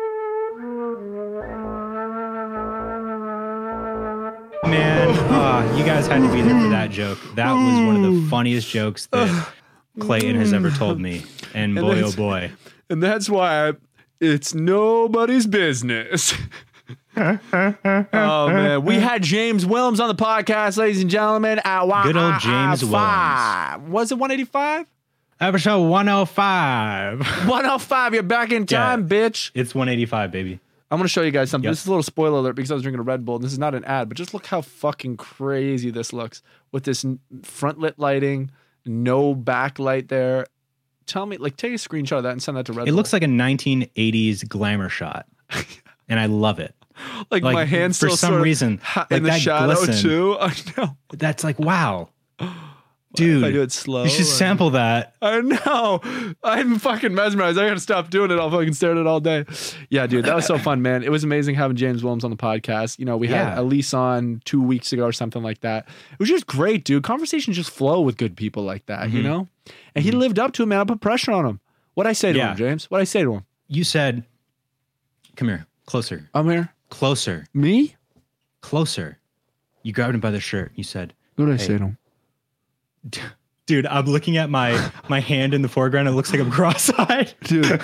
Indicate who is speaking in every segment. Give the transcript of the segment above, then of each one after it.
Speaker 1: Ah, you guys had to be there for that joke. That was one of
Speaker 2: Mm.
Speaker 1: the funniest jokes that Clayton has ever told me.
Speaker 2: Mm.
Speaker 1: And boy, oh
Speaker 2: that's-
Speaker 1: boy.
Speaker 2: And that's why I, it's nobody's business. oh man, we had James Willems on the podcast, ladies and gentlemen. At wa-
Speaker 1: Good old
Speaker 2: ah,
Speaker 1: James
Speaker 2: ah, five. Was it 185?
Speaker 1: Episode 105.
Speaker 2: 105. You're back in
Speaker 1: Yeah.
Speaker 2: time, bitch.
Speaker 1: It's 185, baby.
Speaker 2: I'm gonna show you guys something.
Speaker 1: Yep.
Speaker 2: This is a little spoiler alert because I was drinking a Red Bull. This is not an ad, but just look how fucking crazy this looks with this n- front lit lighting, no backlight there. Tell me, like, take a screenshot of that and send that to Red
Speaker 1: It
Speaker 2: Bull.
Speaker 1: looks like a 1980s glamour shot. And I love it.
Speaker 2: like,
Speaker 1: Like
Speaker 2: my hands
Speaker 1: for
Speaker 2: still
Speaker 1: some
Speaker 2: sort of
Speaker 1: reason,
Speaker 2: ha-
Speaker 1: like
Speaker 2: in the
Speaker 1: that
Speaker 2: shadow
Speaker 1: glisten.
Speaker 2: too. I know.
Speaker 1: That's like, wow.
Speaker 2: I do
Speaker 1: Dude,
Speaker 2: it slow.
Speaker 1: you should sample that.
Speaker 2: I know. I'm fucking mesmerized. I gotta stop doing it. I'll fucking stare at it all day. Yeah, dude, that was so fun, man. It was amazing having James Williams on the podcast. You know, we
Speaker 1: Yeah.
Speaker 2: had Elise on two weeks ago or something like that. It was just great, dude. Conversations just flow with good people like that, you
Speaker 1: Mhm.
Speaker 2: know. And he lived up to it, man. I put pressure on him. What I say to
Speaker 1: Yeah.
Speaker 2: him, James? What I say to him?
Speaker 1: You said, come here, closer,
Speaker 2: I'm here.
Speaker 1: closer,
Speaker 2: Me?
Speaker 1: closer. You grabbed him by the shirt. You said,
Speaker 2: What did I
Speaker 1: Hey.
Speaker 2: say to him?
Speaker 1: dude, I'm looking at my my hand in the foreground. It looks like I'm cross-eyed.
Speaker 2: Dude,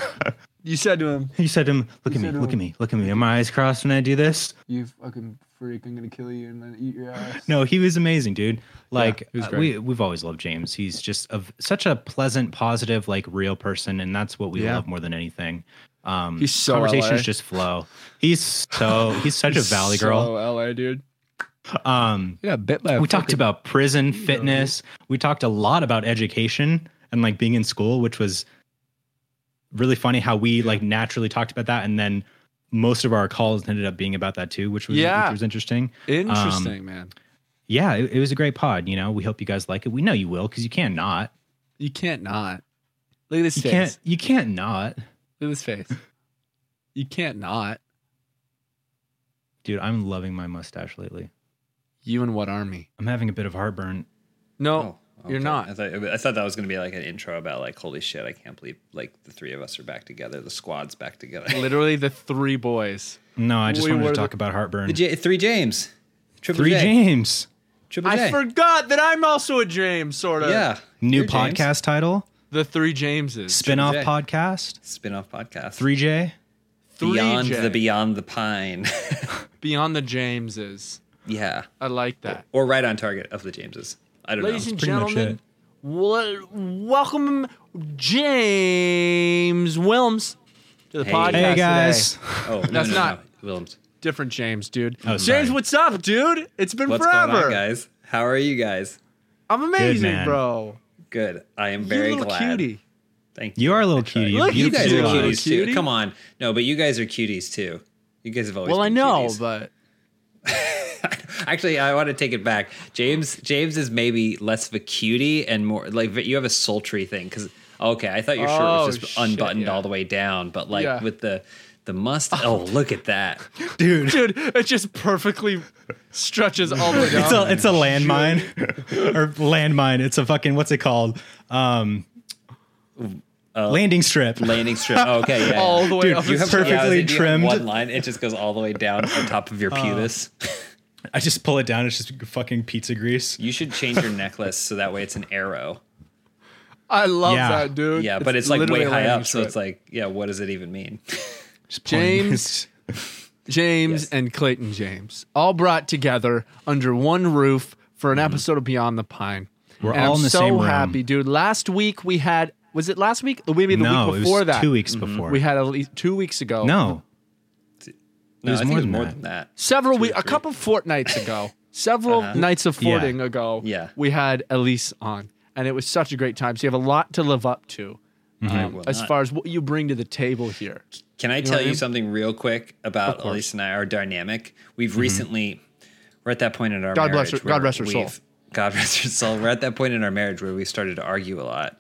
Speaker 2: you said to him,
Speaker 1: You said to him, look
Speaker 2: You
Speaker 1: at me,
Speaker 2: said to
Speaker 1: look at
Speaker 2: him-
Speaker 1: me, look at me. Are my eyes crossed when I do this?
Speaker 2: "You fucking freak! I'm gonna kill you and then eat your ass."
Speaker 1: No, he was amazing, dude. Like
Speaker 2: he was
Speaker 1: uh,
Speaker 2: great.
Speaker 1: we we've always loved James. He's just of such a pleasant, positive, like real person, and that's what we
Speaker 2: Yeah.
Speaker 1: love more than anything. Um,
Speaker 2: He's so
Speaker 1: conversations
Speaker 2: LA.
Speaker 1: just flow. He's so he's such a valley girl.
Speaker 2: So LA, dude.
Speaker 1: Um,
Speaker 2: Yeah, bit by. a
Speaker 1: we talked
Speaker 2: fucking-
Speaker 1: about prison fitness. We talked a lot about education and like being in school, which was really funny how we like naturally talked about that, and then most of our calls ended up being about that too, which was
Speaker 2: Yeah.
Speaker 1: which was interesting.
Speaker 2: Interesting, man.
Speaker 1: yeah, it, it was a great pod. You know, we hope you guys like it. We know you will because you can't not.
Speaker 2: You can't not. Look at this
Speaker 1: You
Speaker 2: face.
Speaker 1: can't. You can't not,
Speaker 2: Look at this face. You can't not.
Speaker 1: dude. I'm loving my mustache lately.
Speaker 2: You and what army?
Speaker 1: I'm having a bit of heartburn.
Speaker 2: No, Oh, you're
Speaker 3: Oh, okay.
Speaker 2: not.
Speaker 3: I thought, I thought that was going to be like an intro about like, holy shit, I can't believe like the three of us are back together. The squad's back together.
Speaker 2: Literally the three boys.
Speaker 1: No, I just
Speaker 2: We
Speaker 1: wanted to
Speaker 2: were
Speaker 1: talk
Speaker 2: the-
Speaker 1: about heartburn.
Speaker 3: The J- three James. Triple
Speaker 1: Three
Speaker 3: J.
Speaker 1: James.
Speaker 3: Triple J.
Speaker 2: I forgot that I'm also a James, sort of.
Speaker 3: Yeah.
Speaker 1: New
Speaker 3: You're James.
Speaker 1: podcast title.
Speaker 2: The three Jameses.
Speaker 1: Spinoff
Speaker 3: J.
Speaker 1: podcast.
Speaker 3: Spin-off podcast.
Speaker 1: Three J.
Speaker 2: Three
Speaker 3: Beyond
Speaker 2: J.
Speaker 3: the Beyond the Pine.
Speaker 2: Beyond the Jameses.
Speaker 3: yeah.
Speaker 2: I like that.
Speaker 3: Or right on target of the Jameses. I don't
Speaker 2: Ladies
Speaker 3: know.
Speaker 2: and
Speaker 1: pretty much
Speaker 2: gentlemen, wel- welcome James Wilms to the
Speaker 3: Hey.
Speaker 2: podcast.
Speaker 1: Hey
Speaker 3: Hey,
Speaker 1: guys.
Speaker 2: today.
Speaker 3: oh, no,
Speaker 2: That's
Speaker 3: no,
Speaker 2: not-
Speaker 3: No. Willems.
Speaker 2: Different James, dude.
Speaker 1: Oh, sorry.
Speaker 2: James, what's up, dude? It's been
Speaker 3: What's
Speaker 2: forever.
Speaker 3: going on, guys? How are you guys?
Speaker 2: I'm amazing,
Speaker 1: man.
Speaker 2: bro.
Speaker 3: Good. I am
Speaker 2: You
Speaker 3: very
Speaker 2: little
Speaker 3: glad.
Speaker 2: cutie.
Speaker 3: Thank you.
Speaker 1: You are a little
Speaker 3: I try.
Speaker 1: cutie.
Speaker 2: Look,
Speaker 3: You guys are
Speaker 1: beautiful
Speaker 2: cutie.
Speaker 1: eyes.
Speaker 3: cuties
Speaker 2: Cutie?
Speaker 3: too. Come on. No, but you guys are cuties too. You guys have always
Speaker 2: Well, I
Speaker 3: been
Speaker 2: know,
Speaker 3: cuties.
Speaker 2: but
Speaker 3: Actually, I want to take it back. James James is maybe less of a cutie and more like you have a sultry thing because okay, I thought your shirt was
Speaker 2: Oh,
Speaker 3: just
Speaker 2: shit,
Speaker 3: unbuttoned
Speaker 2: yeah.
Speaker 3: all the way down, but like
Speaker 2: Yeah.
Speaker 3: with the the mustache. Oh, look at that!
Speaker 1: dude.
Speaker 2: dude, it just perfectly stretches all the way down.
Speaker 1: It's a it's a landmine or landmine. It's a fucking what's it called? Um,
Speaker 2: Uh,
Speaker 1: landing strip.
Speaker 3: Landing strip. Oh, okay, yeah,
Speaker 2: all
Speaker 3: yeah.
Speaker 2: the way
Speaker 1: Dude,
Speaker 2: up.
Speaker 1: you
Speaker 2: its-
Speaker 1: have
Speaker 3: Yeah, I was
Speaker 1: perfect- perfectly
Speaker 3: like, you have
Speaker 1: trimmed.
Speaker 3: One line, it just goes all the way down on top of your
Speaker 2: Uh.
Speaker 3: penis.
Speaker 1: I just pull it down. It's just fucking pizza grease.
Speaker 3: You should change your necklace so that way it's an arrow.
Speaker 2: I love
Speaker 1: Yeah.
Speaker 2: that, dude.
Speaker 3: Yeah, but it's, like way
Speaker 2: literally a
Speaker 3: high
Speaker 2: landing
Speaker 3: up, so
Speaker 2: strip.
Speaker 3: it's like, yeah, what does it even mean?
Speaker 1: Just pulling
Speaker 2: James.
Speaker 1: this-
Speaker 2: James
Speaker 3: Yes.
Speaker 2: and Clayton James, all brought together under one roof for an episode of Beyond the Pine.
Speaker 1: Mm-hmm. We're
Speaker 2: and
Speaker 1: all
Speaker 2: I'm
Speaker 1: in the
Speaker 2: so
Speaker 1: same room.
Speaker 2: happy, dude. Last week we had was it last week? Or Maybe the
Speaker 1: no,
Speaker 2: week before
Speaker 1: it was
Speaker 2: that. Mm-hmm.
Speaker 1: two weeks before.
Speaker 2: We had at least two weeks ago.
Speaker 1: no,
Speaker 3: No,
Speaker 1: was
Speaker 3: I think
Speaker 1: more
Speaker 3: it was
Speaker 1: than
Speaker 3: more
Speaker 1: that.
Speaker 3: than that.
Speaker 2: several we
Speaker 3: or
Speaker 2: a
Speaker 3: three.
Speaker 2: couple fortnights ago, several nights of
Speaker 1: Uh-huh. Yeah.
Speaker 2: forting ago,
Speaker 3: Yeah.
Speaker 2: we had Elise on, and it was such a great time. So you have a lot to live up to
Speaker 3: I will
Speaker 2: as
Speaker 3: not.
Speaker 2: far as what you bring to the table here.
Speaker 3: Can I
Speaker 2: what
Speaker 3: tell
Speaker 2: I
Speaker 3: you
Speaker 2: mean?
Speaker 3: something real quick about Elise and I, our dynamic? We've recently, we're at that point in our
Speaker 2: Mm-hmm. God bless
Speaker 3: marriage.
Speaker 2: her-
Speaker 3: where
Speaker 2: God rest her soul.
Speaker 3: we've- God rest her soul. We're at that point in our marriage where we started to argue a lot.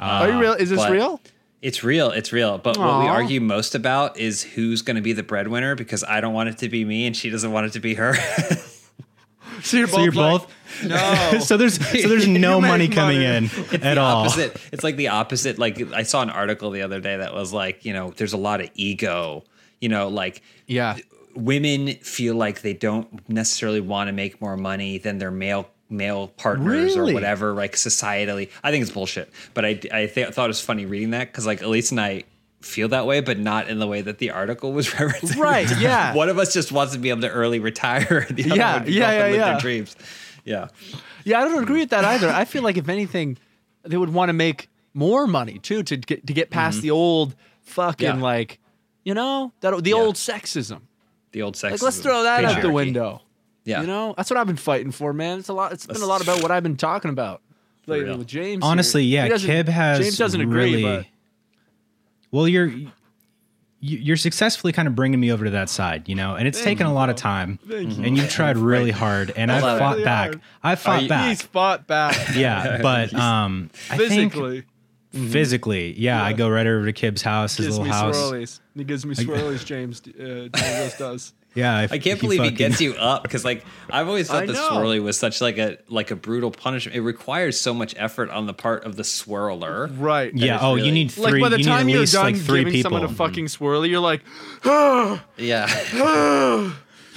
Speaker 1: Uh,
Speaker 2: Are you real? Is this
Speaker 3: but-
Speaker 2: real?
Speaker 3: It's real. It's real. But what we
Speaker 2: Aw.
Speaker 3: argue most about is who's going to be the breadwinner because I don't want it to be me and she doesn't want it to be her.
Speaker 2: So you're
Speaker 1: so you're both.
Speaker 2: No.
Speaker 1: so there's so there's no
Speaker 2: You make
Speaker 1: money coming
Speaker 2: money.
Speaker 1: in at all.
Speaker 3: opposite. It's like the opposite. Like I saw an article the other day that was like, you know, there's a lot of ego. You know, like
Speaker 2: yeah.
Speaker 3: women feel like they don't necessarily want to make more money than their male male partners
Speaker 2: Really?
Speaker 3: or whatever like societally i think it's bullshit but i i th- thought it was funny reading that because like elise and i feel that way but not in the way that the article was referencing
Speaker 2: Right, yeah.
Speaker 3: one of us just wants to be able to early retire the other
Speaker 2: Yeah,
Speaker 3: one can
Speaker 2: yeah,
Speaker 3: go up and
Speaker 2: yeah,
Speaker 3: live
Speaker 2: yeah.
Speaker 3: their dreams yeah
Speaker 2: Yeah, I don't agree with that either. I feel like if anything, they would want to make more money too to get to get past the old fucking
Speaker 3: Mm-hmm. Yeah.
Speaker 2: like, you know, that the old sexism.
Speaker 3: the old sex
Speaker 2: Like, let's throw that out the window.
Speaker 3: yeah
Speaker 2: You know, that's what I've been fighting for, man. It's a lot. It's been a lot about what I've been talking about lately
Speaker 3: real.
Speaker 2: with James.
Speaker 1: Honestly,
Speaker 2: here. He
Speaker 1: yeah,
Speaker 2: doesn't-
Speaker 1: Kib has
Speaker 2: James doesn't
Speaker 1: really,
Speaker 2: agree, but
Speaker 1: Well, you're you- you're successfully kind of bringing me over to that side, you know, and it's taken a lot of time, and you've tried really hard, and I've
Speaker 3: lot.
Speaker 1: fought
Speaker 2: Really
Speaker 1: back.
Speaker 2: hard.
Speaker 1: I fought
Speaker 3: you-
Speaker 1: back,
Speaker 2: he's fought back
Speaker 1: yeah, but um, I
Speaker 2: physically.
Speaker 3: Mm-hmm.
Speaker 1: think physically, yeah, I go right over to Kib's house, his
Speaker 2: Gives
Speaker 1: little
Speaker 2: me
Speaker 1: house.
Speaker 2: swirlies. He gives me swirlies. James uh, Daniels does.
Speaker 1: Yeah,
Speaker 3: I can't believe he gets you up because, like, I've always
Speaker 2: I
Speaker 3: thought the
Speaker 2: know.
Speaker 3: swirly was such like a like a brutal punishment. It requires so much effort on the part of the swirler.
Speaker 2: Right.
Speaker 1: Yeah.
Speaker 3: is
Speaker 1: Oh,
Speaker 3: really-
Speaker 1: you need
Speaker 2: Like
Speaker 1: three.
Speaker 2: by the
Speaker 1: you
Speaker 2: time
Speaker 1: need at
Speaker 2: you're
Speaker 1: least
Speaker 2: done
Speaker 1: like three
Speaker 2: giving
Speaker 1: people.
Speaker 2: someone a fucking swirly, you're like,
Speaker 3: Yeah,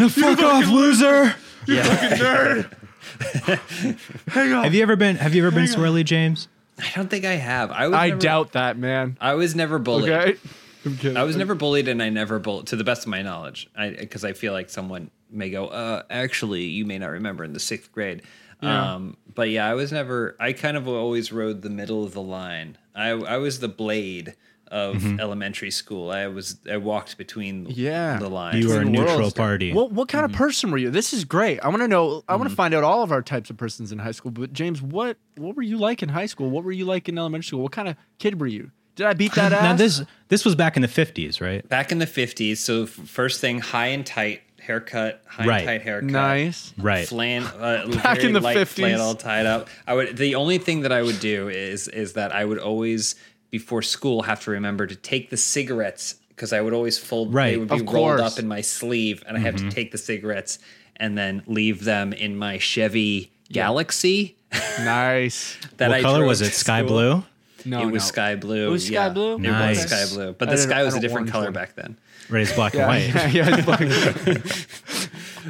Speaker 1: Fuck off, loser!
Speaker 3: yeah.
Speaker 1: Have you ever been? Have you ever been swirly, James?
Speaker 3: I don't think I have. I was
Speaker 2: I
Speaker 3: never,
Speaker 2: doubt that, man.
Speaker 3: I was never bullied.
Speaker 2: Okay. I'm kidding.
Speaker 3: I was never bullied, and I never bullied to the best of my knowledge. I because I feel like someone may go, uh, actually, you may not remember in the sixth grade.
Speaker 2: Yeah.
Speaker 3: Um, but yeah, I was never. I kind of always rode the middle of the line. I I was the blade of elementary school. I was I walked between
Speaker 2: Yeah.
Speaker 3: the lines.
Speaker 1: You were a
Speaker 2: Between
Speaker 1: neutral
Speaker 2: worlds.
Speaker 1: party. Mm-hmm.
Speaker 2: What what kind of person were you? This is great. I want to know. I want to find out all of our types of persons in high school. But James, what what were you like in high school? What were you like in elementary school? What kind of kid were you? Did I beat that ass?
Speaker 1: now this this was back in the fifties, right?
Speaker 3: back in the 50s so f- first thing high and tight haircut high
Speaker 1: Right.
Speaker 3: and tight haircut
Speaker 2: nice.
Speaker 1: Right.
Speaker 3: flan uh,
Speaker 2: Back
Speaker 3: very
Speaker 2: in the
Speaker 3: light
Speaker 2: 50s.
Speaker 3: flannel all tied up i would the only thing that i would do is is that i would always before school have to remember to take the cigarettes because i would always fold they
Speaker 1: Right. Mm-hmm.
Speaker 3: would be
Speaker 2: Of
Speaker 3: rolled
Speaker 2: course.
Speaker 3: up in my sleeve and i have to take the cigarettes and then leave them in my chevy galaxy
Speaker 2: Nice.
Speaker 3: that
Speaker 1: what
Speaker 3: I
Speaker 1: color
Speaker 3: drove
Speaker 1: was
Speaker 3: to
Speaker 1: it? Sky
Speaker 3: school.
Speaker 1: blue.
Speaker 2: No,
Speaker 3: it was
Speaker 2: no.
Speaker 3: sky blue.
Speaker 2: was sky
Speaker 3: yeah.
Speaker 2: blue?
Speaker 3: It
Speaker 1: Nice.
Speaker 3: was sky blue. But
Speaker 2: I
Speaker 3: the
Speaker 2: didn't-
Speaker 3: sky was
Speaker 2: I
Speaker 3: a
Speaker 2: don't
Speaker 3: different
Speaker 2: want
Speaker 3: color
Speaker 2: one.
Speaker 3: back then.
Speaker 1: Right. It's black
Speaker 2: Yeah,
Speaker 1: and
Speaker 2: yeah,
Speaker 1: white.
Speaker 2: yeah, it's fucking-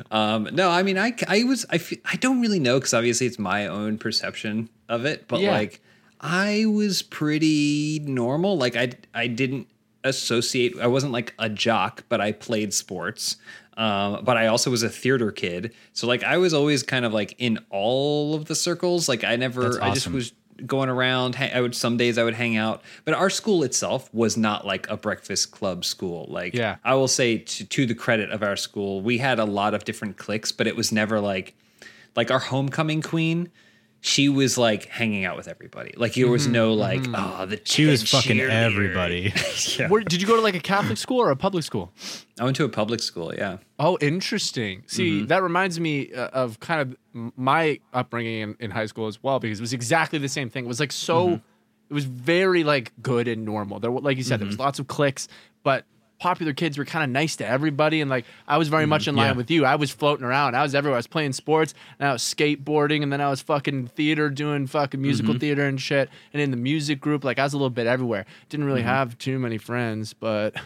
Speaker 3: Um, no, I mean, I, I was, I, fe- I don't really know because obviously it's my own perception of it, but
Speaker 2: Yeah.
Speaker 3: like I was pretty normal. Like I, I didn't associate, I wasn't like a jock, but I played sports. Um, but I also was a theater kid. So like I was always kind of like in all of the circles. Like I never,
Speaker 1: That's
Speaker 3: I just
Speaker 1: awesome.
Speaker 3: was going around. ha- I would, some days I would hang out, but our school itself was not like a breakfast club school. Like,
Speaker 2: Yeah.
Speaker 3: I will say to, to the credit of our school, we had a lot of different cliques, but it was never like like our homecoming queen. She was like hanging out with everybody. Like there was no like oh the
Speaker 1: She was
Speaker 3: kid
Speaker 1: fucking
Speaker 3: cheerleader."
Speaker 1: everybody.
Speaker 3: Yeah.
Speaker 2: Where- did you go to like a Catholic school or a public school?
Speaker 3: I went to a public school. Yeah,
Speaker 2: Oh, interesting. See,
Speaker 3: Mm-hmm.
Speaker 2: that reminds me uh, of kind of m- my upbringing in, in high school as well, because it was exactly the same thing. It was like so,
Speaker 3: Mm-hmm.
Speaker 2: it was very like good and normal. There, were, like you said, there was
Speaker 3: Mm-hmm.
Speaker 2: lots of clicks, but popular kids were kind of nice to everybody. And like I was
Speaker 3: Mm-hmm.
Speaker 2: very much in line
Speaker 1: Yeah.
Speaker 2: with you. I was floating around. I was everywhere. I was playing sports, and I was skateboarding, and then I was fucking theater doing fucking
Speaker 3: Mm-hmm.
Speaker 2: musical theater and shit. And in the music group, like I was a little bit everywhere. Didn't really have too many friends, but.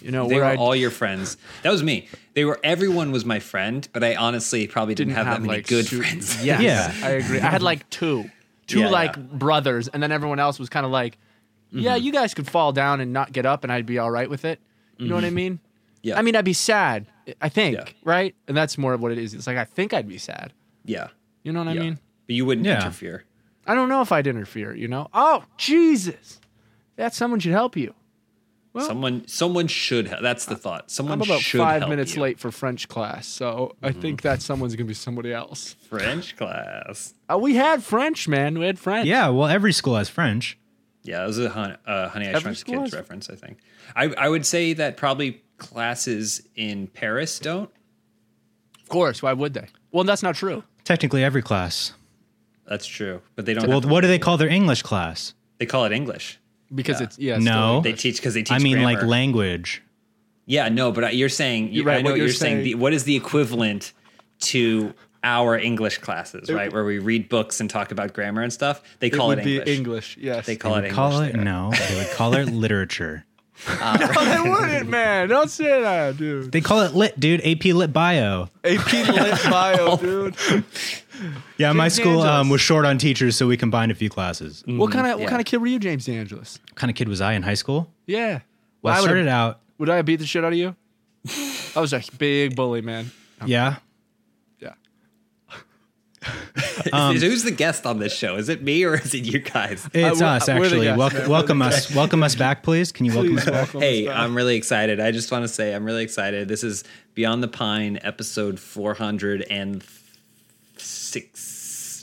Speaker 2: You know,
Speaker 3: Mm-hmm. they
Speaker 2: where
Speaker 3: were
Speaker 2: I'd-
Speaker 3: all your friends. That was me. They were everyone was my friend, but I honestly probably didn't, have, that many good
Speaker 2: su-
Speaker 3: friends.
Speaker 2: Yes,
Speaker 1: Yeah.
Speaker 2: I agree. I had like two, two
Speaker 3: Yeah, Mm-hmm.
Speaker 2: like
Speaker 3: yeah.
Speaker 2: brothers, and then everyone else was kind of like, yeah, you guys could fall down and not get up, and I'd be all right with it. You know what I mean?
Speaker 3: Mm-hmm. Yeah.
Speaker 2: I mean, I'd be sad. I think,
Speaker 3: Yeah.
Speaker 2: right? And that's more of what it is. It's like I think I'd be sad.
Speaker 3: yeah,
Speaker 2: You know what
Speaker 3: yeah.
Speaker 2: I mean?
Speaker 3: but you wouldn't
Speaker 1: Yeah.
Speaker 3: interfere.
Speaker 2: I don't know if I'd interfere. You know? Oh Jesus, that someone should help you. Well-
Speaker 3: someone, someone should. Help. That's the thought. Someone
Speaker 2: I'm about
Speaker 3: should
Speaker 2: five
Speaker 3: help
Speaker 2: minutes
Speaker 3: you. Mm-hmm.
Speaker 2: late for French class, so I think that someone's gonna be somebody else.
Speaker 3: French class.
Speaker 2: Uh, we had French, man. We had French.
Speaker 1: yeah. Well, every school has French.
Speaker 3: Yeah, that was a honey, uh, honey I
Speaker 2: Every
Speaker 3: Shrunk the
Speaker 2: school
Speaker 3: Kids
Speaker 2: has-
Speaker 3: reference. I think. I I would say that probably classes in Paris don't.
Speaker 2: Of course. Why would they? Well, that's not true.
Speaker 1: Technically, every class.
Speaker 3: That's true, but they don't.
Speaker 1: Well,
Speaker 3: have to-
Speaker 1: what do they call their English class?
Speaker 3: they call it English.
Speaker 2: Because
Speaker 3: Yeah.
Speaker 2: it's yeah.
Speaker 1: No.
Speaker 3: They teach because they teach.
Speaker 1: I mean, like
Speaker 3: grammar.
Speaker 1: language.
Speaker 3: yeah, no, but I- you're saying you,
Speaker 2: You're right,
Speaker 3: I know
Speaker 2: what
Speaker 3: what you're,
Speaker 2: you're
Speaker 3: saying.
Speaker 2: saying-
Speaker 3: The, what is the equivalent to our English classes, right? Where we read books and talk about grammar and stuff. They
Speaker 2: It
Speaker 3: call it,
Speaker 2: would be
Speaker 3: English.
Speaker 2: English. Yes.
Speaker 3: They call it English.
Speaker 1: Call it
Speaker 3: there.
Speaker 1: no. They would call it literature.
Speaker 3: Uh,
Speaker 2: No, Oh, they wouldn't, man. Don't say that, dude.
Speaker 1: They call it lit, dude. AP Lit Bio.
Speaker 2: AP Lit Bio, dude.
Speaker 1: Yeah, my
Speaker 2: James
Speaker 1: school um,
Speaker 2: Angeles.
Speaker 1: was short on teachers, so we combined a few classes.
Speaker 2: What kind of
Speaker 3: yeah.
Speaker 2: what kind of kid were you, James DeAngelis?
Speaker 1: What kind of kid was I in high school?
Speaker 2: Yeah.
Speaker 1: Well, I
Speaker 2: I would've-
Speaker 1: started out,
Speaker 2: Would I have beat the shit out of you? I was a big bully, man.
Speaker 3: Oh.
Speaker 1: yeah.
Speaker 2: Yeah.
Speaker 1: um,
Speaker 3: is- who's the guest on this show? Is it me or is it you guys?
Speaker 1: It's
Speaker 2: we're-
Speaker 1: us
Speaker 2: we're the
Speaker 1: actually.
Speaker 2: guys,
Speaker 1: Wel-
Speaker 2: man. We're
Speaker 1: welcome us, welcome us back, please. Can you welcome us
Speaker 2: Please
Speaker 1: back?
Speaker 2: welcome
Speaker 3: Hey,
Speaker 2: us back.
Speaker 3: I'm really excited. I just want to say I'm really excited. This is Beyond the Pine, episode 426,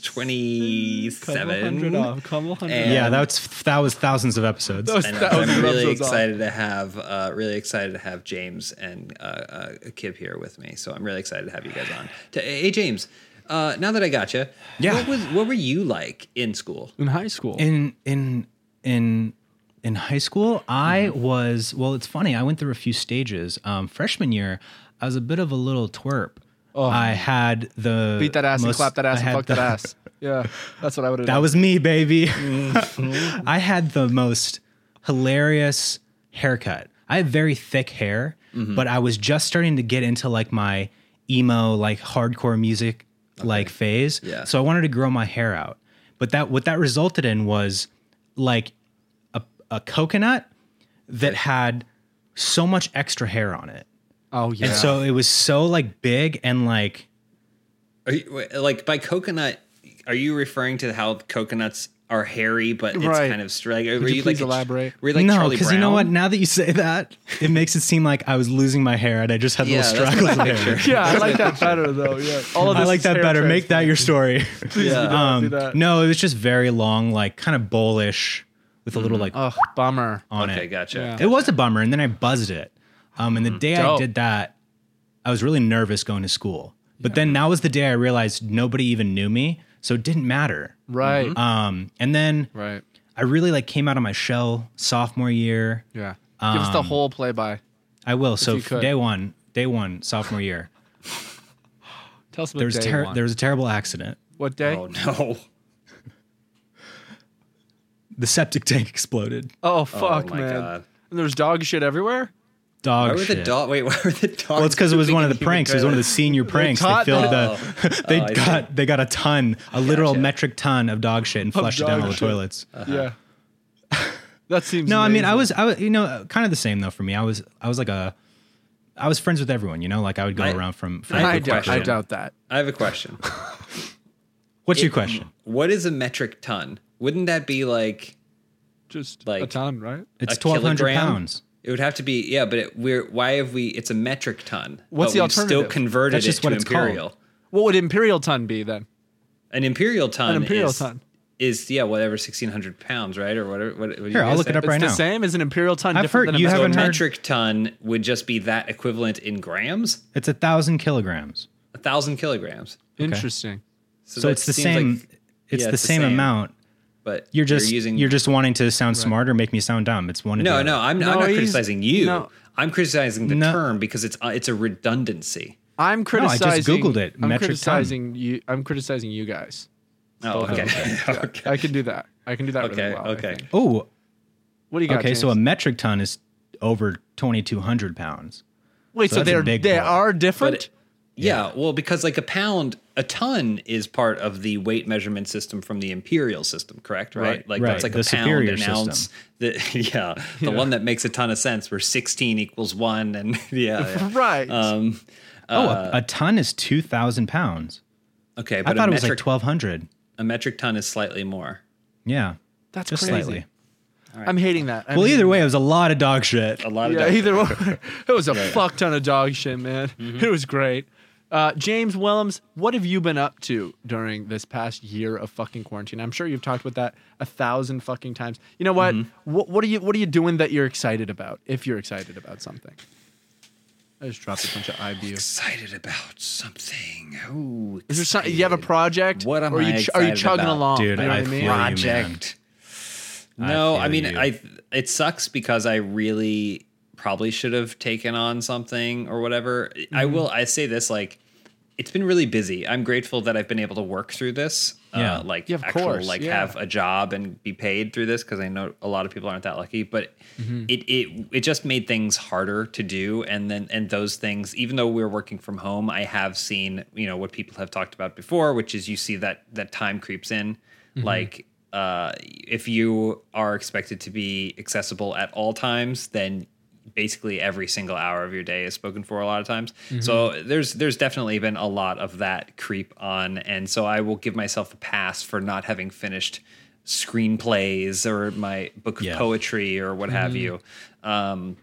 Speaker 3: 27.
Speaker 2: Couple hundred off. Couple hundred
Speaker 3: And-
Speaker 2: off.
Speaker 1: Yeah, that's that was thousands of episodes.
Speaker 2: That was
Speaker 3: And
Speaker 2: thousands
Speaker 3: I'm
Speaker 2: of
Speaker 3: really
Speaker 2: episodes off.
Speaker 3: excited to have uh, really excited to have James and uh, uh, Kib here with me. So I'm really excited to have you guys on. To, hey James, uh, now that I got you,
Speaker 1: Yeah.
Speaker 3: what was what were you like in school?
Speaker 2: in high school.
Speaker 1: in in in in high school i
Speaker 2: Mm-hmm.
Speaker 1: was well it's funny i went through a few stages um, freshman year i was a bit of a little twerp i had the
Speaker 2: Oh. beat that ass and
Speaker 1: most-
Speaker 2: clap that
Speaker 1: I
Speaker 2: ass and
Speaker 1: had
Speaker 2: fuck
Speaker 1: the-
Speaker 2: that ass. Yeah, that's what I would have
Speaker 1: that
Speaker 2: done.
Speaker 1: was me baby i had the most hilarious haircut i had very thick hair but i was just starting to get into like my emo like hardcore music like phase
Speaker 3: Yeah.
Speaker 1: so i wanted to grow my hair out but that what that resulted in was like a coconut that had so much extra hair on it.
Speaker 2: oh yeah.
Speaker 1: And so it was so like big and like
Speaker 3: Are you, wait, like by coconut? Are you referring to how coconuts are hairy, but it's
Speaker 2: Right.
Speaker 3: kind of str- like? were
Speaker 2: you
Speaker 3: you, like
Speaker 2: please elaborate?
Speaker 3: Were you like
Speaker 1: no,
Speaker 3: Charlie
Speaker 1: because you know what?
Speaker 3: Brown?
Speaker 1: Now that you say that, it makes it seem like I was losing my hair and I just had
Speaker 3: Yeah,
Speaker 1: little
Speaker 3: that's
Speaker 1: straggles of
Speaker 3: my
Speaker 1: hair.
Speaker 3: picture.
Speaker 2: yeah, I like that better though. Yeah, all of
Speaker 1: I
Speaker 2: this
Speaker 1: like
Speaker 2: is
Speaker 1: that
Speaker 2: hair
Speaker 1: better. Make
Speaker 2: transplant.
Speaker 1: that your story.
Speaker 2: Yeah. Don't do
Speaker 1: um,
Speaker 2: that.
Speaker 1: no, it was just very long, like kind of bowlish with a little like
Speaker 2: Ugh, bummer.
Speaker 1: on
Speaker 3: Okay,
Speaker 1: it.
Speaker 3: gotcha.
Speaker 2: Yeah.
Speaker 1: It was a bummer, and then I buzzed it. Um, and the day I
Speaker 2: Dope.
Speaker 1: did that, I was really nervous going to school. But then that was the day I realized nobody even knew me, so it didn't matter.
Speaker 2: Right.
Speaker 1: Um, and then
Speaker 2: Right.
Speaker 1: I really like came out of my shell sophomore year.
Speaker 2: Yeah. Give us the
Speaker 1: Um,
Speaker 2: whole play by.
Speaker 1: I will. So
Speaker 2: you could.
Speaker 1: day one, day one, sophomore year,
Speaker 2: Tell us about
Speaker 1: there was
Speaker 2: day
Speaker 1: ter-
Speaker 2: one.
Speaker 1: there was a terrible accident.
Speaker 2: what day?
Speaker 3: Oh no!
Speaker 1: The septic tank exploded.
Speaker 2: Oh fuck,
Speaker 3: my
Speaker 2: man!
Speaker 3: God.
Speaker 2: And there's dog shit everywhere.
Speaker 1: Dog
Speaker 3: Why were the
Speaker 1: Oh, shit.
Speaker 3: dog? Wait, why were the dogs?
Speaker 1: well, it's because it was one of the
Speaker 3: pooping in
Speaker 1: pranks. It was one of the senior pranks. They,
Speaker 2: taught
Speaker 1: filled
Speaker 3: them.
Speaker 1: the, they
Speaker 3: Oh, I see.
Speaker 1: got they got a ton, a literal
Speaker 3: Gotcha.
Speaker 1: metric ton of dog shit and flushed it down
Speaker 2: dog
Speaker 1: all the
Speaker 2: shit.
Speaker 1: toilets.
Speaker 3: Uh-huh.
Speaker 2: Yeah. that seems.
Speaker 1: No, I mean, I
Speaker 2: amazing.
Speaker 1: was, I was, you know, kind of the same though for me. I was, I was like a, I was friends with everyone, you know, like I would go
Speaker 3: I-
Speaker 1: around from. from
Speaker 3: I-
Speaker 2: I
Speaker 3: Good
Speaker 2: doubt. I
Speaker 3: question.
Speaker 2: doubt that.
Speaker 3: I have a question.
Speaker 1: What's your question?
Speaker 3: What is a metric ton? Wouldn't that be like
Speaker 2: Just
Speaker 3: Like-
Speaker 2: a ton, right?
Speaker 1: It's
Speaker 3: a
Speaker 1: twelve hundred
Speaker 3: kilogram?
Speaker 1: pounds.
Speaker 3: It would have to be yeah, but it, we're why have we? It's a metric ton.
Speaker 2: What's
Speaker 3: but
Speaker 2: the
Speaker 3: we've Still
Speaker 2: alternative?
Speaker 3: converted
Speaker 1: That's just
Speaker 3: it to
Speaker 1: what it's called.
Speaker 3: imperial.
Speaker 2: What would imperial ton be then?
Speaker 3: An imperial ton.
Speaker 2: An imperial
Speaker 3: is,
Speaker 2: ton.
Speaker 3: is yeah, whatever sixteen hundred pounds, right, or whatever. What, what do you
Speaker 1: Here, I'll
Speaker 3: guys
Speaker 1: look it
Speaker 3: say?
Speaker 1: up
Speaker 2: It's
Speaker 1: right
Speaker 2: the
Speaker 1: now.
Speaker 2: same as an imperial ton.
Speaker 1: I've
Speaker 2: different
Speaker 1: heard-
Speaker 2: than a
Speaker 1: you
Speaker 2: metric
Speaker 1: haven't
Speaker 2: ton?
Speaker 1: heard-
Speaker 3: Metric ton would just be that equivalent in grams,
Speaker 1: It's a thousand kilograms.
Speaker 3: a thousand kilograms.
Speaker 2: Interesting.
Speaker 3: So,
Speaker 1: So
Speaker 3: that
Speaker 1: it's the
Speaker 3: seems
Speaker 1: same.
Speaker 3: like-
Speaker 1: it's
Speaker 3: yeah,
Speaker 1: the same, amount.
Speaker 3: but
Speaker 1: You're just you're,
Speaker 3: using
Speaker 1: just wanting to sound smart or make me sound dumb. It's one. or the
Speaker 3: no,
Speaker 1: other.
Speaker 3: no. I'm, I'm
Speaker 2: No,
Speaker 3: not
Speaker 2: he's-
Speaker 3: criticizing you.
Speaker 2: no.
Speaker 3: I'm criticizing the
Speaker 1: No.
Speaker 3: term because it's uh, it's a redundancy.
Speaker 2: I'm
Speaker 1: I just
Speaker 2: criticizing.
Speaker 1: Googled it,
Speaker 2: I'm
Speaker 1: metric ton.
Speaker 2: criticizing you. I'm criticizing you guys.
Speaker 3: Oh, okay. okay.
Speaker 2: I can do that. I can do that
Speaker 3: Okay.
Speaker 2: really well. I
Speaker 3: okay.
Speaker 2: think.
Speaker 1: Oh,
Speaker 2: What do you got?
Speaker 1: okay. So a
Speaker 2: James?
Speaker 1: metric ton is over twenty two hundred pounds.
Speaker 2: wait,
Speaker 1: so
Speaker 2: so,
Speaker 1: that's a
Speaker 2: they're
Speaker 1: big
Speaker 2: they
Speaker 1: boy.
Speaker 2: are different.
Speaker 3: Yeah, well, because like a pound, a ton is part of the weight measurement system from the imperial system, correct? Right.
Speaker 2: Right.
Speaker 3: Like
Speaker 1: Right,
Speaker 3: that's like
Speaker 1: the
Speaker 3: a pound,
Speaker 1: superior
Speaker 3: an
Speaker 1: system.
Speaker 3: ounce. The, yeah, the one that makes a ton of sense, where sixteen equals one, and yeah, yeah.
Speaker 2: Right.
Speaker 3: Um,
Speaker 1: Oh, a, a ton is two thousand pounds.
Speaker 3: okay,
Speaker 1: I
Speaker 3: but
Speaker 1: thought
Speaker 3: a
Speaker 1: it was
Speaker 3: metric
Speaker 1: like twelve hundred.
Speaker 3: a metric ton is slightly more.
Speaker 1: Yeah,
Speaker 2: That's
Speaker 1: just
Speaker 2: crazy.
Speaker 1: slightly.
Speaker 2: I'm hating that. I'm
Speaker 1: Well,
Speaker 2: hating
Speaker 1: either way, it was a lot of dog shit.
Speaker 3: A lot of
Speaker 2: Yeah,
Speaker 3: dog-
Speaker 2: either way, it was a fuck ton of dog shit, man.
Speaker 3: Mm-hmm.
Speaker 2: It was great. Uh, James Willems, what have you been up to during this past year of fucking quarantine? I'm sure you've talked about that a thousand fucking times. You know what?
Speaker 3: Mm-hmm.
Speaker 2: What, what are you What are you doing that you're excited about? If you're excited about something, I just dropped a bunch of IBU.
Speaker 3: excited about something. Ooh,
Speaker 2: Is there something you have a project?
Speaker 3: What am
Speaker 2: or are you,
Speaker 3: I
Speaker 2: ch- Are you
Speaker 3: excited
Speaker 2: chugging
Speaker 3: about?
Speaker 2: along?
Speaker 1: Dude,
Speaker 2: you know
Speaker 1: I
Speaker 2: what I mean?
Speaker 1: feel you.
Speaker 3: project? No,
Speaker 1: I
Speaker 3: I,
Speaker 1: feel
Speaker 3: mean,
Speaker 1: you.
Speaker 3: I it sucks because I
Speaker 1: Mm-hmm.
Speaker 3: really probably should have taken on something or whatever. I will. I say this like it's been really busy. I'm grateful that I've been able to work through this.
Speaker 1: Yeah.
Speaker 3: Uh, like
Speaker 2: Yeah, of
Speaker 3: actual,
Speaker 2: course,
Speaker 3: like
Speaker 2: yeah.
Speaker 3: have a job and be paid through this because I know a lot of people aren't that lucky. But
Speaker 2: Mm-hmm.
Speaker 3: it it it just made things harder to do. And then and those things, even though we were working from home, I have seen you know what people have talked about before, which is you see that that time creeps in,
Speaker 2: Mm-hmm.
Speaker 3: like. Uh, if you are expected to be accessible at all times, then basically every single hour of your day is spoken for a lot of times. So there's there's definitely been a lot of that creep on, and so I will give myself a pass for not having finished screenplays or my book of
Speaker 1: Yeah.
Speaker 3: poetry or what have you. Um,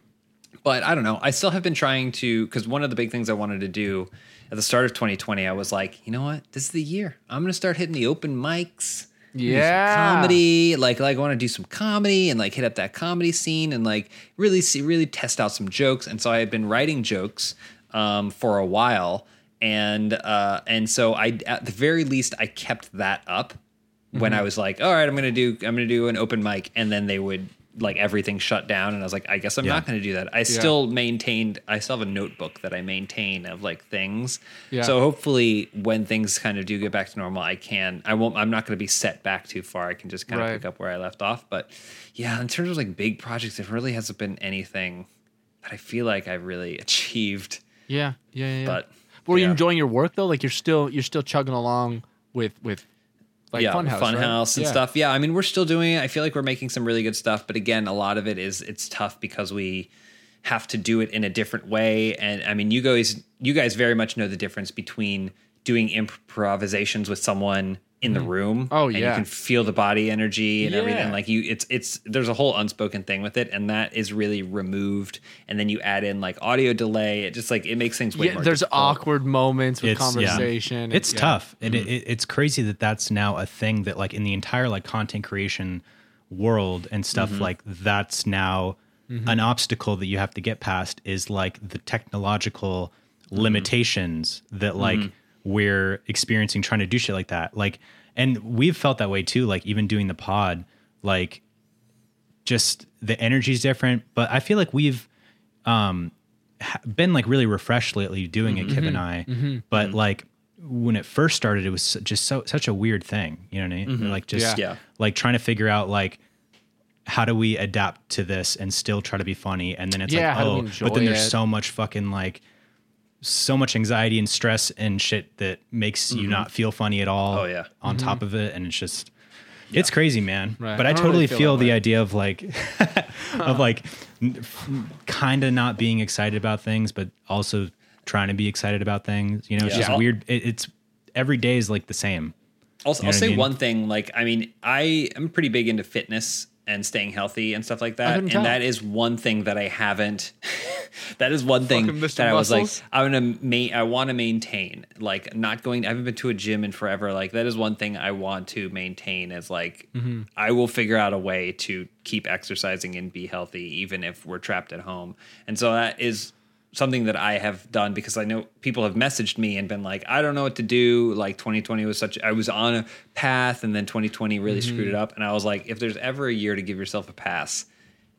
Speaker 3: but I don't know. I still have been trying to because one of the big things I wanted to do at the start of 2020, I was like, you know what, this is the year. I'm gonna start hitting the open mics. do some
Speaker 2: Yeah.
Speaker 3: comedy. Like, like I want to do some comedy and like hit up that comedy scene and like really see, really test out some jokes. And so I had been writing jokes um, for a while, and uh, and so I at the very least I kept that up when I was like, all right, I'm gonna do I'm gonna do an open mic, and then they would like everything shut down, and I was like, I guess I'm not gonna do that. I still maintained. I still have a notebook that I maintain of like things.
Speaker 2: Yeah.
Speaker 3: So hopefully, when things kind of do get back to normal, I can. I won't. I'm not gonna be set back too far. I can just kind
Speaker 2: Right.
Speaker 3: of pick up where I left off. But yeah, in terms of like big projects, there really hasn't been anything that I feel like I really achieved.
Speaker 2: Yeah, yeah, yeah. yeah.
Speaker 3: But
Speaker 2: were you
Speaker 3: yeah.
Speaker 2: enjoying your work though? Like you're still you're still chugging along with with like
Speaker 3: yeah,
Speaker 2: Funhouse, right?
Speaker 3: Funhouse and
Speaker 2: Yeah.
Speaker 3: stuff. Yeah, I mean, we're still doing it. I feel like we're making some really good stuff, but again, a lot of it is it's tough because we have to do it in a different way. And I mean, you guys, you guys very much know the difference between doing improvisations with someone in the room.
Speaker 2: Oh,
Speaker 3: and
Speaker 2: yeah.
Speaker 3: you can feel the body energy and
Speaker 2: Yeah.
Speaker 3: everything. Like you, it's it's there's a whole unspoken thing with it, and that is really removed. And then you add in like audio delay. It just like it makes things way
Speaker 2: Yeah,
Speaker 3: more.
Speaker 2: there's
Speaker 3: difficult.
Speaker 2: awkward moments with
Speaker 1: It's- yeah.
Speaker 2: conversation.
Speaker 1: it's
Speaker 2: Yeah. Mm.
Speaker 1: tough and it, it, it's crazy that that's now a thing that like in the entire like content creation world and stuff
Speaker 2: Mm-hmm.
Speaker 1: like that's now an obstacle that you have to get past is like the technological
Speaker 2: Mm-hmm.
Speaker 1: limitations that like we're experiencing trying to do shit like that like and we've felt that way too like even doing the pod like just the energy's different but i feel like we've um, been like really refreshed lately doing
Speaker 2: Mm-hmm.
Speaker 1: it, Kip and I. But like when it first started, it was su- just so such a weird thing. You know what I mean?
Speaker 2: Mm-hmm.
Speaker 1: Like just
Speaker 3: Yeah. Yeah.
Speaker 1: like trying to figure out like how do we adapt to this and still try to be funny? And then it's
Speaker 2: Yeah,
Speaker 1: like
Speaker 2: how do we
Speaker 1: oh,
Speaker 2: enjoy
Speaker 1: but then there's
Speaker 2: it?
Speaker 1: so much fucking like so much anxiety and stress and shit that makes you
Speaker 2: Mm-hmm.
Speaker 1: not feel funny at all.
Speaker 3: Oh, yeah.
Speaker 1: On top of it, and it's just. It's crazy, man.
Speaker 2: Right.
Speaker 1: But I,
Speaker 2: I don't
Speaker 1: totally
Speaker 2: really
Speaker 1: feel,
Speaker 2: feel that
Speaker 1: the
Speaker 2: way.
Speaker 1: idea of like, of like, kind of not being excited about things, but also trying to be excited about things. You know, it's
Speaker 3: Yeah.
Speaker 1: just weird. It, it's every day is like the same.
Speaker 3: I'll, I'll
Speaker 1: what I
Speaker 3: say
Speaker 1: mean?
Speaker 3: one thing. Like, I mean, I am pretty big into fitness and staying healthy and stuff like that.
Speaker 2: couldn't
Speaker 3: And
Speaker 2: tell.
Speaker 3: that is one thing that I haven't. that is one thing
Speaker 2: Fucking Mr.
Speaker 3: that I was like,
Speaker 2: Muscles.
Speaker 3: I'm gonna ma- I want to maintain. Like, not going. I haven't been to a gym in forever. Like, that is one thing I want to maintain. Is like,
Speaker 2: Mm-hmm.
Speaker 3: I will figure out a way to keep exercising and be healthy, even if we're trapped at home. And so that is something that I have done because I know people have messaged me and been like, I don't know what to do. Like 2020 was such, I was on a path and then 2020 really
Speaker 2: Mm-hmm.
Speaker 3: screwed it up. And I was like, if there's ever a year to give yourself a pass,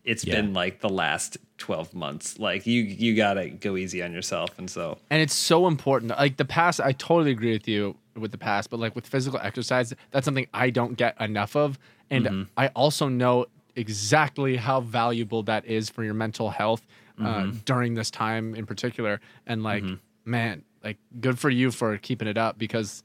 Speaker 3: it's
Speaker 1: Yeah.
Speaker 3: been like the last 12 months. Like you, you gotta go easy on yourself. And so,
Speaker 2: and it's so important. Like the past, I totally agree with you with the past, but like with physical exercise, that's something I don't get enough of, and
Speaker 3: Mm-hmm.
Speaker 2: I also know exactly how valuable that is for your mental health
Speaker 3: Mm-hmm.
Speaker 2: uh, during this time in particular. And like, man, like good for you for keeping it up because,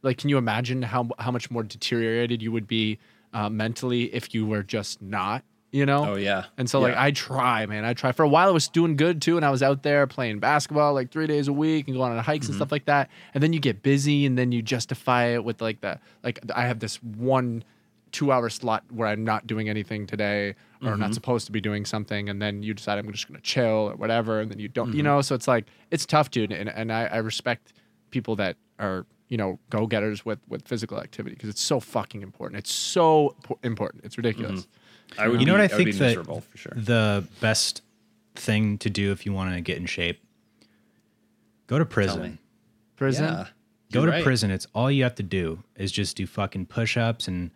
Speaker 2: like, can you imagine how how much more deteriorated you would be uh, mentally if you were just not, you know?
Speaker 3: oh yeah.
Speaker 2: And so like
Speaker 3: Yeah.
Speaker 2: I try, man. I try. For a while I was doing good too, and I was out there playing basketball like three days a week and going on hikes and stuff like that. And then you get busy and then you justify it with like the like I have this one two hour slot where I'm not doing anything today or not supposed to be doing something, and then you decide I'm just gonna chill or whatever, and then you don't you know, so it's like it's tough, dude. And and I, I respect people that are you know go getters with with physical activity because it's so fucking important. It's so po- important. It's ridiculous.
Speaker 3: I would,
Speaker 1: You know
Speaker 3: be,
Speaker 1: what I
Speaker 3: would
Speaker 1: think
Speaker 3: be
Speaker 1: that
Speaker 3: miserable for sure.
Speaker 1: the best thing to do if you want to get in shape, go to prison.
Speaker 3: me.
Speaker 2: Prison.
Speaker 3: Yeah.
Speaker 1: Go
Speaker 3: You're
Speaker 1: to
Speaker 3: right.
Speaker 1: prison. It's all you have to do is just do fucking push ups and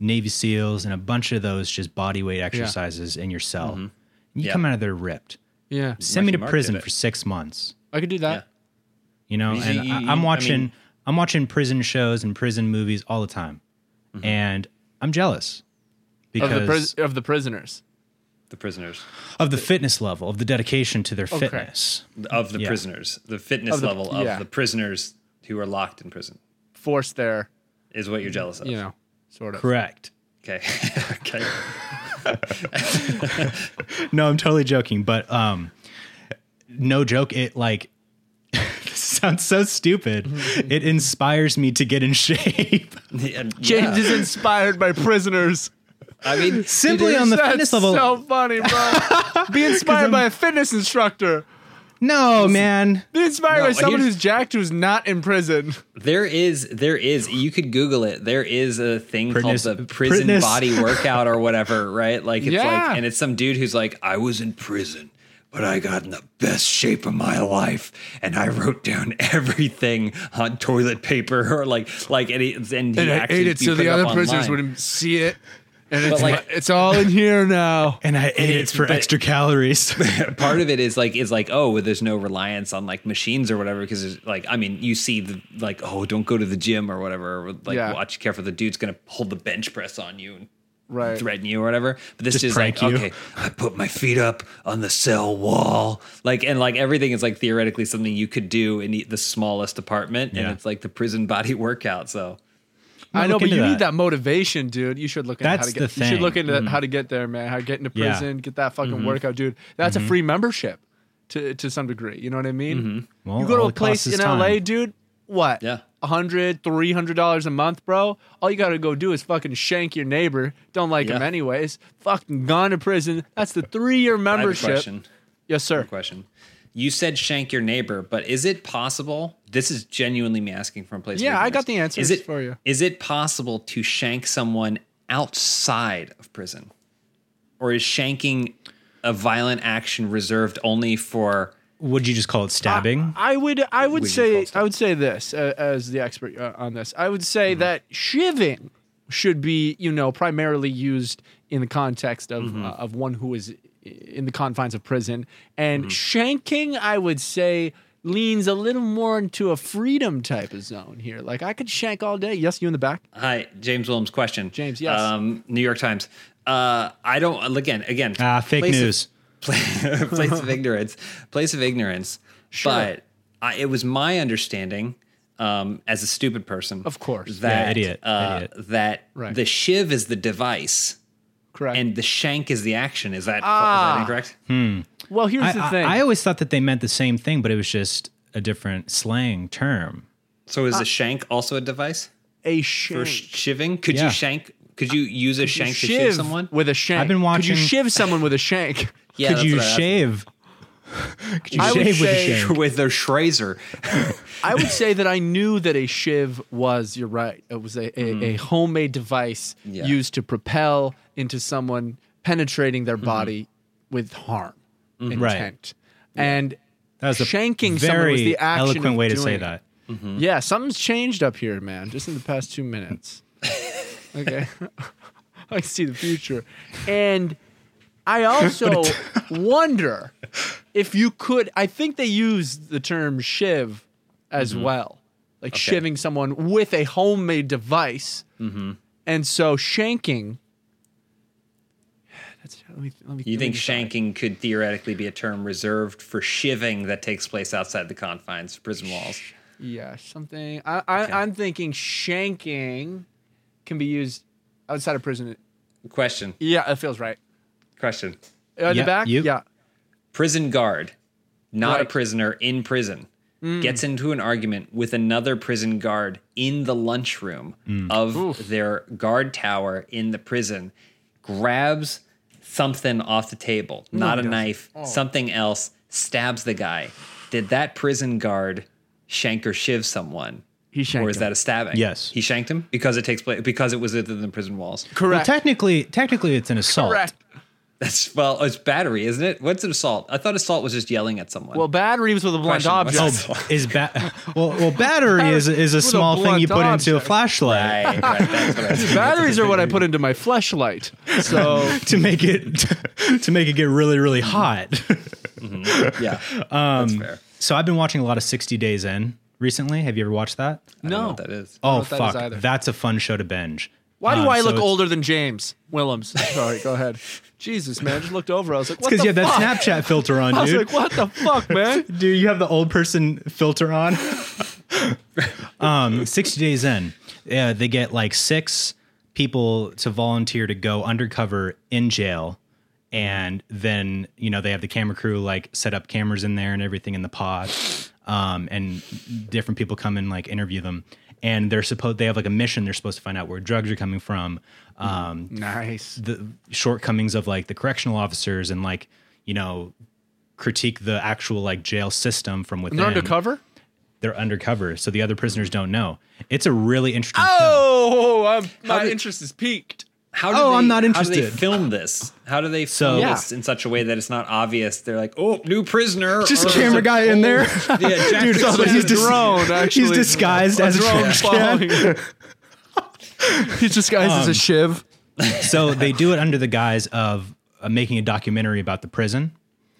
Speaker 1: Navy SEALs and a bunch of those just body weight exercises in your cell. You
Speaker 3: Yeah.
Speaker 1: come out of there ripped.
Speaker 2: Yeah.
Speaker 1: Send me
Speaker 3: Marky
Speaker 1: to
Speaker 3: Mark did
Speaker 1: prison
Speaker 3: it.
Speaker 1: for six months.
Speaker 2: I could do that.
Speaker 1: you know.
Speaker 3: You-
Speaker 1: And
Speaker 3: you-
Speaker 1: I,
Speaker 3: you-
Speaker 1: I'm
Speaker 3: I
Speaker 1: watching, I
Speaker 3: mean-
Speaker 1: am watching prison shows and prison movies all the time, and I'm jealous
Speaker 2: of
Speaker 1: because
Speaker 2: the pris- of the prisoners.
Speaker 3: The prisoners
Speaker 1: of the fitness level, of the dedication to their
Speaker 2: Okay.
Speaker 1: fitness.
Speaker 3: of the
Speaker 1: Yeah.
Speaker 3: prisoners, the fitness
Speaker 2: Of the-
Speaker 3: level of
Speaker 2: yeah.
Speaker 3: the prisoners who are locked in prison
Speaker 2: Forced there,
Speaker 3: is what
Speaker 1: Hmm.
Speaker 3: you're jealous of.
Speaker 2: you know, sort of.
Speaker 1: Correct.
Speaker 3: Okay. okay.
Speaker 1: No, I'm totally joking, but um, no joke. It like this sounds so stupid. it inspires me to get in shape.
Speaker 3: Yeah,
Speaker 2: James
Speaker 3: yeah.
Speaker 2: is inspired by prisoners.
Speaker 3: I mean,
Speaker 1: Simply on the
Speaker 2: That's
Speaker 1: fitness level.
Speaker 2: so funny, bro. Be inspired by a fitness instructor.
Speaker 1: no, man.
Speaker 2: Be inspired
Speaker 3: No,
Speaker 2: by someone
Speaker 3: here's-
Speaker 2: who's jacked who's not in prison.
Speaker 3: There is, there is. You could Google it. There is a thing
Speaker 1: Pritness-
Speaker 3: called the prison
Speaker 1: Pritness.
Speaker 3: body workout or whatever, right? Like it's
Speaker 2: Yeah.
Speaker 3: like, and it's some dude who's like, I was in prison, but I got in the best shape of my life, and I wrote down everything on toilet paper or like, like, and he, and he actually you put up online.
Speaker 2: see it. And
Speaker 3: it's- like-
Speaker 2: it's all in here now.
Speaker 1: And I ate it for extra calories.
Speaker 3: part of it is like is like oh well, there's no reliance on like machines or whatever because there's like i mean you see the like oh don't go to the gym or whatever or, like
Speaker 2: Yeah.
Speaker 3: watch careful the dude's gonna hold the bench press on you and
Speaker 2: Right.
Speaker 3: threaten you or whatever but this
Speaker 1: Just
Speaker 3: is like
Speaker 1: prank you.
Speaker 3: okay i put my feet up on the cell wall like and like everything is like theoretically something you could do in e, the- the smallest apartment
Speaker 1: Yeah.
Speaker 3: and it's like the prison body workout so
Speaker 2: I know,
Speaker 1: look
Speaker 2: but
Speaker 1: into
Speaker 2: you need
Speaker 1: that.
Speaker 2: that motivation, dude. You should look into how
Speaker 1: That's
Speaker 2: to
Speaker 1: the
Speaker 2: get. You should
Speaker 1: thing.
Speaker 2: look into
Speaker 3: Mm-hmm.
Speaker 2: how to get there, man. How to get into
Speaker 1: Yeah. Mm-hmm.
Speaker 2: prison, get that fucking workout, dude. That's a free membership to to some degree. You know what I mean?
Speaker 1: Well,
Speaker 2: you go to
Speaker 1: all
Speaker 2: a
Speaker 1: it costs
Speaker 2: place
Speaker 1: is
Speaker 2: in
Speaker 1: time.
Speaker 2: LA, dude. What?
Speaker 3: Mm-hmm. Yeah.
Speaker 2: A hundred, three hundred dollars a month, bro. All you gotta go do is fucking shank your neighbor. Don't like him
Speaker 3: Yeah.
Speaker 2: anyways. Fucking gone to prison. That's the three year
Speaker 3: i have a
Speaker 2: membership.
Speaker 3: question
Speaker 2: Yes, sir.
Speaker 3: question. You said shank your neighbor, but is it possible? This is genuinely me asking from a place. of
Speaker 2: Yeah, I
Speaker 3: ignorance.
Speaker 2: got the answers
Speaker 3: Is it,
Speaker 2: for you.
Speaker 3: Is it possible to shank someone outside of prison, or is shanking a violent action reserved only for?
Speaker 1: Would you just call it stabbing?
Speaker 2: I would I would
Speaker 3: Would you
Speaker 2: say
Speaker 3: post it?
Speaker 2: I would say this uh, as the expert uh, on this. I would say that shiving should be you know primarily used in the context of uh, of one who is i- in the confines of prison, and shanking I would say leans a little more into a freedom type of zone here. Like I could shank all day. Yes, you in the back.
Speaker 3: Hi, James Williams. Question.
Speaker 2: James, yes.
Speaker 3: Um, New York Times. Uh, I don't. Again, again.
Speaker 1: Ah, fake
Speaker 3: place of-
Speaker 1: news.
Speaker 3: pla- place of ignorance, place of ignorance. But I, it was my understanding, um, as a stupid person,
Speaker 2: Of course.
Speaker 3: that
Speaker 1: Yeah, idiot,
Speaker 3: uh,
Speaker 1: idiot.
Speaker 3: that
Speaker 2: Right.
Speaker 3: the shiv is the device
Speaker 2: Correct.
Speaker 3: and the shank is the action. Is that, is
Speaker 2: Ah.
Speaker 3: that incorrect?
Speaker 2: well, here's
Speaker 1: I,
Speaker 2: the
Speaker 1: I-
Speaker 2: thing.
Speaker 1: I always thought that they meant the same thing, but it was just a different slang term.
Speaker 3: So is a shank also a device
Speaker 2: a
Speaker 3: for
Speaker 2: shank.
Speaker 3: shiving? Could
Speaker 1: Yeah.
Speaker 3: you shank? Could you use a shank to shiv someone?
Speaker 2: with a shank.
Speaker 1: I've been
Speaker 2: Could you
Speaker 1: watching-
Speaker 2: shiv someone with a shank?
Speaker 3: Yeah,
Speaker 1: Could
Speaker 3: that's
Speaker 1: you
Speaker 3: what I asked.
Speaker 1: shave? Could you
Speaker 2: I would
Speaker 1: shave with
Speaker 2: say-
Speaker 1: a shave?
Speaker 3: with a shrazer?
Speaker 2: I would say that I knew that a shiv was, you're right, it was a, a,
Speaker 1: Mm-hmm.
Speaker 2: a homemade device
Speaker 3: Yeah.
Speaker 2: used to propel into someone penetrating
Speaker 1: Mm-hmm.
Speaker 2: their body with harm,
Speaker 1: Right.
Speaker 2: intent. And
Speaker 1: That was a
Speaker 2: shanking someone
Speaker 1: very
Speaker 2: was the action of
Speaker 1: eloquent way to say
Speaker 2: doing it.
Speaker 1: that.
Speaker 2: Mm-hmm. yeah, something's changed up here, man, just in the past two minutes. Okay. I see the future. And I also wonder if you could, I think they use the term shiv as
Speaker 3: Mm-hmm.
Speaker 2: well, like shiving someone with a homemade device.
Speaker 3: Mm-hmm.
Speaker 2: And so shanking. That's, let me, let me,
Speaker 3: You
Speaker 2: let me
Speaker 3: think
Speaker 2: decide.
Speaker 3: shanking could theoretically be a term reserved for shiving that takes place outside the confines of prison walls?
Speaker 2: Yeah, something. I, I, I'm thinking shanking can be used outside of prison.
Speaker 3: Question.
Speaker 2: Yeah, it feels right.
Speaker 3: Question.
Speaker 2: Uh, In
Speaker 1: Yeah,
Speaker 2: the back?
Speaker 1: you-
Speaker 2: Yeah.
Speaker 3: Prison guard, not a
Speaker 2: Right.
Speaker 3: prisoner in prison, gets into an argument with another prison guard in the lunchroom of their guard tower in the prison, grabs something off the table, not a knife, something else, stabs the guy. Did that prison guard shank or shiv someone?
Speaker 2: He shanked
Speaker 3: or is that a stabbing?
Speaker 1: Yes.
Speaker 3: he shanked him because it takes place because it was within the prison walls.
Speaker 1: Well,
Speaker 2: Correct.
Speaker 1: technically, technically, it's an assault.
Speaker 2: Correct.
Speaker 3: That's well, it's battery, isn't it? What's an assault? I thought assault was just yelling at someone.
Speaker 2: Well, battery was with a blunt
Speaker 3: Question.
Speaker 2: object.
Speaker 3: Yes.
Speaker 1: Oh, is ba- well, well, battery is is a
Speaker 2: With a
Speaker 1: small thing you put
Speaker 2: blunt
Speaker 1: into a
Speaker 2: object.
Speaker 1: flashlight
Speaker 3: right, right, that's what I was-
Speaker 2: Batteries are what I put into my fleshlight. So
Speaker 1: to make it to make it get really really hot.
Speaker 3: yeah, that's fair.
Speaker 1: Um, so I've been watching a lot of 60 Days In. recently. Have you ever watched that?
Speaker 3: I don't know
Speaker 2: No.
Speaker 3: what that is.
Speaker 1: Oh
Speaker 2: what that is
Speaker 1: fuck,
Speaker 2: either.
Speaker 1: that's a fun show to binge.
Speaker 2: Why do
Speaker 1: Um,
Speaker 2: I
Speaker 1: so
Speaker 2: look
Speaker 1: it's-
Speaker 2: older than James Willems? Sorry, go ahead. Jesus, man, I just looked over. I was like, what
Speaker 1: Because you
Speaker 2: the
Speaker 1: have
Speaker 2: fuck?
Speaker 1: that Snapchat filter on,
Speaker 2: I was
Speaker 1: dude.
Speaker 2: like, what the fuck, man?
Speaker 1: Dude, you have the old person filter on. um, 60 days in, uh, they get like six people to volunteer to go undercover in jail. And then, you know, they have the camera crew like set up cameras in there and everything in the pod. Um, and different people come and like interview them. And they're supposed, they have like a mission. They're supposed to find out where drugs are coming from. Um,
Speaker 2: Nice.
Speaker 1: the shortcomings of like the correctional officers and like you know critique the actual like jail system from within.
Speaker 2: They're undercover?
Speaker 1: They're undercover, so the other prisoners don't know. It's a really interesting. film.
Speaker 2: Oh, I'm, my
Speaker 3: did-
Speaker 2: interest is peaked.
Speaker 3: How do
Speaker 1: Oh,
Speaker 3: they,
Speaker 1: I'm not
Speaker 3: How do they
Speaker 1: interested.
Speaker 3: film this? How do they
Speaker 1: So-
Speaker 3: film
Speaker 1: Yeah.
Speaker 3: this in such a way that it's not obvious? They're like, oh, new prisoner.
Speaker 1: Just
Speaker 3: or
Speaker 1: a camera
Speaker 3: there's
Speaker 1: guy in there.
Speaker 2: Oh!
Speaker 3: Yeah, Jack
Speaker 1: Dude,
Speaker 3: Nicholson.
Speaker 1: he's, dis-
Speaker 2: drone,
Speaker 1: he's
Speaker 2: actually.
Speaker 1: disguised as a trash can.
Speaker 2: He's disguised
Speaker 1: Um,
Speaker 2: as a shiv.
Speaker 1: So they do it under the guise of uh, making a documentary about the prison.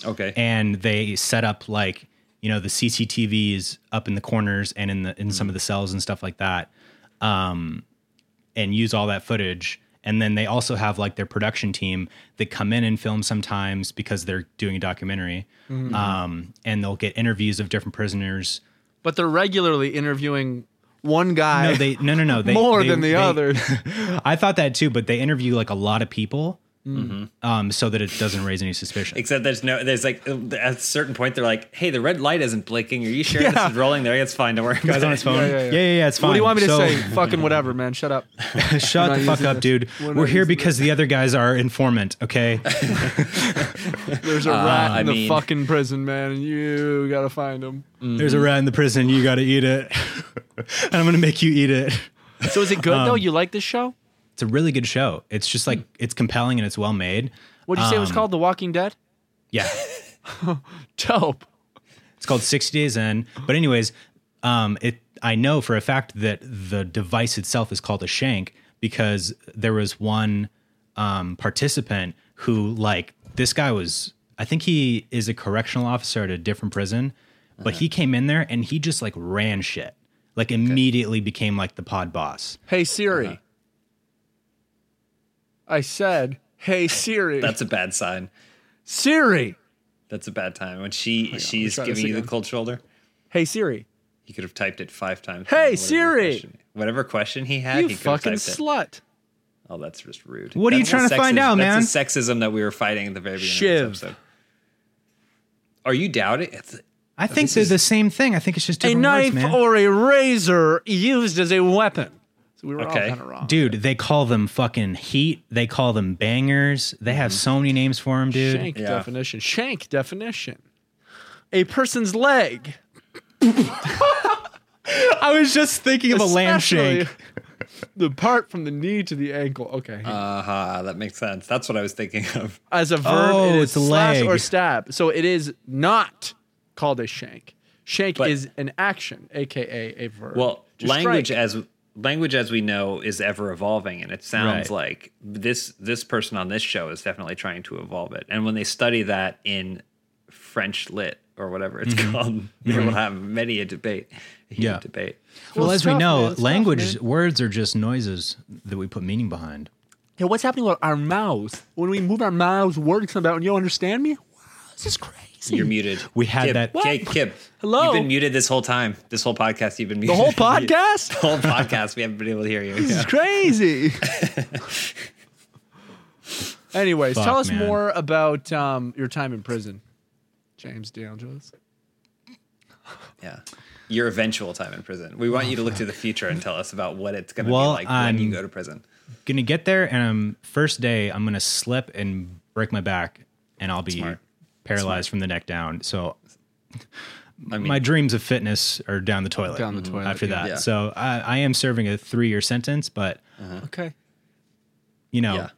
Speaker 3: Okay.
Speaker 1: and they set up like you know the CCTVs up in the corners and in the in some of the cells and stuff like that, um, and use all that footage. And then they also have like their production team that come in and film sometimes because they're doing a documentary,
Speaker 2: Mm-hmm.
Speaker 1: um, and they'll get interviews of different prisoners.
Speaker 2: But they're regularly interviewing one guy
Speaker 1: No, they no no no they,
Speaker 2: more
Speaker 1: they-
Speaker 2: than the
Speaker 1: they-
Speaker 2: other.
Speaker 1: I thought that too, but they interview like a lot of people,
Speaker 2: Mm-hmm.
Speaker 1: um, so that it doesn't raise any suspicion.
Speaker 3: Except there's no, there's like at a certain point they're like, hey, the red light isn't blinking. Are you sure
Speaker 2: Yeah.
Speaker 3: this is rolling? There, it's fine. Don't worry.
Speaker 1: Guys
Speaker 3: about
Speaker 1: on
Speaker 3: it."
Speaker 1: his phone. Yeah,
Speaker 2: yeah,
Speaker 1: yeah,
Speaker 2: yeah.
Speaker 1: yeah. it's fine.
Speaker 2: What do you want me to
Speaker 1: So-
Speaker 2: say? Fucking whatever, man. Shut up.
Speaker 1: Shut the
Speaker 2: not
Speaker 1: fuck
Speaker 2: using
Speaker 1: up,
Speaker 2: this.
Speaker 1: dude.
Speaker 2: We're
Speaker 1: We're,
Speaker 2: not
Speaker 1: here
Speaker 2: using Mm-hmm.
Speaker 1: because the other guys are informant, okay?
Speaker 2: There's
Speaker 1: Uh,
Speaker 2: a rat
Speaker 3: I
Speaker 2: in the
Speaker 3: mean-
Speaker 2: fucking prison, man, and you gotta find him.
Speaker 1: There's a rat in the prison, you gotta eat it. and I'm gonna make you eat it.
Speaker 2: So is it good
Speaker 1: Um,
Speaker 2: though? You like this show?
Speaker 1: It's a really good show. It's just like it's compelling and it's well made.
Speaker 2: What did you say
Speaker 1: um,
Speaker 2: it was called? The Walking Dead?
Speaker 1: Yeah.
Speaker 2: Dope.
Speaker 1: It's called 60 Days In. But anyways, um it I know for a fact that the device itself is called a shank because there was one um participant who like this guy was I think he is a correctional officer at a different prison, but
Speaker 2: Uh-huh.
Speaker 1: he came in there and he just like ran shit. Like immediately became like the pod boss.
Speaker 2: Hey Siri.
Speaker 1: Uh-huh.
Speaker 2: I said, "Hey Siri."
Speaker 3: That's a bad sign.
Speaker 2: Siri.
Speaker 3: That's a bad time when
Speaker 1: Oh
Speaker 3: she she's
Speaker 2: try this
Speaker 3: giving you the
Speaker 2: again.
Speaker 3: cold shoulder.
Speaker 2: Hey Siri.
Speaker 3: He could have typed it five times.
Speaker 2: Hey,
Speaker 3: Whatever
Speaker 2: Siri!
Speaker 3: question- whatever question he had,
Speaker 2: You
Speaker 3: he could have
Speaker 2: fucking
Speaker 3: typed it.
Speaker 2: slut.
Speaker 3: Oh, that's just rude.
Speaker 1: What are you
Speaker 3: That's a
Speaker 1: trying to find out,
Speaker 3: That's a sexism that we were fighting at the very beginning
Speaker 2: Shiv.
Speaker 3: of this episode. Are you doubting? It's,
Speaker 1: I think they're the same thing. I think it's just
Speaker 2: A
Speaker 1: different
Speaker 2: knife
Speaker 1: words, man.
Speaker 2: or a razor used as a weapon. So we were all
Speaker 3: Okay.
Speaker 2: kind of wrong.
Speaker 1: Dude, they call them fucking heat. They call them bangers. They have
Speaker 2: Mm-hmm.
Speaker 1: so many names for them, dude.
Speaker 2: Shank
Speaker 3: Yeah.
Speaker 2: definition. Shank definition. A person's leg.
Speaker 1: I was just thinking of a lamb
Speaker 2: Especially
Speaker 1: shank.
Speaker 2: The part from the knee to the ankle. Okay.
Speaker 3: uh-huh, that makes sense. That's what I was thinking of.
Speaker 2: As a verb,
Speaker 1: Oh,
Speaker 2: it is
Speaker 1: it's a
Speaker 2: slash
Speaker 1: leg.
Speaker 2: or stab. So it is not called a shank. Shank
Speaker 3: But-
Speaker 2: is an action, aka a verb.
Speaker 3: Well,
Speaker 2: To
Speaker 3: language
Speaker 2: strike.
Speaker 3: as language as we know is ever evolving, and it
Speaker 1: Right.
Speaker 3: sounds like this this person on this show is definitely trying to evolve it. And when they study that in French lit or whatever it's called, they will have many a debate. A heated
Speaker 1: Mm-hmm. Yeah.
Speaker 3: debate.
Speaker 1: Well,
Speaker 2: Well,
Speaker 1: as
Speaker 2: it's
Speaker 1: we
Speaker 2: tough,
Speaker 1: know,
Speaker 2: man. It's tough,
Speaker 1: language words are just noises that we put meaning behind.
Speaker 2: Yeah, what's happening with our mouths? When we move our mouths, words come out, and you understand me? Wow, this is crazy.
Speaker 3: You're muted.
Speaker 1: We had
Speaker 3: Kip,
Speaker 1: that-
Speaker 3: Kip, Kip,
Speaker 2: Hello?
Speaker 3: You've been muted this whole time. This whole podcast, you've been muted.
Speaker 2: the whole podcast?
Speaker 3: the whole podcast. We haven't been able to hear you.
Speaker 2: This is crazy. Anyways,
Speaker 1: Fuck,
Speaker 2: tell us
Speaker 1: man.
Speaker 2: more about um, your time in prison, James DeAngelis.
Speaker 3: Yeah. Your eventual time in prison. We want you to look to the future and tell us about what it's going to
Speaker 1: Well,
Speaker 3: be like when you
Speaker 1: I'm-
Speaker 3: go to prison.
Speaker 1: Gonna get there, and um, first day, I'm gonna slip and break my back, and I'll be
Speaker 3: Smart.
Speaker 1: paralyzed from the neck down. So
Speaker 3: I mean,
Speaker 1: my dreams of fitness are down the toilet.
Speaker 2: Down the toilet,
Speaker 1: after
Speaker 2: yeah.
Speaker 1: that.
Speaker 3: Yeah.
Speaker 1: So I, I am serving a three year sentence, but
Speaker 2: Okay,
Speaker 1: you know,
Speaker 3: yeah,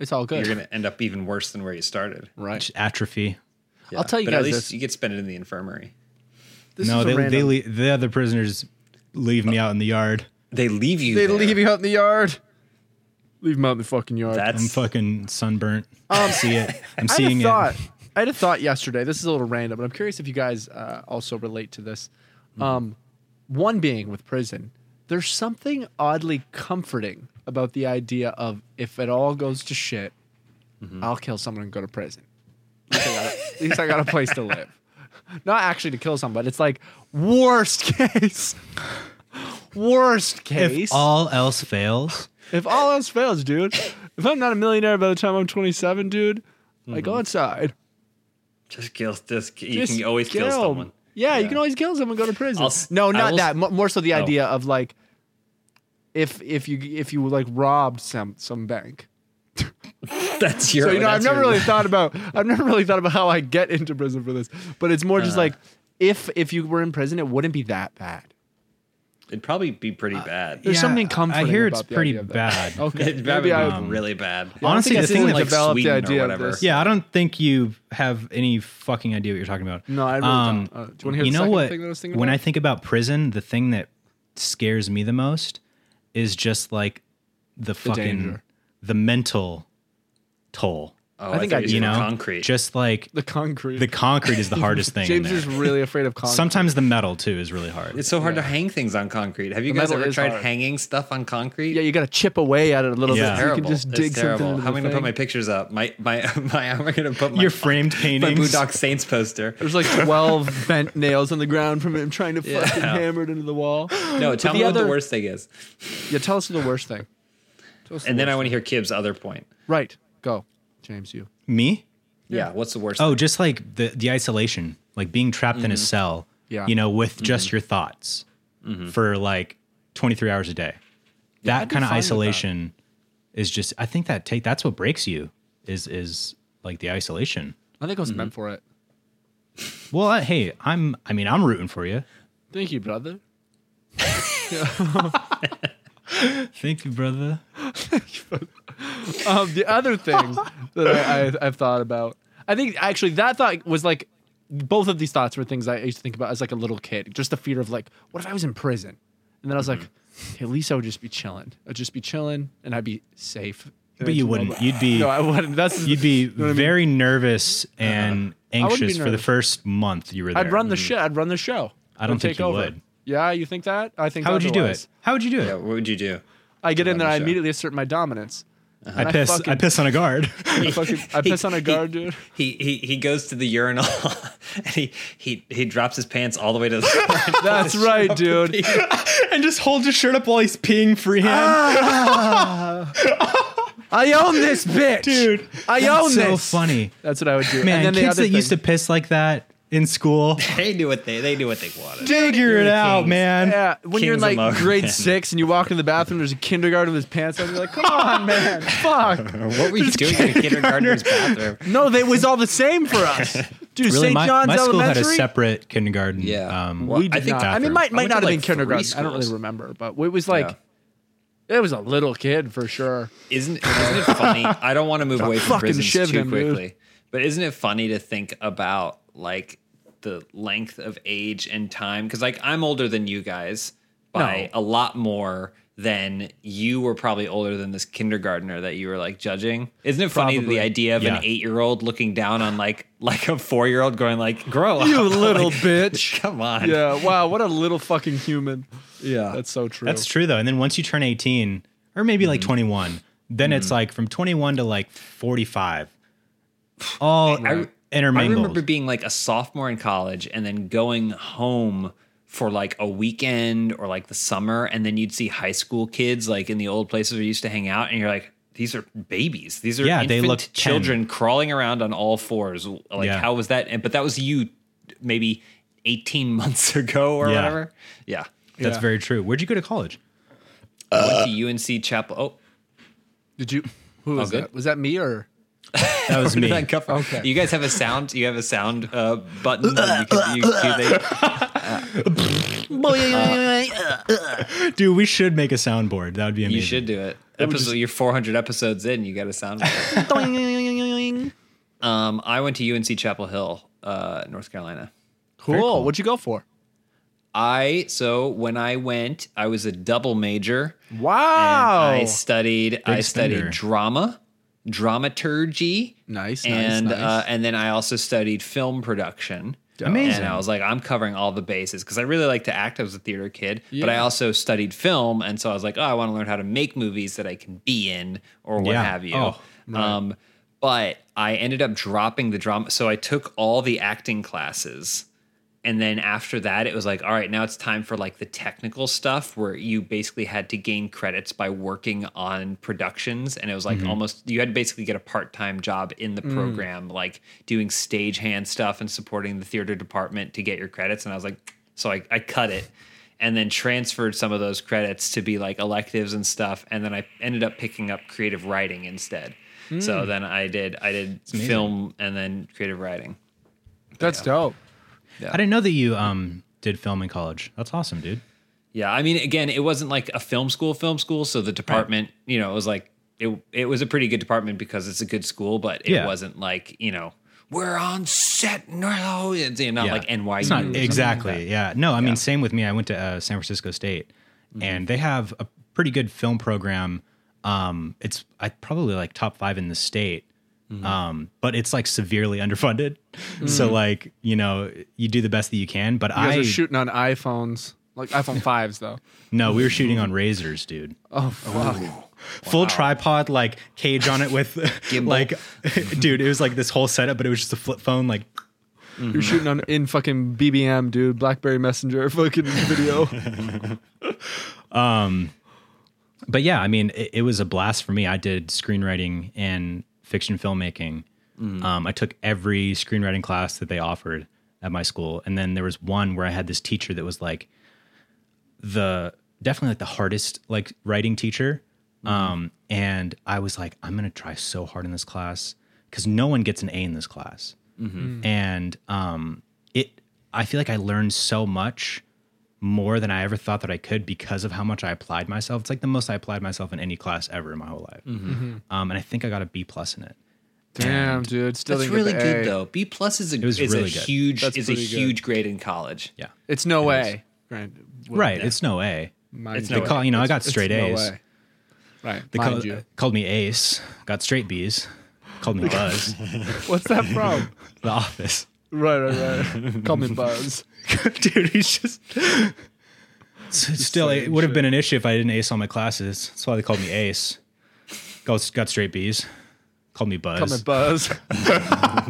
Speaker 2: it's all good,
Speaker 3: you're going to end up even worse than where you started.
Speaker 2: right?
Speaker 1: it's atrophy.
Speaker 3: Yeah.
Speaker 2: I'll tell you
Speaker 3: but
Speaker 2: guys
Speaker 3: at least
Speaker 2: this.
Speaker 3: you get spent it in the infirmary.
Speaker 2: This
Speaker 1: no,
Speaker 2: is a
Speaker 1: they, they
Speaker 2: random-
Speaker 1: le- the other prisoners leave me out in the yard.
Speaker 3: They leave you.
Speaker 2: They
Speaker 3: there.
Speaker 2: leave you out in the yard. Leave him out in the fucking yard.
Speaker 3: That's
Speaker 1: I'm fucking sunburnt. I see it. I'm
Speaker 2: Um, I had
Speaker 1: seeing
Speaker 2: a
Speaker 1: it.
Speaker 2: thought.
Speaker 1: Hmm.
Speaker 2: I had a thought yesterday. This is a little random, but I'm curious if you guys uh, also relate to this. Um, one being with prison, there's something oddly comforting about the idea of if it all goes to shit,
Speaker 1: Mm-hmm.
Speaker 2: I'll kill someone and go to prison. At least I got a- at least I got a place to live. Not actually to kill someone, but it's like worst case. worst
Speaker 1: If
Speaker 2: case.
Speaker 1: all else fails,
Speaker 2: If all else fails, dude, if I'm not a millionaire by the time I'm 27, dude,
Speaker 1: Mm-hmm.
Speaker 2: I go outside.
Speaker 3: Just kill. Just you
Speaker 2: Just
Speaker 3: can always kill,
Speaker 2: 'em.
Speaker 3: someone.
Speaker 2: Yeah, you can always kill someone. Go to prison.
Speaker 3: I'll s-
Speaker 2: no,
Speaker 3: I
Speaker 2: not
Speaker 3: will s-
Speaker 2: that. Mo- More so the idea of like, if if you if you like robbed some some bank.
Speaker 3: That's your.
Speaker 2: So you know, I've
Speaker 3: that's
Speaker 2: never
Speaker 3: your-
Speaker 2: really thought about I've never really thought about how I get into prison for this. But it's more
Speaker 3: Uh-huh.
Speaker 2: just like if if you were in prison, it wouldn't be that bad.
Speaker 3: It'd probably be
Speaker 2: Uh,
Speaker 3: pretty bad.
Speaker 2: There's
Speaker 1: Yeah,
Speaker 2: something
Speaker 1: I
Speaker 2: comforting.
Speaker 1: hear it's
Speaker 2: about the
Speaker 1: pretty
Speaker 2: idea of that. Oh,
Speaker 1: bad.
Speaker 2: Okay,
Speaker 3: It'd probably
Speaker 2: maybe
Speaker 3: be
Speaker 2: I
Speaker 3: really bad.
Speaker 1: Honestly,
Speaker 2: think I
Speaker 1: the thing
Speaker 2: didn't
Speaker 1: that
Speaker 3: like
Speaker 2: developed the
Speaker 3: Sweden or
Speaker 2: idea of
Speaker 3: whatever.
Speaker 2: this.
Speaker 1: yeah, I don't think you have any fucking idea what you're talking about.
Speaker 2: No, I really
Speaker 1: Um,
Speaker 2: don't. Uh, do you wanna hear the
Speaker 1: know
Speaker 2: second
Speaker 1: what?
Speaker 2: thing that I was thinking
Speaker 1: when
Speaker 2: about?
Speaker 1: I think about prison, the thing that scares me the most is just like the fucking
Speaker 2: danger.
Speaker 1: the mental toll.
Speaker 3: Oh,
Speaker 2: I think
Speaker 3: thought
Speaker 2: I
Speaker 3: you
Speaker 2: do
Speaker 1: you
Speaker 3: said
Speaker 1: know,
Speaker 3: concrete.
Speaker 1: Just like
Speaker 2: the concrete.
Speaker 1: the concrete is the hardest thing. in
Speaker 2: James
Speaker 1: there.
Speaker 2: is really afraid of concrete.
Speaker 1: Sometimes the metal too is really hard.
Speaker 3: it's so hard to hang things on concrete. Have you guys
Speaker 2: metal
Speaker 3: ever
Speaker 2: is
Speaker 3: tried
Speaker 2: hard.
Speaker 3: hanging stuff on concrete?
Speaker 2: Yeah, you got to chip away at it a little
Speaker 1: Yeah.
Speaker 2: bit. So you
Speaker 3: terrible.
Speaker 2: can just
Speaker 3: It's
Speaker 2: dig
Speaker 3: terrible.
Speaker 2: something. Into
Speaker 3: How am
Speaker 2: the
Speaker 3: I gonna
Speaker 2: thing.
Speaker 3: put my pictures up? My my my. How am I gonna put my
Speaker 2: uh,
Speaker 1: Your framed
Speaker 3: my
Speaker 1: paintings.
Speaker 3: Boondock Saints poster?
Speaker 2: There's like 12 bent nails on the ground from him trying to fucking hammer it into the wall.
Speaker 3: No, tell
Speaker 2: the
Speaker 3: me what
Speaker 2: other-
Speaker 3: the worst thing is,
Speaker 2: Yeah, tell us the worst thing.
Speaker 3: and then I want to hear Kib's other point.
Speaker 2: Right, go, James. You.
Speaker 1: me?
Speaker 3: Yeah, what's the worst?
Speaker 1: Oh, just like the the isolation, like being trapped in a cell.
Speaker 2: Mm-hmm. Yeah. Mm-hmm.
Speaker 1: You know, with just your thoughts for like 23 hours a day. that
Speaker 2: be
Speaker 1: kind of
Speaker 2: fine with that.
Speaker 1: isolation is just. I think that take that's what breaks you is is like the isolation.
Speaker 2: I think I was
Speaker 1: Mm-hmm.
Speaker 2: meant for it.
Speaker 1: Well, I, hey, I'm. I mean, I'm rooting for you.
Speaker 2: Thank you, brother.
Speaker 1: Thank you, brother.
Speaker 2: Um, the other thing that I, I, I've thought about, I think actually that thought was like, both of these thoughts were things I used to think about as like a little kid. Just the fear of like, what if I was in prison? And then I was like, hey, at least I would just be chilling. I'd just be chilling and I'd be safe.
Speaker 1: But you wouldn't. You'd be.
Speaker 2: No, I wouldn't. That's
Speaker 1: You'd be very nervous and
Speaker 2: Uh-huh. wouldn't be
Speaker 1: anxious for the
Speaker 2: nervous.
Speaker 1: first month you were there.
Speaker 2: I'd run the shit. I'd run the show.
Speaker 1: I don't think
Speaker 2: I'd take
Speaker 1: you
Speaker 2: over.
Speaker 1: would.
Speaker 2: Yeah, you think that? I think.
Speaker 1: How would you do
Speaker 2: otherwise.
Speaker 1: it? How would you do it?
Speaker 3: Yeah, what would you do?
Speaker 2: I get in
Speaker 3: Run
Speaker 2: there.
Speaker 3: the
Speaker 2: I
Speaker 3: show.
Speaker 2: immediately assert my dominance.
Speaker 1: I
Speaker 2: I
Speaker 1: piss. I
Speaker 2: fucking-
Speaker 1: piss on a guard.
Speaker 2: I, fucking, I piss on a guard, dude.
Speaker 3: He he he goes to the urinal and he he he drops his pants all the way to the floor.
Speaker 2: That's right, dude.
Speaker 1: and just hold his shirt up while he's peeing freehand.
Speaker 2: Ah, I own this bitch,
Speaker 1: Dude,
Speaker 2: I
Speaker 1: That's
Speaker 2: own
Speaker 1: so
Speaker 2: this.
Speaker 1: funny,
Speaker 2: That's what I would do.
Speaker 1: man.
Speaker 2: and then
Speaker 1: kids
Speaker 2: the
Speaker 1: that
Speaker 2: other
Speaker 1: used to
Speaker 2: thing-
Speaker 1: piss like that in school,
Speaker 3: they knew what they they knew what they wanted.
Speaker 1: figure it out, man.
Speaker 2: Yeah, when you're in
Speaker 3: Kings of
Speaker 2: like
Speaker 3: Mountain.
Speaker 2: grade six and you walk in the bathroom, there's a kindergarten with his pants on. You're like, come on, man, fuck.
Speaker 3: What were you doing in a kindergartner's bathroom?
Speaker 2: No, they was all the same for us, dude.
Speaker 1: Really,
Speaker 2: St.
Speaker 1: my,
Speaker 2: John's
Speaker 1: my school had
Speaker 2: Elementary.
Speaker 1: a separate kindergarten.
Speaker 3: Yeah.
Speaker 1: um,
Speaker 3: Well,
Speaker 2: we did
Speaker 3: I think
Speaker 2: not. I
Speaker 1: bathroom.
Speaker 2: mean, might might
Speaker 3: I went to,
Speaker 2: not have
Speaker 3: like,
Speaker 2: been
Speaker 3: three
Speaker 2: kindergarten. I don't really
Speaker 3: schools.
Speaker 2: remember, but it was like it was a little kid for sure.
Speaker 3: Isn't isn't it funny? I don't want to move away from
Speaker 2: Fucking
Speaker 3: prisons
Speaker 2: shiv
Speaker 3: too
Speaker 2: him, dude.
Speaker 3: quickly, but isn't it funny to think about like the length of age and time? Because like I'm older than you guys by a lot more than you were probably older than this kindergartner that you were like judging. Isn't it funny
Speaker 2: Probably.
Speaker 3: the idea of
Speaker 1: Yeah.
Speaker 3: an eight year old looking down on like like a four year old going like grow up
Speaker 2: You little
Speaker 3: Like,
Speaker 2: bitch.
Speaker 3: Come on.
Speaker 2: Yeah. Wow. What a little fucking human.
Speaker 3: Yeah.
Speaker 2: That's so true.
Speaker 1: that's true though. And then once you turn 18, or maybe like
Speaker 3: Mm-hmm.
Speaker 1: 21, then it's like from 21 to like 45, all
Speaker 3: I- I
Speaker 1: intermingled.
Speaker 3: remember being like a sophomore in college and then going home for like a weekend or like the summer. And then you'd see high school kids like in the old places we used to hang out. And you're like, these are babies. These are
Speaker 1: Yeah,
Speaker 3: infant
Speaker 1: they looked 10.
Speaker 3: children crawling around on all fours. Like,
Speaker 1: Yeah.
Speaker 3: how was that? And, but that was you maybe 18 months ago or
Speaker 1: Yeah.
Speaker 3: whatever. Yeah.
Speaker 1: that's
Speaker 2: Yeah.
Speaker 1: very true. Where'd you go to college?
Speaker 3: I went to UNC Chapel. Oh,
Speaker 2: Did you? Who was
Speaker 3: good.
Speaker 2: that? Was that me or?
Speaker 1: That was me.
Speaker 3: Did that come from?
Speaker 2: Okay.
Speaker 3: You guys have a sound. You have a sound uh, button. that you can, you, you, they,
Speaker 1: Dude, we should make a soundboard. That would be amazing.
Speaker 3: You should do it. Episode, you're 400 episodes in. You got a soundboard. um, I went to UNC Chapel Hill, uh, North Carolina.
Speaker 2: Cool. What'd you go for?
Speaker 3: I so when I went, I was a double major.
Speaker 2: Wow.
Speaker 3: And I studied. I studied
Speaker 1: spender.
Speaker 3: drama, dramaturgy.
Speaker 2: Nice, nice,
Speaker 3: And
Speaker 2: nice.
Speaker 3: Uh, and then I also studied film production.
Speaker 1: Amazing.
Speaker 3: And I was like, I'm covering all the bases because I really like to act. I was a theater kid, but I
Speaker 2: Yeah.
Speaker 3: also studied film. And so I was like, oh, I want to learn how to make movies that I can be in or what
Speaker 1: Yeah.
Speaker 3: have you.
Speaker 1: Oh,
Speaker 3: um, but I ended up dropping the drama. So I took all the acting classes. And then after that, it was like, all right, now it's time for like the technical stuff where you basically had to gain credits by working on productions. And it was like almost, you had to basically get a part time job in the program, like doing stagehand stuff and supporting the theater department to get your credits. And I was like, so I, I cut it and then transferred some of those credits to be like electives and stuff. And then I ended up picking up creative writing instead. So then I did, I did
Speaker 1: amazing.
Speaker 3: film and then creative writing.
Speaker 2: That's dope.
Speaker 1: I didn't know that you um did film in college. That's awesome, dude.
Speaker 3: Yeah, I mean, again, it wasn't like a film school, film school. So the department, you know, it was like it. It was a pretty good department because it's a good school, but it
Speaker 1: Yeah.
Speaker 3: wasn't like you know we're on set now. It's you know, not
Speaker 1: Yeah.
Speaker 3: like NYU.
Speaker 1: It's
Speaker 3: or
Speaker 1: not
Speaker 3: something
Speaker 1: exactly.
Speaker 3: like that.
Speaker 1: yeah. No, I mean, same with me. I went to uh, San Francisco State, and they have a pretty good film program. Um, it's I probably like top five in the state, um, but it's like severely underfunded. So like you know you do the best that you can. But
Speaker 2: You guys
Speaker 1: I
Speaker 2: are shooting on iPhones, like iPhone fives though.
Speaker 1: no, we were shooting on razors, dude.
Speaker 2: Oh fuck.
Speaker 1: Full tripod, like cage on it with like, dude. It was like this whole setup, but it was just a flip phone, like
Speaker 2: You're shooting on in fucking BBM, dude. BlackBerry Messenger fucking video.
Speaker 1: but yeah, I mean, it, it was a blast for me. I did screenwriting and fiction filmmaking. Um, I took every screenwriting class that they offered at my school, and then there was one where I had this teacher that was like the definitely like the hardest like writing teacher. Um, and I was like, I'm gonna try so hard in this class because no one gets an A in this class,
Speaker 2: Mm.
Speaker 1: and um, it. I feel like I learned so much more than I ever thought that I could because of how much I applied myself. It's like the most I applied myself in any class ever in my whole life.
Speaker 2: Mm-hmm.
Speaker 1: Um, and I think I got a B plus in it.
Speaker 2: Damn, dude. Still
Speaker 3: That's
Speaker 2: didn't
Speaker 3: really
Speaker 2: get the
Speaker 3: good
Speaker 2: A.
Speaker 3: though. B plus is a
Speaker 1: was
Speaker 3: is a
Speaker 1: really good.
Speaker 3: huge
Speaker 2: That's
Speaker 3: is a
Speaker 2: pretty good.
Speaker 3: huge grade in college.
Speaker 1: Yeah.
Speaker 2: It's no way. Right.
Speaker 1: right. It's no A.
Speaker 2: It's
Speaker 1: they call you know I got straight A's.
Speaker 2: Right.
Speaker 1: They
Speaker 2: mind
Speaker 1: call-
Speaker 2: you.
Speaker 1: called me Ace. Got straight B's. Called me Buzz.
Speaker 2: What's that from?
Speaker 1: the office.
Speaker 2: right, right, right. call me Buzz.
Speaker 1: Dude, he's just. S- Still, it
Speaker 2: saying
Speaker 1: would have been an issue if I didn't ace all my classes. That's why they called me Ace. Got, got straight B's. Called me Buzz.
Speaker 2: Call me Buzz.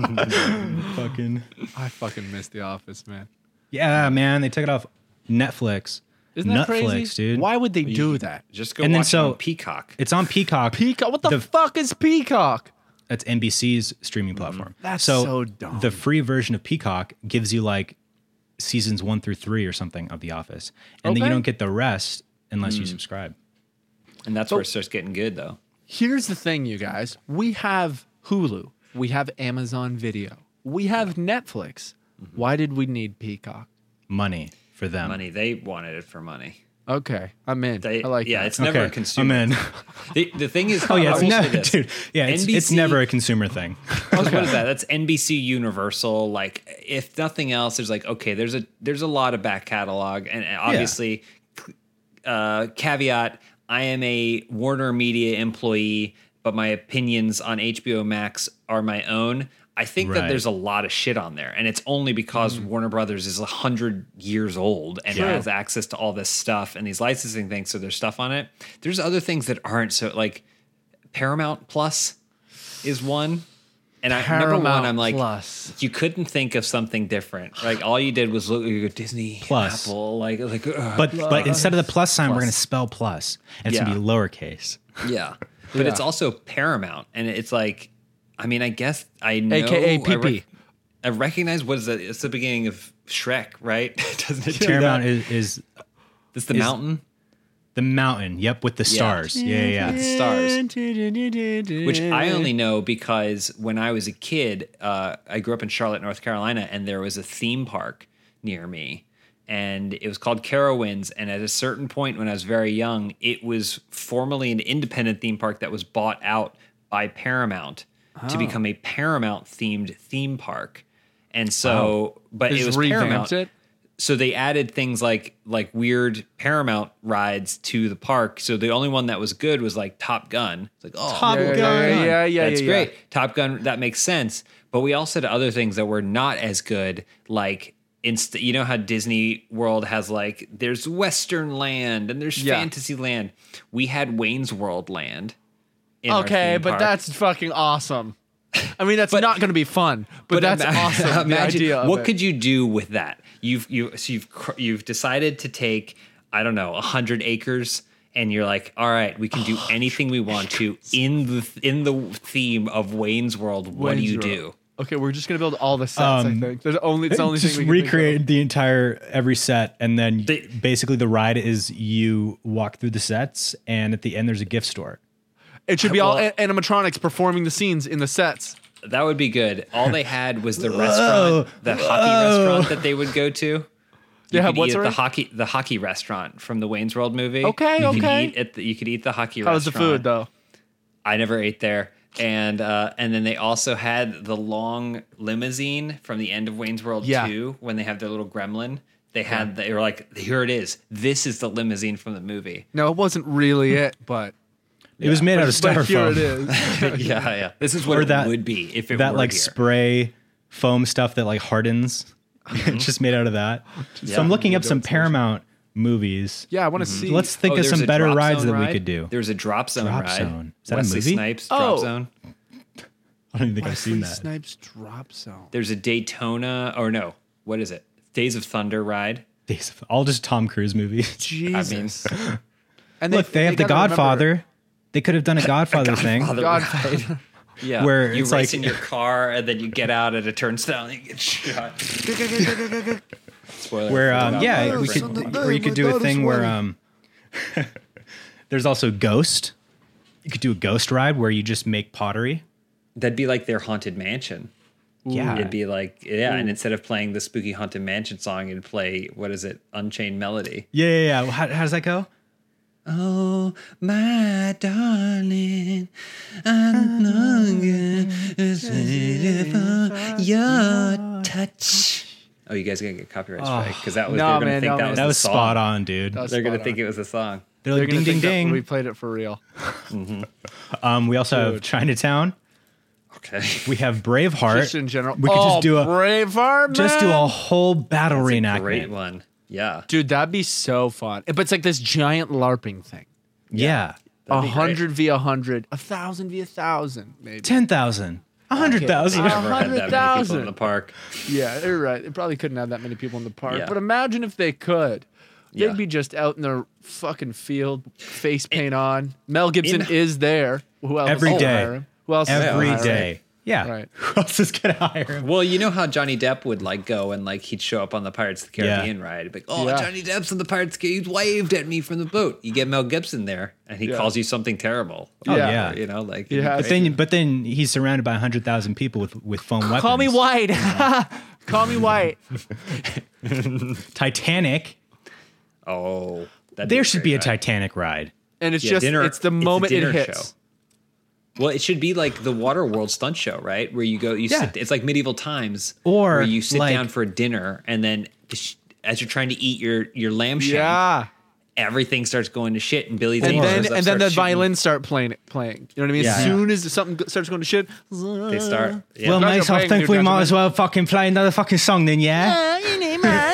Speaker 1: Fucking.
Speaker 2: I fucking miss The Office, man.
Speaker 1: Yeah, man. They took it off Netflix.
Speaker 2: Isn't that
Speaker 1: Netflix,
Speaker 2: crazy?
Speaker 1: dude.
Speaker 2: Why would they do that?
Speaker 3: Just go
Speaker 1: And then
Speaker 3: watch it on
Speaker 1: so-
Speaker 3: Peacock.
Speaker 1: It's on Peacock.
Speaker 2: Peacock. What the, fuck is Peacock?
Speaker 1: That's NBC's streaming platform.
Speaker 2: Mm, That's so dumb.
Speaker 1: The free version of Peacock gives you like seasons one through three or something of The Office, and then
Speaker 2: Okay. Mm.
Speaker 1: you don't get the rest unless you subscribe.
Speaker 3: and that's where it starts getting good though.
Speaker 2: Here's the thing, you guys. We have Hulu. We have Amazon Video. We have Netflix.
Speaker 3: Mm-hmm.
Speaker 2: Why did we need Peacock?
Speaker 1: Money for them.
Speaker 3: Money they wanted it for money.
Speaker 2: Okay, I'm in.
Speaker 3: They,
Speaker 2: I like
Speaker 3: yeah,
Speaker 2: that.
Speaker 3: it's never
Speaker 1: okay,
Speaker 3: a consumer.
Speaker 1: I'm in.
Speaker 3: The, the thing is,
Speaker 1: Oh yeah, it's never,
Speaker 3: never,
Speaker 1: dude. Yeah, it's, it's never a consumer thing.
Speaker 3: Because What is that? That's NBC Universal. Like, if nothing else, there's like okay, there's a there's a lot of back catalog, and obviously, uh, caveat: I am a Warner Media employee, but my opinions on HBO Max are my own. I think that
Speaker 1: Right.
Speaker 3: there's a lot of shit on there, and it's only because Warner Brothers is hundred years old and
Speaker 1: Sure.
Speaker 3: has access to all this stuff and these licensing things. So there's stuff on it. There's other things that aren't so like Paramount Plus is one. And I number one,
Speaker 2: Paramount
Speaker 3: I'm like,
Speaker 2: Plus.
Speaker 3: you couldn't think of something different. Like all you did was look you go, Disney
Speaker 1: Plus.
Speaker 3: Apple, like like. uh, ugh.
Speaker 1: But but instead of the plus sign, we're
Speaker 3: Plus.
Speaker 1: gonna spell plus, and it's
Speaker 3: Yeah.
Speaker 1: gonna be lowercase.
Speaker 3: yeah, but it's also Paramount, and it's like, I mean, I guess I know,
Speaker 2: AKA
Speaker 3: I,
Speaker 2: PP.
Speaker 3: I recognize what is that? It's the beginning of Shrek, right? Doesn't it? do
Speaker 1: Paramount
Speaker 3: that?
Speaker 1: is, is
Speaker 3: It's the mountain,
Speaker 1: the mountain. Yep, with the stars. Yeah, yeah.
Speaker 3: the
Speaker 1: yeah.
Speaker 3: stars. which I only know because when I was a kid, uh, I grew up in Charlotte, North Carolina, and there was a theme park near me, and it was called Carowinds. And at a certain point, when I was very young, it was formerly an independent theme park that was bought out by Paramount
Speaker 2: Oh.
Speaker 3: to become a Paramount themed theme park. And so, but
Speaker 2: They
Speaker 3: it
Speaker 2: just
Speaker 3: was
Speaker 2: revamped
Speaker 3: Paramount.
Speaker 2: it?
Speaker 3: so they added things like like weird Paramount rides to the park. So the only one that was good was like Top Gun. It's like oh,
Speaker 1: Top
Speaker 2: yeah,
Speaker 1: Gun.
Speaker 2: Yeah, yeah, yeah.
Speaker 3: that's
Speaker 2: yeah, yeah.
Speaker 3: great. Top Gun, that makes sense. But we also had other things that were not as good, like inst- you know how Disney World has like there's Western Land and there's
Speaker 2: Yeah.
Speaker 3: Fantasy Land. We had Wayne's World Land. in our
Speaker 2: Okay,
Speaker 3: theme
Speaker 2: but
Speaker 3: park.
Speaker 2: that's fucking awesome. I mean, that's not going to be fun, but, that's
Speaker 3: ima-
Speaker 2: awesome. the
Speaker 3: Imagine
Speaker 2: idea of
Speaker 3: what
Speaker 2: it.
Speaker 3: could you do with that? You've you so you've cr- you've decided to take I don't know hundred acres, and you're like, all right, we can do anything we want to in the in the theme of Wayne's World. What do
Speaker 2: Wayne's
Speaker 3: you
Speaker 2: World.
Speaker 3: do?
Speaker 2: Okay, we're just gonna build all the sets. I
Speaker 1: Um,
Speaker 2: think there's only it's the only
Speaker 1: just
Speaker 2: thing we can think of.
Speaker 1: recreate the entire every set, and then
Speaker 3: They-
Speaker 1: basically the ride is you walk through the sets, and at the end there's a gift store.
Speaker 2: It should be all
Speaker 3: Well-
Speaker 2: a- animatronics performing the scenes in the sets.
Speaker 3: That would be good. All they had was the restaurant, the hockey restaurant that they would go to.
Speaker 2: They
Speaker 3: You
Speaker 2: had
Speaker 3: could
Speaker 2: what,
Speaker 3: eat at
Speaker 2: sorry?
Speaker 3: the hockey the hockey restaurant from the Wayne's World movie.
Speaker 2: Okay,
Speaker 3: you
Speaker 2: okay.
Speaker 3: Could eat at the, you could eat the hockey
Speaker 2: That
Speaker 3: restaurant.
Speaker 2: was the food though.
Speaker 3: I never ate there. And uh, and then they also had the long limousine from the end of Wayne's World
Speaker 2: Yeah.
Speaker 3: 2 when they have their little gremlin. They had they were like, here it is. This is the limousine from the movie.
Speaker 2: No, it wasn't really it, but
Speaker 1: It was made out of
Speaker 2: but
Speaker 1: styrofoam.
Speaker 2: here it is.
Speaker 3: yeah, yeah. This is what
Speaker 1: Or
Speaker 3: it
Speaker 1: that-
Speaker 3: would be if it
Speaker 1: that
Speaker 3: were
Speaker 1: like
Speaker 3: here.
Speaker 1: spray foam stuff that like hardens.
Speaker 2: Mm-hmm.
Speaker 1: It's just made out of that.
Speaker 3: Yeah.
Speaker 1: So I'm looking up some Paramount movies.
Speaker 2: Yeah, I want to see.
Speaker 1: Mm-hmm. Let's think
Speaker 3: Oh,
Speaker 1: of
Speaker 3: there's
Speaker 1: some
Speaker 3: a
Speaker 1: better
Speaker 3: drop
Speaker 1: rides
Speaker 3: zone
Speaker 1: that
Speaker 3: ride?
Speaker 1: we could do.
Speaker 3: There's a drop zone
Speaker 1: Drop
Speaker 3: ride.
Speaker 1: zone. Is that a
Speaker 3: Wesley
Speaker 1: movie?
Speaker 3: Snipes drop
Speaker 2: Oh.
Speaker 3: zone.
Speaker 1: I don't even think I've
Speaker 2: Wesley
Speaker 1: seen that.
Speaker 2: Snipes drop zone.
Speaker 3: There's a Daytona or no, what is it? Days of Thunder ride.
Speaker 1: Days of- All just Tom Cruise movies.
Speaker 2: Jesus. and
Speaker 1: Look, they, have The
Speaker 2: gotta remember-
Speaker 1: Godfather. They could have done a Godfather, thing.
Speaker 3: Godfather
Speaker 2: Godfather.
Speaker 3: Yeah,
Speaker 1: Where
Speaker 3: you
Speaker 1: it's
Speaker 3: race
Speaker 1: like-
Speaker 3: in your car and then you get out at a turnstile and you get shot. Spoiler.
Speaker 1: Where
Speaker 3: for
Speaker 1: um,
Speaker 3: Godfather
Speaker 1: yeah,
Speaker 3: for
Speaker 1: we
Speaker 3: someone.
Speaker 1: could or you could do a thing where um, there's also Ghost. You could do a Ghost ride where you just make pottery.
Speaker 3: that'd be like their haunted mansion.
Speaker 1: Yeah,
Speaker 3: It'd be like yeah, and instead of playing the spooky haunted mansion song, it'd play what is it, Unchained Melody.
Speaker 1: yeah, yeah. yeah. How, how does that go?
Speaker 3: Oh my darling, I'm longing for your touch. Oh, you guys are gonna get copyright strike because that was
Speaker 2: no,
Speaker 3: they're gonna
Speaker 2: man,
Speaker 3: think
Speaker 2: no,
Speaker 3: that
Speaker 2: man.
Speaker 3: was
Speaker 1: That
Speaker 3: the
Speaker 1: was
Speaker 3: song.
Speaker 1: spot on, dude.
Speaker 2: was
Speaker 3: They're gonna
Speaker 2: spot
Speaker 3: think
Speaker 2: on.
Speaker 3: it was a song.
Speaker 1: They're
Speaker 2: They're
Speaker 1: like
Speaker 2: gonna
Speaker 1: ding ding
Speaker 2: think that
Speaker 1: ding.
Speaker 2: We played it for real.
Speaker 1: Um, we also have Chinatown.
Speaker 3: Okay.
Speaker 1: We have Braveheart.
Speaker 2: Just in general.
Speaker 1: we could
Speaker 2: oh,
Speaker 1: just do a
Speaker 2: Braveheart,
Speaker 1: just do
Speaker 2: man!
Speaker 1: a whole battle reenactment.
Speaker 3: Great one. Yeah.
Speaker 2: Dude, that'd be so fun. But it's like this giant LARPing thing.
Speaker 1: Yeah,
Speaker 2: A
Speaker 3: be great.
Speaker 2: hundred v a hundred, a thousand v a thousand, maybe.
Speaker 1: ten
Speaker 2: Oh,
Speaker 1: thousand, a hundred
Speaker 3: They
Speaker 1: thousand.
Speaker 2: Okay.
Speaker 3: never had that many people
Speaker 2: 100,000.
Speaker 3: in the park.
Speaker 2: Yeah, you're right. They probably couldn't have that many people in the park.
Speaker 3: Yeah.
Speaker 2: But imagine if they could.
Speaker 3: Yeah.
Speaker 2: They'd be just out in their fucking field, face paint on. Mel Gibson
Speaker 3: in-
Speaker 2: is there. Who else?
Speaker 1: Every
Speaker 2: is gonna
Speaker 1: day.
Speaker 2: hire him? Who else? is gonna
Speaker 1: Every
Speaker 2: hire him?
Speaker 1: day. Yeah.
Speaker 2: Right.
Speaker 1: Who else is gonna hire him?
Speaker 3: Well, you know how Johnny Depp would like go and like he'd show up on the Pirates of the
Speaker 1: Yeah.
Speaker 3: Caribbean ride, like, oh,
Speaker 2: Yeah.
Speaker 3: Johnny Depp's on the Pirates of the Caribbean. He waved at me from the boat. You get Mel Gibson there, and he
Speaker 2: Yeah.
Speaker 3: calls you something terrible.
Speaker 1: Oh
Speaker 2: Yeah.
Speaker 1: yeah.
Speaker 3: Or, You know, like
Speaker 2: Yeah.
Speaker 1: But then, but then he's surrounded by hundred thousand people with with foam weapons.
Speaker 2: Call me white. Call me white.
Speaker 1: Titanic.
Speaker 3: Oh, that'd
Speaker 1: There should be a
Speaker 3: great ride.
Speaker 1: Titanic ride.
Speaker 2: And it's
Speaker 3: Yeah,
Speaker 2: just
Speaker 3: dinner-
Speaker 2: it's the
Speaker 3: it's a
Speaker 2: moment
Speaker 3: dinner
Speaker 2: it hits.
Speaker 3: show. Well, it should be like the Water World stunt show, right? Where you go, you
Speaker 1: Yeah.
Speaker 3: sit. It's like medieval times,
Speaker 1: Or,
Speaker 3: where you sit
Speaker 1: like-
Speaker 3: down for a dinner, and then as you're trying to eat your your lamb shank,
Speaker 2: Yeah.
Speaker 3: everything starts going to shit, and Billy
Speaker 2: And
Speaker 3: Zane
Speaker 2: then
Speaker 3: shows up,
Speaker 2: and then the
Speaker 3: starts shooting.
Speaker 2: violins start playing playing. You know what I mean? as
Speaker 1: Yeah.
Speaker 2: soon as something go- starts going to shit,
Speaker 3: They start. Yeah.
Speaker 1: Well,
Speaker 2: Glad you're
Speaker 1: mate, I
Speaker 2: playing,
Speaker 1: think
Speaker 2: dude,
Speaker 1: we might
Speaker 2: gentlemen.
Speaker 1: as well fucking play another fucking song then, yeah?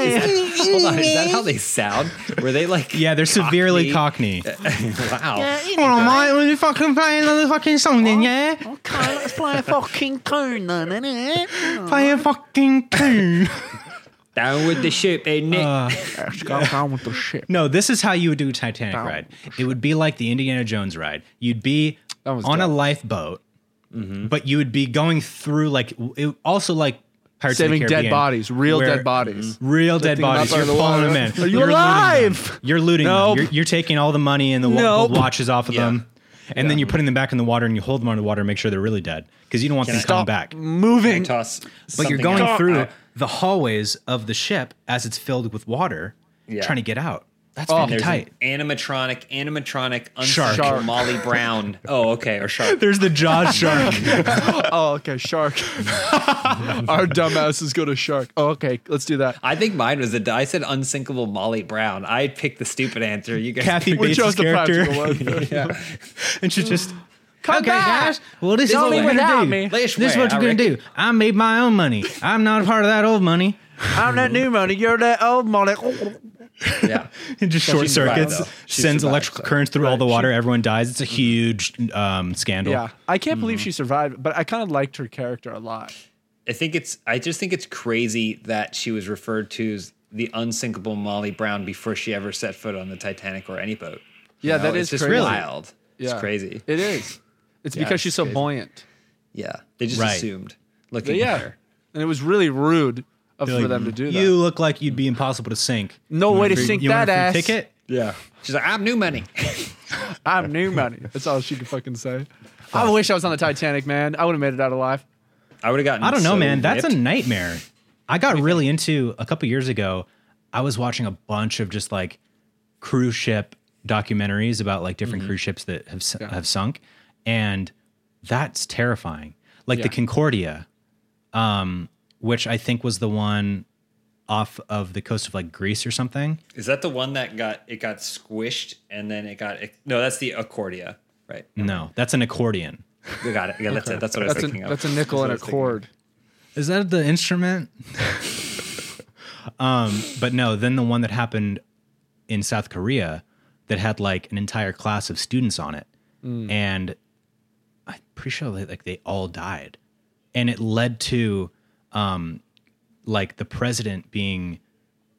Speaker 3: Hold on, is that how they sound? Were they like?
Speaker 1: Yeah, they're severely
Speaker 3: cocked.
Speaker 1: cockney.
Speaker 3: Wow.
Speaker 1: Well, mate, will you fucking play another fucking song then, yeah?
Speaker 4: Okay, let's play a fucking tune then, innit?
Speaker 1: Play a fucking tune.
Speaker 3: Down with the ship, ain't it?
Speaker 1: Uh,
Speaker 2: Let's go down with the shit.
Speaker 1: No, this is how you would do Titanic ride. It would be like the Indiana Jones ride. You'd be
Speaker 2: That was
Speaker 1: on a
Speaker 2: dope. Mm-hmm.
Speaker 1: lifeboat, but you would be going through like it, also like Pirates of the
Speaker 2: Saving dead
Speaker 1: Caribbean,
Speaker 2: bodies, real
Speaker 1: where- Mm-hmm.
Speaker 2: dead bodies.
Speaker 1: Real dead
Speaker 2: them up
Speaker 1: bodies.
Speaker 2: out
Speaker 1: You're
Speaker 2: of the
Speaker 1: pulling
Speaker 2: water.
Speaker 1: them in.
Speaker 2: Are you
Speaker 1: You're looting them.
Speaker 2: alive?
Speaker 1: You're looting
Speaker 2: Nope.
Speaker 1: them. You're, you're taking all the money and the, wa-
Speaker 2: Nope.
Speaker 1: the watches off of
Speaker 3: Yeah.
Speaker 1: them, and then you're putting them back in the water and you hold them underwater and make sure they're really dead because you don't want them coming
Speaker 2: Stop Mm,
Speaker 1: back.
Speaker 2: moving.
Speaker 3: Toss.
Speaker 1: But you're going through the hallways of the ship as it's filled with water,
Speaker 3: Yeah.
Speaker 1: trying to get out.
Speaker 2: Oh.
Speaker 1: That's fucking
Speaker 3: There's
Speaker 1: tight.
Speaker 3: an animatronic, animatronic,
Speaker 1: Shark.
Speaker 3: unshark Molly Brown. Oh, okay, or shark.
Speaker 1: There's the jaw shark.
Speaker 2: Oh, okay, shark. Our dumbasses go to shark. Oh, okay, let's do that.
Speaker 3: I think mine was the I said unsinkable Molly Brown. I picked the stupid answer. You guys,
Speaker 1: Kathy
Speaker 2: We
Speaker 1: Bates'
Speaker 2: chose the practical
Speaker 1: character.
Speaker 2: one.
Speaker 3: yeah.
Speaker 1: and she's just
Speaker 2: Come back.
Speaker 1: well, this is
Speaker 3: Don't
Speaker 1: what
Speaker 3: leave
Speaker 1: we're gonna
Speaker 2: without
Speaker 1: do.
Speaker 2: me.
Speaker 1: This
Speaker 3: Leash
Speaker 1: is
Speaker 3: way,
Speaker 1: what
Speaker 3: I
Speaker 1: we're gonna do. I made my own money. I'm not a part of that old money.
Speaker 2: I'm that new money. You're that old money.
Speaker 3: yeah.
Speaker 1: It just
Speaker 3: She
Speaker 1: short
Speaker 3: survived,
Speaker 1: circuits,
Speaker 3: though. She
Speaker 1: sends
Speaker 3: survived,
Speaker 1: electrical
Speaker 3: so.
Speaker 1: currents through all the water. Everyone dies. It's a huge um, scandal.
Speaker 2: Yeah, I can't
Speaker 3: Mm-hmm.
Speaker 2: believe she survived, but I kind of liked her character a lot.
Speaker 3: I think it's. I just think it's crazy that she was referred to as the unsinkable Molly Brown before she ever set foot on the Titanic or any boat.
Speaker 2: Yeah,
Speaker 3: that is
Speaker 2: that is
Speaker 3: just
Speaker 2: crazy.
Speaker 3: wild.
Speaker 2: Yeah.
Speaker 3: It's crazy.
Speaker 2: It is. It's because
Speaker 3: it's
Speaker 2: she's so
Speaker 3: crazy.
Speaker 2: buoyant.
Speaker 3: Yeah, they just
Speaker 1: Right.
Speaker 3: assumed.
Speaker 2: But
Speaker 3: Looking
Speaker 2: yeah,
Speaker 3: at her.
Speaker 2: and it was really rude of
Speaker 1: Like,
Speaker 2: for them to do that.
Speaker 1: You look like you'd be impossible to sink.
Speaker 2: No way to
Speaker 1: Free-
Speaker 2: sink
Speaker 1: you want
Speaker 2: that
Speaker 1: a
Speaker 2: ass.
Speaker 1: free Ticket.
Speaker 3: Yeah, she's like, I'm new money.
Speaker 2: I'm new money. That's all she could fucking say. I wish I was on the Titanic, man. I would have made it out alive.
Speaker 3: I would have gotten.
Speaker 1: I don't know,
Speaker 3: so
Speaker 1: man. That's a
Speaker 3: ripped.
Speaker 1: nightmare. I got really into a couple years ago. I was watching a bunch of just like cruise ship documentaries about like different cruise ships that have s have sunk, and that's terrifying. Like the
Speaker 2: Yeah.
Speaker 1: Concordia, um, which I think was the one off of the coast of like Greece or something.
Speaker 3: Is that the one that got it got squished and then it got it, no? That's the Accordia, right?
Speaker 1: No, that's an accordion.
Speaker 3: We got it. Yeah, that's it. That's what I was
Speaker 2: That's a,
Speaker 3: thinking of.
Speaker 2: that's a nickel and a
Speaker 3: That's what I was
Speaker 2: cord.
Speaker 1: Is that the instrument? um, but no, then the one that happened in South Korea that had like an entire class of students on it. And I'm pretty sure they, like they all died. And it led to um, like the president being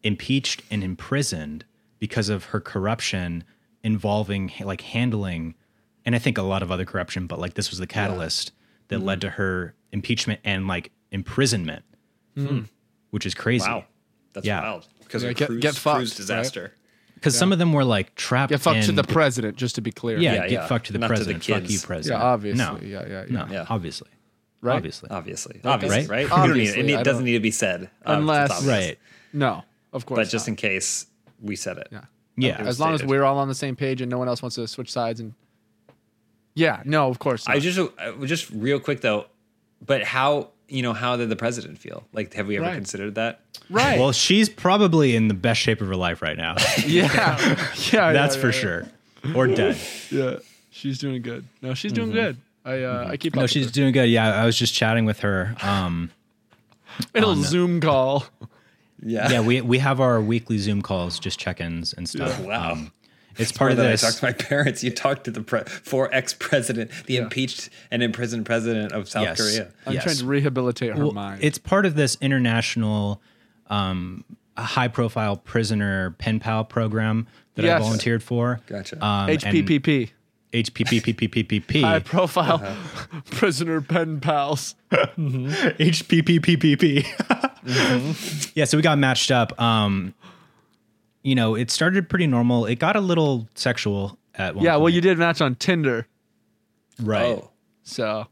Speaker 1: impeached and imprisoned because of her corruption involving like handling and I think a lot of other corruption, but like this was the catalyst that led to her impeachment and like imprisonment, which is crazy.
Speaker 3: thinking. Wow, that's
Speaker 1: Yeah.
Speaker 3: wild. Because
Speaker 2: Yeah,
Speaker 3: of
Speaker 2: get-
Speaker 3: cruise,
Speaker 2: get fucked,
Speaker 3: cruise disaster.
Speaker 1: Because some of them were like trapped.
Speaker 2: Get fucked to
Speaker 1: in-
Speaker 2: the president, just to be clear.
Speaker 1: yeah,
Speaker 3: Yeah,
Speaker 1: get
Speaker 3: yeah.
Speaker 1: fucked to the
Speaker 3: Not to the
Speaker 1: president. Fuck
Speaker 3: kids.
Speaker 1: you, president.
Speaker 2: Yeah, obviously.
Speaker 1: No,
Speaker 2: Yeah, yeah,
Speaker 1: no,
Speaker 3: yeah.
Speaker 1: obviously,
Speaker 2: Right?
Speaker 1: obviously,
Speaker 3: Obviously, obviously,
Speaker 1: Right?
Speaker 3: right? We don't need
Speaker 2: Obviously,
Speaker 3: it.
Speaker 2: I
Speaker 3: it doesn't
Speaker 2: don't-
Speaker 3: need to be said Uh, it's
Speaker 2: Unless-
Speaker 3: obvious.
Speaker 1: right?
Speaker 2: No, of course.
Speaker 3: But just
Speaker 2: not.
Speaker 3: in case we said it.
Speaker 2: Yeah.
Speaker 1: Yeah,
Speaker 2: as long as
Speaker 3: stated.
Speaker 2: we're all on the same page and no one else wants to switch sides and yeah, no, of course. Not.
Speaker 3: I just I- just real quick though, but how you know how did the president feel? Like, have we ever
Speaker 2: Right.
Speaker 3: considered that?
Speaker 2: right.
Speaker 1: Well, she's probably in the best shape of her life right now. That's
Speaker 2: yeah, yeah, yeah,
Speaker 1: for
Speaker 2: yeah,
Speaker 1: sure. Or dead.
Speaker 2: Yeah, she's doing good. No, she's doing good. I uh, I keep up.
Speaker 1: Mm-hmm. No,
Speaker 2: with
Speaker 1: she's
Speaker 2: her.
Speaker 1: doing good. Yeah, I was just chatting with her. Um,
Speaker 2: a little Zoom call.
Speaker 1: yeah, we we have our weekly Zoom calls, just check-ins and stuff.
Speaker 3: Wow.
Speaker 1: Um, it's part of
Speaker 3: That I
Speaker 1: this.
Speaker 3: talked to my parents. You talked to the pre- four ex president, the impeached and imprisoned president of South
Speaker 1: yes.
Speaker 3: Korea.
Speaker 2: I'm
Speaker 1: yes.
Speaker 2: trying to rehabilitate her
Speaker 1: Well,
Speaker 2: mind.
Speaker 1: It's part of this international, um, high profile prisoner pen pal program that
Speaker 2: Yes.
Speaker 1: I volunteered for.
Speaker 3: Gotcha.
Speaker 1: Um, and
Speaker 2: HPPP, high
Speaker 1: HPPPPPP.
Speaker 2: profile
Speaker 1: Uh-huh.
Speaker 2: prisoner pen pals.
Speaker 1: HPPPPP. Yeah, so we got matched up. Um, you know, it started pretty normal. It got a little sexual at one
Speaker 2: Yeah, well,
Speaker 1: point.
Speaker 2: you did match on Tinder,
Speaker 1: right.
Speaker 3: Oh,
Speaker 2: so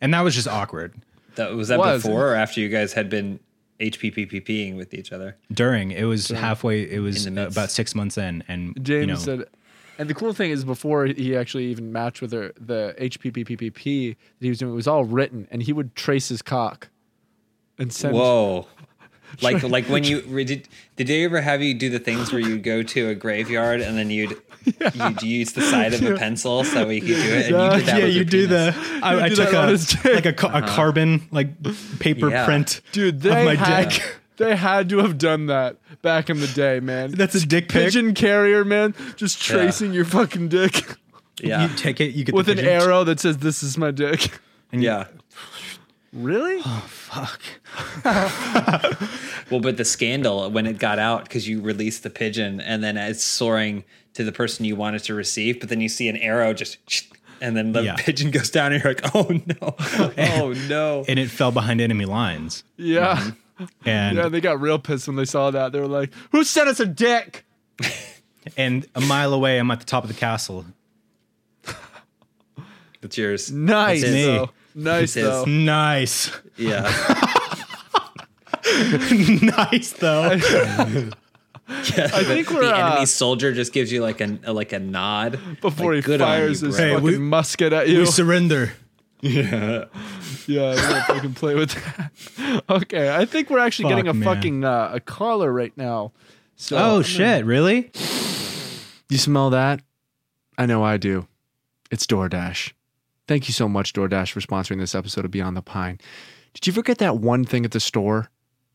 Speaker 1: And that was just awkward.
Speaker 3: that was that
Speaker 2: Was.
Speaker 3: before or after you guys had been HPPPPing with each other?
Speaker 1: During it was halfway, it was
Speaker 3: In the midst.
Speaker 1: about six months in, and
Speaker 2: James
Speaker 1: you know,
Speaker 2: said. And the cool thing is, before he actually even matched with her, the HPPPPP that he was doing it was all written, and he would trace his cock and send.
Speaker 3: Whoa. Like like when you re- did did they ever have you do the things where you go to a graveyard and then you'd you'd use the side of a pencil so you could do it and you did that
Speaker 1: yeah,
Speaker 3: with
Speaker 1: you
Speaker 3: your
Speaker 1: do
Speaker 3: penis.
Speaker 1: the. I, I
Speaker 2: do
Speaker 1: took
Speaker 2: that on
Speaker 1: a
Speaker 2: his dick.
Speaker 1: like a, ca- a carbon like paper
Speaker 3: Yeah.
Speaker 1: print,
Speaker 2: Dude, they
Speaker 1: of my
Speaker 2: had,
Speaker 1: dick.
Speaker 2: they had to have done that back in the day, man.
Speaker 1: That's a dick pic.
Speaker 2: pigeon carrier, man, just tracing your fucking dick
Speaker 1: You
Speaker 3: yeah
Speaker 1: take it, you get
Speaker 2: with
Speaker 1: the
Speaker 2: an
Speaker 1: pigeon,
Speaker 2: arrow that says "This is my dick."
Speaker 1: and you-
Speaker 3: yeah.
Speaker 2: Really?
Speaker 1: fuck.
Speaker 3: Well, but the scandal when it got out because you released the pigeon and then it's soaring to the person you wanted to receive, but then you see an arrow just and then the
Speaker 1: Yeah.
Speaker 3: pigeon goes down and you're like, oh no, oh no.
Speaker 1: And it fell behind enemy lines,
Speaker 2: Yeah.
Speaker 1: and
Speaker 2: Yeah, they got real pissed when they saw that. They were like, "Who sent us a dick?"
Speaker 1: and a mile away, I'm at the top of the castle.
Speaker 3: That's yours.
Speaker 2: Nice
Speaker 3: That's it.
Speaker 2: though. Nice
Speaker 3: It is.
Speaker 2: though.
Speaker 1: Nice,
Speaker 3: Yeah.
Speaker 1: nice though.
Speaker 3: podcast.
Speaker 2: I
Speaker 3: the-
Speaker 2: think we're,
Speaker 3: the
Speaker 2: uh,
Speaker 3: enemy soldier just gives you like an like a nod
Speaker 2: before
Speaker 3: Like,
Speaker 2: he
Speaker 3: on
Speaker 2: fires
Speaker 3: you,
Speaker 2: his
Speaker 3: bro.
Speaker 1: Hey,
Speaker 2: fucking
Speaker 1: we-
Speaker 2: musket at you.
Speaker 1: We surrender.
Speaker 2: yeah, I'm gonna fucking play with that. Okay, I think we're actually
Speaker 1: Fuck,
Speaker 2: getting a
Speaker 1: man.
Speaker 2: fucking uh, a caller right now. So I'm
Speaker 1: Oh
Speaker 2: gonna-
Speaker 1: shit! Really?
Speaker 2: You smell that? I know I do. It's DoorDash. Thank you so much, DoorDash, for sponsoring this episode of Beyond the Pine. Did you forget that one thing at the store?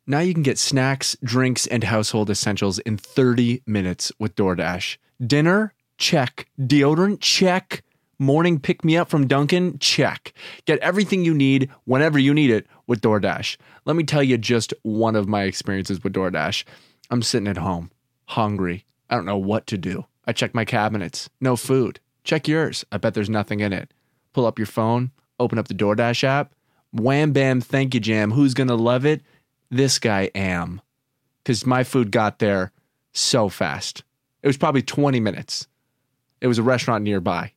Speaker 2: Now you can get snacks, drinks, and household essentials in 30 minutes with DoorDash. Dinner? Check. Deodorant? Check. Morning pick me up from Dunkin'? Check. Get everything you need whenever you need it with DoorDash. Let me tell you just one of my experiences with DoorDash. I'm sitting at home, hungry. I don't know what to do. I check my cabinets, no food. Check yours. I bet there's nothing in it. Pull up your phone, open up the DoorDash app. Wham bam, thank you, Jam. Who's gonna love it? This guy am. Cause my food got there so fast. It was probably 20 minutes. It was a restaurant nearby,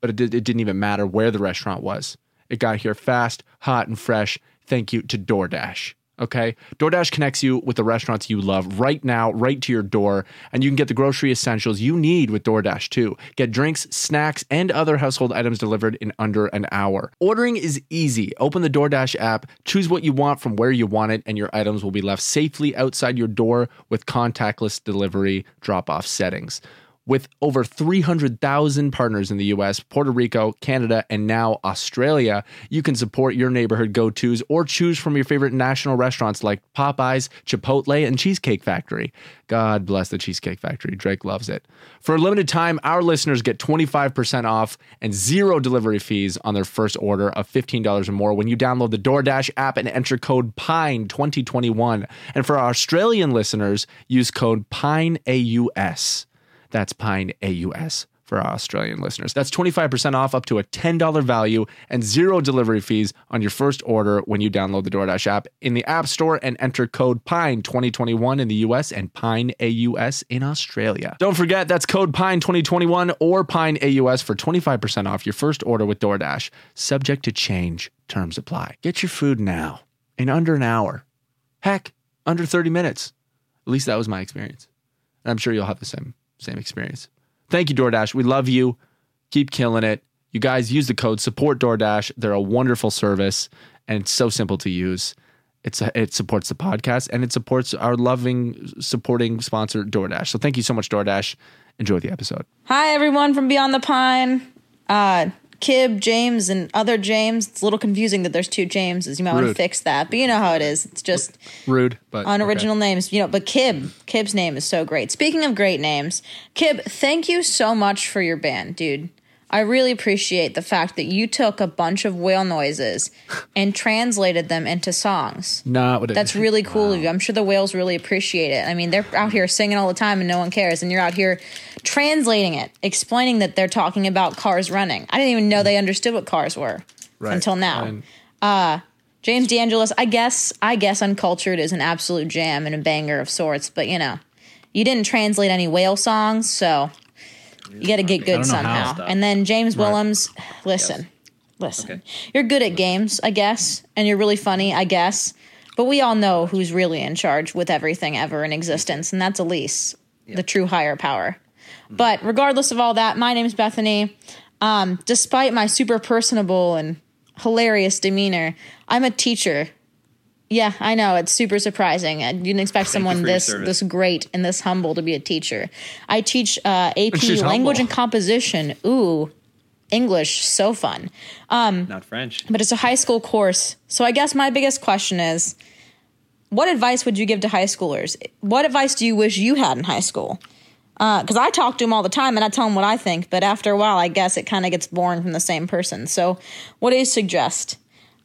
Speaker 2: but it, did, it didn't even matter where the restaurant was. It got here fast, hot, and fresh. Thank you to DoorDash. Okay. DoorDash connects you with the restaurants you love right now, right to your door, and you can get the grocery essentials you need with DoorDash too. Get drinks, snacks, and other household items delivered in under an hour. Ordering is easy. Open the DoorDash app, choose what you want from where you want it, and your items will be left safely outside your door with contactless delivery drop off settings. With over 300,000 partners in the US, Puerto Rico, Canada, and now Australia, you can support your neighborhood go tos or choose from your favorite national restaurants like Popeyes, Chipotle, and Cheesecake Factory. God bless the Cheesecake Factory. Drake loves it. For a limited time, our listeners get 25% off and zero delivery fees on their first order of $15 or more when you download the DoorDash app and enter code PINE2021. E And for our Australian listeners, use code PINEAUS. That's Pine AUS for our Australian listeners. That's 25% off up to a $10 value and zero delivery fees on your first order when you download the DoorDash app in the App Store and enter code PINE2021 in the US and Pine AUS in Australia. Don't forget that's code PINE2021 or Pine AUS for 25% off your first order with DoorDash, subject to change. Terms apply. Get your food now in under an hour. Heck, under 30 minutes. At least that was my experience. And I'm sure you'll have the same same experience. Thank you, DoorDash. We love you. Keep killing it. You guys use the code support DoorDash. They're a wonderful service and it's so simple to use. It's it supports the podcast and it supports our loving supporting sponsor DoorDash. So thank you so much, DoorDash. Enjoy the episode.
Speaker 5: Hi, everyone from Beyond the Pine. Uh, Kib, James, and other James. It's a little confusing that there's two Jameses. You might want to
Speaker 2: Rude.
Speaker 5: fix that, but you know how it is. It's just
Speaker 2: Rude, but
Speaker 5: unoriginal names, you know. But Kib, Kib's name is so great. Speaking of great names, Kib, thank you so much for your band, dude. I really appreciate the fact that you took a bunch of whale noises and translated them into songs.
Speaker 2: Okay. Not what it
Speaker 5: That's really cool of you. I'm sure the whales really appreciate it. I mean, they're out here singing all the time and no one cares. And you're out here translating it, explaining that they're talking about cars running. I didn't even know they understood what cars were
Speaker 2: Right.
Speaker 5: until now. Uh,
Speaker 2: And-
Speaker 5: James DeAngelis, I guess, I guess Uncultured is an absolute jam and a banger of sorts, but you know, you didn't translate any whale songs, so you got to get
Speaker 1: don't
Speaker 5: good
Speaker 1: know how.
Speaker 5: somehow. And then James Willems, listen, listen, you're good at games, I guess, and you're really funny, I guess, but we all know who's really in charge with everything ever in existence, and that's Elise, the true higher power. But regardless of all that, my name's Bethany. Um, despite my super personable and hilarious demeanor, I'm a teacher. Yeah, I know it's super surprising. I didn't expect someone
Speaker 3: for your
Speaker 5: this
Speaker 3: service.
Speaker 5: this great and this humble to be a teacher. I teach uh, AP
Speaker 2: she's
Speaker 5: language
Speaker 2: humble.
Speaker 5: and composition. Ooh, English, so fun.
Speaker 3: not French.
Speaker 5: But it's a high school course, so I guess my biggest question is. What advice would you give to high schoolers? What advice do you wish you had in high school? because I talk to him all the time and I tell him what I think, but after a while, I guess it kind of gets boring from the same person. So, what do you suggest?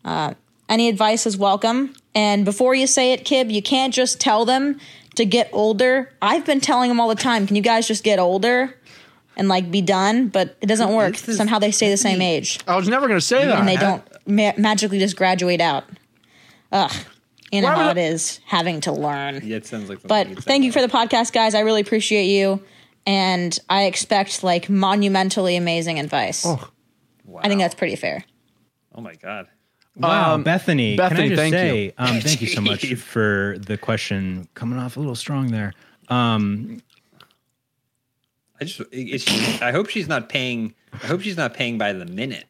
Speaker 5: Uh, any advice is welcome. And before you say it, Kib, you can't just tell them to get older. I've been telling them all the time, can you guys just get older and like be done? But it doesn't work. Somehow they stay the same age
Speaker 2: I was never going to say that.
Speaker 5: and they don't ma- magically just graduate out. Ugh, you know
Speaker 2: Why would
Speaker 5: how
Speaker 2: I-
Speaker 5: it is having to learn.
Speaker 3: Yeah, it sounds like.
Speaker 5: But thank you for the podcast, guys. I really appreciate you. And I expect like monumentally amazing advice.
Speaker 3: Wow.
Speaker 5: I think that's pretty fair.
Speaker 3: Oh my god.
Speaker 1: Wow,
Speaker 2: Um,
Speaker 1: Bethany,
Speaker 2: Bethany,
Speaker 1: Can I just
Speaker 2: thank
Speaker 1: say,
Speaker 2: you.
Speaker 1: Um, thank you so much
Speaker 3: Jeez.
Speaker 1: for the question. Coming off a little strong there.
Speaker 3: I just, is she, I hope she's not paying. I hope she's not paying by the minute,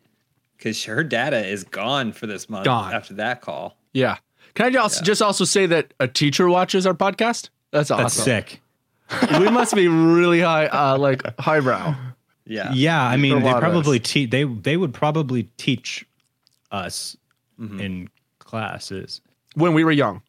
Speaker 3: because her data is gone for this month.
Speaker 2: Gone.
Speaker 3: after that call.
Speaker 2: Yeah. Can I also just also say that a teacher watches our podcast? That's awesome.
Speaker 1: That's sick.
Speaker 2: we must be really high, uh, like highbrow.
Speaker 3: Yeah.
Speaker 1: Yeah, I mean,
Speaker 2: a
Speaker 1: they
Speaker 2: lot of
Speaker 1: probably teach. They they would probably teach us
Speaker 2: Mm-hmm.
Speaker 1: in classes
Speaker 2: When we were young.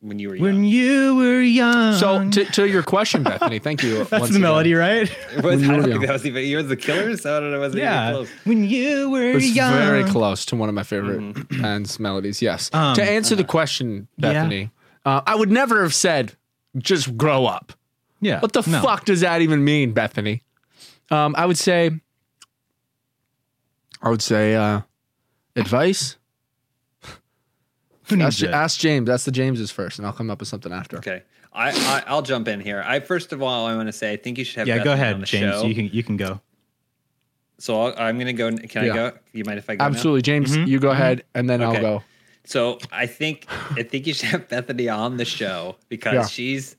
Speaker 3: When you were young.
Speaker 1: when you were young.
Speaker 2: So to, to your question, Bethany, thank you.
Speaker 1: Uh-huh. that's the melody, right?
Speaker 3: Was,
Speaker 2: you
Speaker 3: I
Speaker 2: were
Speaker 3: don't
Speaker 2: young.
Speaker 3: think that was even. You were the killers. I don't know. Was Even
Speaker 1: yeah,
Speaker 3: close.
Speaker 1: when you were
Speaker 2: It's
Speaker 1: young.
Speaker 2: very close to one of my favorite bands' melodies. Yes.
Speaker 1: Um,
Speaker 2: to answer the question, Bethany, uh, I would never have said just grow up.
Speaker 1: Yeah.
Speaker 2: What the
Speaker 1: no.
Speaker 2: fuck does that even mean, Bethany? Um, I would say, I would say, uh, advice.
Speaker 1: Who needs
Speaker 2: Ask,
Speaker 1: it?
Speaker 2: ask James. That's the James's first, and I'll come up with something after.
Speaker 3: Okay. I, I I'll jump in here. I first of all, I want to say I think you should have.
Speaker 1: yeah,
Speaker 3: Bethany
Speaker 1: go
Speaker 3: on
Speaker 1: ahead,
Speaker 3: the
Speaker 1: James.
Speaker 3: show.
Speaker 1: You can you can go.
Speaker 3: so I'll, I'm going to go. Can
Speaker 2: Yeah.
Speaker 3: I go? You mind if I go? now?
Speaker 2: Absolutely, James.
Speaker 1: Mm-hmm.
Speaker 2: You go ahead, and then I'll
Speaker 3: Okay.
Speaker 2: go.
Speaker 3: So I think I think you should have Bethany on the show because
Speaker 2: Yeah.
Speaker 3: she's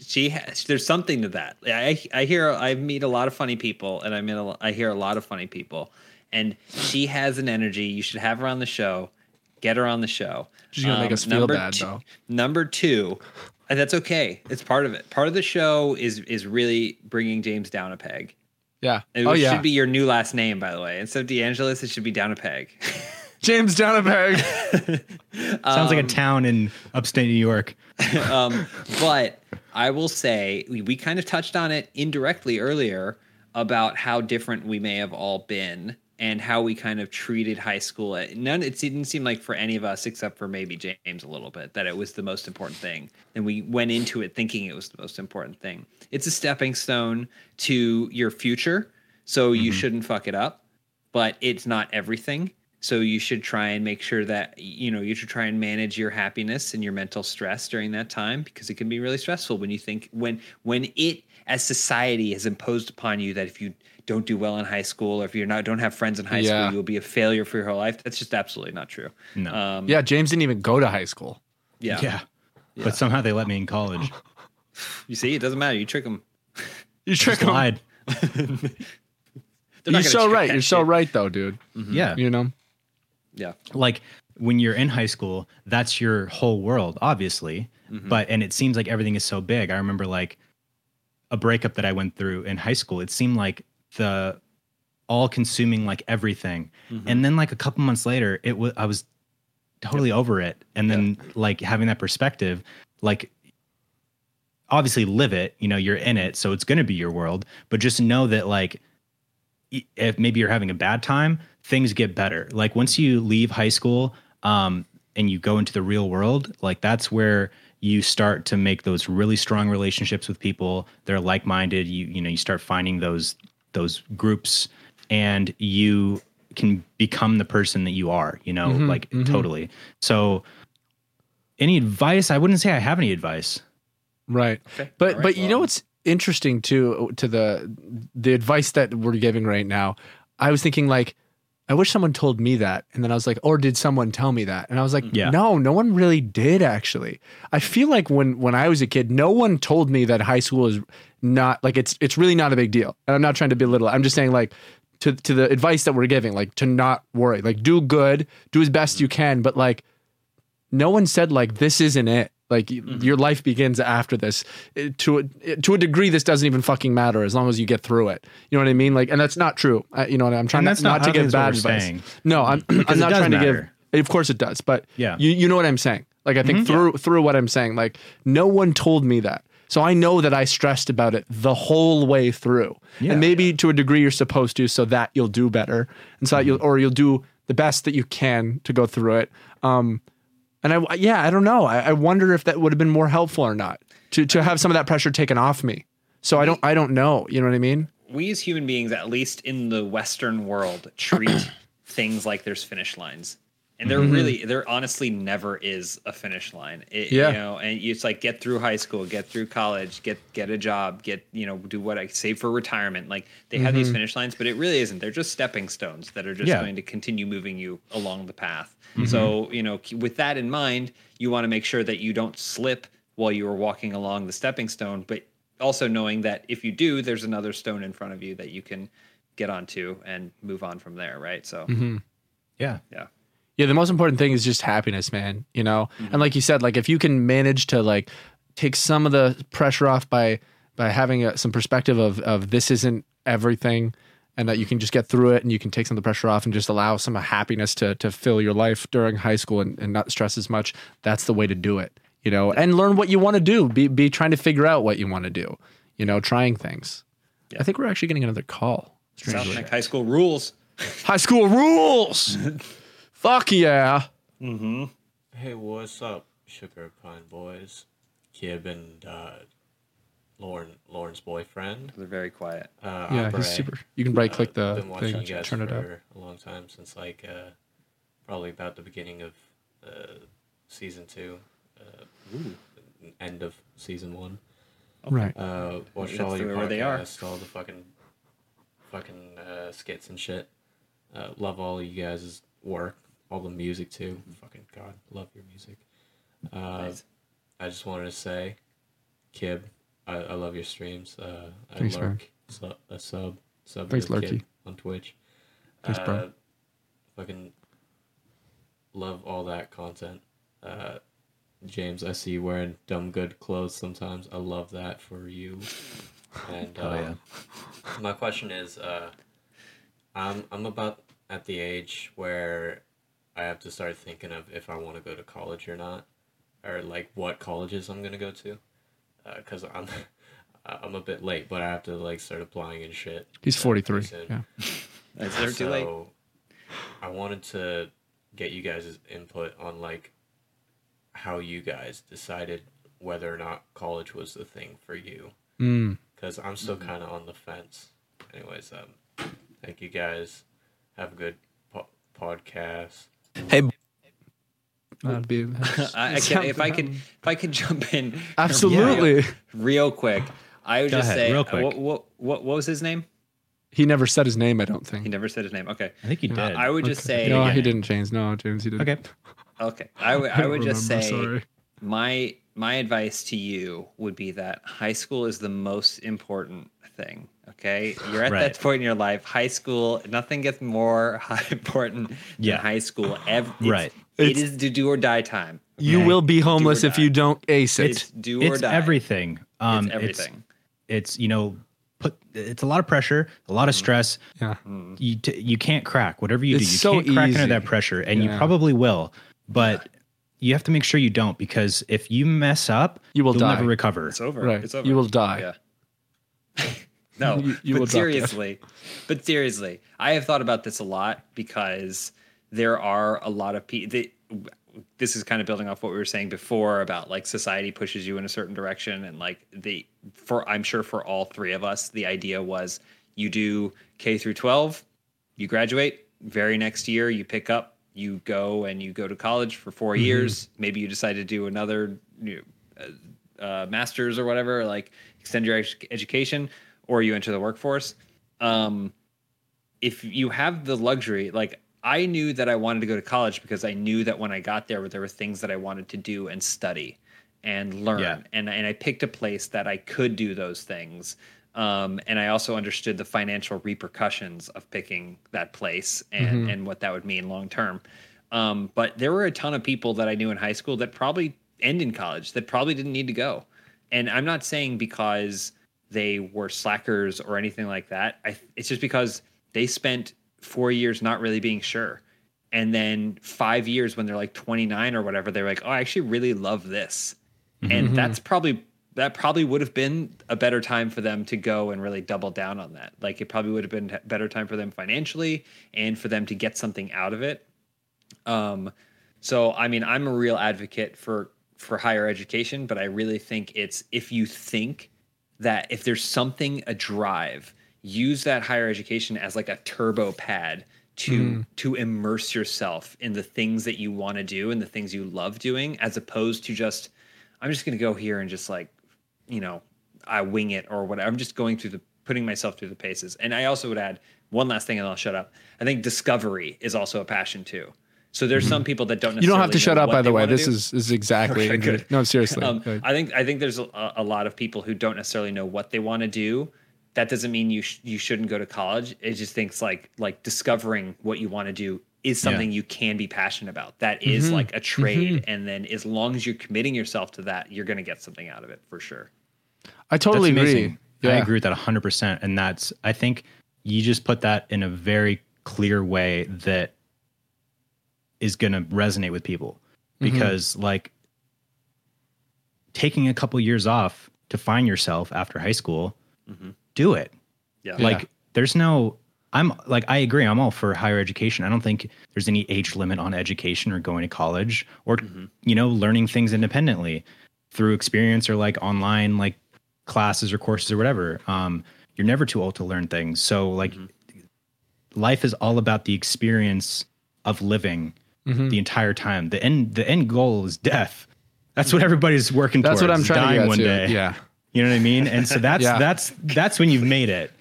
Speaker 3: she has there's something to that. I I hear I meet a lot of funny people and I meet a, I hear a lot of funny people and she has an energy. You should have her on the show. Get her on the show. Um,
Speaker 2: She's gonna make us feel
Speaker 3: number
Speaker 2: bad,
Speaker 3: two-
Speaker 2: though.
Speaker 3: Number two, and that's okay. It's part of it. Part of the show is is really bringing James down a peg.
Speaker 2: Yeah.
Speaker 3: It
Speaker 2: oh
Speaker 3: should
Speaker 2: yeah.
Speaker 3: be your new last name, by the way. Instead of DeAngelis, it should be down a peg.
Speaker 2: James Downabag.
Speaker 1: Sounds
Speaker 2: Um,
Speaker 1: like a town in upstate New York.
Speaker 3: um, but I will say we, we kind of touched on it indirectly earlier about how different we may have all been and how we kind of treated high school. Uh, None, it didn't seem like for any of us, except for maybe James a little bit, that it was the most important thing. And we went into it thinking it was the most important thing. It's a stepping stone to your future, so you shouldn't fuck it up but it's not everything. So you should try and make sure that you know you should try and manage your happiness and your mental stress during that time because it can be really stressful when you think when when it as society has imposed upon you that if you don't do well in high school or if you're not don't have friends in high
Speaker 2: Yeah.
Speaker 3: school you'll be a failure for your whole life. That's just absolutely not true.
Speaker 1: No.
Speaker 3: Um,
Speaker 2: yeah, James didn't even go to high school.
Speaker 3: yeah.
Speaker 1: yeah. But somehow they let me in college.
Speaker 3: You see, it doesn't matter. You trick them.
Speaker 2: You trick him.
Speaker 1: Lied.
Speaker 2: You're so right. You're so right, though, dude.
Speaker 1: Yeah.
Speaker 2: You know.
Speaker 3: Yeah.
Speaker 1: like when you're in high school, that's your whole world, obviously. But and it seems like everything is so big. I remember like a breakup that I went through in high school. It seemed like the all consuming like everything. And then like a couple months later, it was I was totally over it. And then like having that perspective, like obviously live it, you know, you're in it, so it's going to be your world, but just know that like y- if maybe you're having a bad time, things get better. Like once you leave high school um, and you go into the real world, like that's where you start to make those really strong relationships with people. They're like minded. You you know you start finding those those groups, and you can become the person that you are. You know, like totally. So, any advice? I wouldn't say I have any advice.
Speaker 2: Right.
Speaker 3: Okay.
Speaker 2: But
Speaker 3: All right,
Speaker 2: but you know
Speaker 3: well-
Speaker 2: what's interesting too uh, to the the advice that we're giving right now. I was thinking like I wish someone told me that and then I was like or did someone tell me that? And I was like
Speaker 1: Yeah.
Speaker 2: no, no one really did actually. I feel like when when I was a kid no one told me that high school is not like it's it's really not a big deal. And I'm not trying to belittle. it. I'm just saying like to to the advice that we're giving like to not worry. Like do good, do as best you can, but like no one said like this isn't it like y
Speaker 1: Mm-hmm.
Speaker 2: your life begins after this It- to a, it- to a degree this doesn't even fucking matter as long as you get through it you know what i mean like and that's not true I, you know what i'm trying
Speaker 1: that's not-
Speaker 2: not, not
Speaker 1: I
Speaker 2: to
Speaker 1: don't
Speaker 2: give
Speaker 1: think that's what
Speaker 2: bad
Speaker 1: we're
Speaker 2: advice
Speaker 1: saying.
Speaker 2: no i'm,
Speaker 1: it
Speaker 2: I'm not
Speaker 1: does
Speaker 2: trying
Speaker 1: matter.
Speaker 2: to give of course it does but
Speaker 1: Yeah. Mm-hmm.
Speaker 2: you, you know what i'm saying like i think through through what i'm saying like no one told me that so i know that i stressed about it the whole way through
Speaker 1: Yeah.
Speaker 2: and maybe to a degree you're supposed to so that you'll do better and so that
Speaker 1: Mm-hmm.
Speaker 2: you'll or you'll do the best that you can to go through it um and I, yeah, I don't know. I, I wonder if that would have been more helpful or not to to have some of that pressure taken off me. So I don't, I don't know. You know what I mean?
Speaker 3: we as human beings, at least in the Western world, treat things like there's finish lines. And there really, there honestly never is a finish line. It,
Speaker 2: Yeah.
Speaker 3: You know, and it's like get through high school, get through college, get get a job, get you know, do what I save for retirement. Like they have these finish lines, but it really isn't. They're just stepping stones that are just
Speaker 1: Yeah.
Speaker 3: going to continue moving you along the path. So you know, k- with that in mind, you want to make sure that you don't slip while you are walking along the stepping stone, but also knowing that if you do, there's another stone in front of you that you can get onto and move on from there, right? So
Speaker 1: Yeah.
Speaker 3: yeah,
Speaker 2: Yeah, the most important thing is just happiness, man. You know, and like you said, like if you can manage to like take some of the pressure off by by having a, some perspective of of this isn't everything, and that you can just get through it, and you can take some of the pressure off, and just allow some happiness to to fill your life during high school, and, and not stress as much. That's the way to do it. You know, and learn what you want to do. Be be trying to figure out what you want to do. You know, trying things. I think we're actually getting another call.
Speaker 3: South Neck High School rules.
Speaker 2: High school rules. Fuck yeah.
Speaker 6: Hey, what's up, Sugar Pine Boys? Kib and uh, Lauren, Lauren's boyfriend.
Speaker 3: They're very quiet.
Speaker 6: Uh,
Speaker 2: Yeah,
Speaker 6: Opera.
Speaker 2: he's super. You can right click
Speaker 6: Uh,
Speaker 2: the
Speaker 6: been watching
Speaker 2: thing,
Speaker 6: you guys
Speaker 2: turn it up.
Speaker 6: for a long time since like uh, probably about the beginning of uh, season two, uh, end of season one.
Speaker 2: Right.
Speaker 6: Uh, watched
Speaker 3: That's
Speaker 6: all your
Speaker 3: the- where they are.
Speaker 6: podcasts, all the fucking, fucking uh, skits and shit. Uh, love all you guys' work, all the music too. Fucking god, love your music. Uh, I just wanted to say, Kib, I, I love your streams. Uh, I
Speaker 2: Thanks, man.
Speaker 6: lurk su- a sub sub
Speaker 2: Thanks,
Speaker 6: to Kib
Speaker 2: Lurky.
Speaker 6: on Twitch.
Speaker 2: Thanks, bro.
Speaker 6: Uh, Fucking love all that content. Uh, James, I see you wearing dumb good clothes sometimes. I love that for you. And uh, my question is, uh, I'm I'm about at the age where I have to start thinking of if I want to go to college or not, or like what colleges I'm gonna go to, because I'm I'm a bit late, but I have to like start applying and shit.
Speaker 2: He's
Speaker 6: uh, pretty
Speaker 2: 43.
Speaker 6: soon.
Speaker 2: Yeah.
Speaker 3: Is there too late?
Speaker 6: So, I wanted to get you guys' input on like how you guys decided whether or not college was the thing for you.
Speaker 3: Mm.
Speaker 6: Because I'm still kind of on the fence. Anyways, um, thank you guys. Have a good po- podcast.
Speaker 2: That'd be
Speaker 3: Uh, I, I can, if I could, if I could jump in,
Speaker 2: Absolutely.
Speaker 3: real quick, I would
Speaker 1: Go
Speaker 3: just
Speaker 1: ahead,
Speaker 3: say, uh,
Speaker 1: real quick.
Speaker 3: What, what, what, what was his name?
Speaker 2: He never said his name, I don't
Speaker 3: He
Speaker 2: think.
Speaker 3: never said his name. Okay,
Speaker 1: I think you
Speaker 2: Uh,
Speaker 1: did.
Speaker 3: I would just say,
Speaker 2: No,
Speaker 1: again.
Speaker 2: he didn't change. No, James, he didn't.
Speaker 1: okay.
Speaker 3: okay, I would, I would just
Speaker 2: remember,
Speaker 3: say,
Speaker 2: sorry.
Speaker 3: my my advice to you would be that high school is the most important thing okay you're at
Speaker 1: Right.
Speaker 3: that point in your life high school nothing gets more high important than
Speaker 1: Yeah.
Speaker 3: high school Ev- it's,
Speaker 1: Right.
Speaker 3: it's,
Speaker 2: It's-
Speaker 3: the do or die time
Speaker 2: You will be homeless
Speaker 3: Do or
Speaker 2: if you
Speaker 3: die.
Speaker 2: don't ace it.
Speaker 3: it's do or
Speaker 1: It's
Speaker 3: die
Speaker 1: everything. Um,
Speaker 3: it's everything
Speaker 1: it's you know put it's a lot of pressure a lot of stress
Speaker 2: yeah.
Speaker 1: you t- you can't crack whatever you
Speaker 2: Mm-hmm. It's
Speaker 1: do you
Speaker 2: so
Speaker 1: can't crack
Speaker 2: easy.
Speaker 1: under that pressure and
Speaker 2: Yeah.
Speaker 1: you probably will but you have to make sure you don't because if you mess up
Speaker 2: You will
Speaker 1: you'll
Speaker 2: die.
Speaker 1: never recover
Speaker 3: it's over
Speaker 2: Right.
Speaker 3: it's over
Speaker 2: You will die.
Speaker 3: yeah no
Speaker 2: You- you will
Speaker 3: but
Speaker 2: drop dead.
Speaker 3: seriously but seriously i have thought about this a lot because there are a lot of people this is kind of building off what we were saying before about like society pushes you in a certain direction and like the for i'm sure for all three of us the idea was you do k through 12 you graduate very next year you pick up you go and you go to college for 4 years maybe you decide to do another you know, uh, uh, master's or whatever like extend your edu- education or you enter the workforce um, if you have the luxury, like I knew that I wanted to go to college because I knew that when I got there, there were things that I wanted to do and study and learn.
Speaker 1: Yeah.
Speaker 3: And, and I picked a place that I could do those things. Um, and I also understood the financial repercussions of picking that place and, and what that would mean long term. Um, but there were a ton of people that I knew in high school that probably end in college that probably didn't need to go. And I'm not saying because they were slackers or anything like that. I, it's just because they spent four years not really being sure. And then five years when they're like 29 or whatever, they're like, oh, I actually really love this. And that's probably, that probably would have been a better time for them to go and really double down on that. Like it probably would have been a better time for them financially and for them to get something out of it. Um, so I mean, I'm a real advocate for for higher education, but I really think it's if you think that if there's something a drive, use that higher education as like a turbo pad to to immerse yourself in the things that you want to do and the things you love doing, as opposed to just I'm just gonna go here and just like you know, I wing it or whatever. I'm just going through the putting myself through the paces. And I also would add one last thing and I'll shut up. I think discovery is also a passion too. So there's some people that don't.
Speaker 2: Mm-hmm. You
Speaker 3: Necessarily
Speaker 2: don't have to shut
Speaker 3: know
Speaker 2: up,
Speaker 3: what
Speaker 2: by
Speaker 3: they
Speaker 2: the way.
Speaker 3: wanna
Speaker 2: This
Speaker 3: do.
Speaker 2: is this is exactly.
Speaker 3: Okay, good.
Speaker 2: No, seriously.
Speaker 3: Um,
Speaker 2: Like,
Speaker 3: I think I think there's a, a lot of people who don't necessarily know what they want to do. That doesn't mean you sh- you shouldn't go to college. It just thinks like like discovering what you want to do is something you can be passionate about. That
Speaker 2: Mm-hmm.
Speaker 3: is like a trade, and then as long as you're committing yourself to that, you're going to get something out of it for sure.
Speaker 2: I totally
Speaker 1: that's amazing.
Speaker 2: agree.
Speaker 1: I
Speaker 2: Yeah.
Speaker 1: agree with that 100%. And that's, I think you just put that in a very clear way that is going to resonate with people
Speaker 2: Mm-hmm.
Speaker 1: because, like, taking a couple years off to find yourself after high school, do it.
Speaker 3: Yeah.
Speaker 1: Like, there's no, I'm like, I agree. I'm all for higher education. I don't think there's any age limit on education or going to college or, you know, learning things independently through experience or like online, like classes or courses or whatever. Um, you're never too old to learn things. So like life is all about the experience of living
Speaker 2: Mm-hmm. Hmm.
Speaker 1: the entire time. The end the end goal is death. That's what everybody's working
Speaker 2: That's
Speaker 1: towards.
Speaker 2: what I'm
Speaker 1: is
Speaker 2: trying to
Speaker 1: dying
Speaker 2: get
Speaker 1: one
Speaker 2: to.
Speaker 1: day.
Speaker 2: Yeah.
Speaker 1: You know what I mean? And so that's
Speaker 2: Yeah.
Speaker 1: that's that's when you've made it.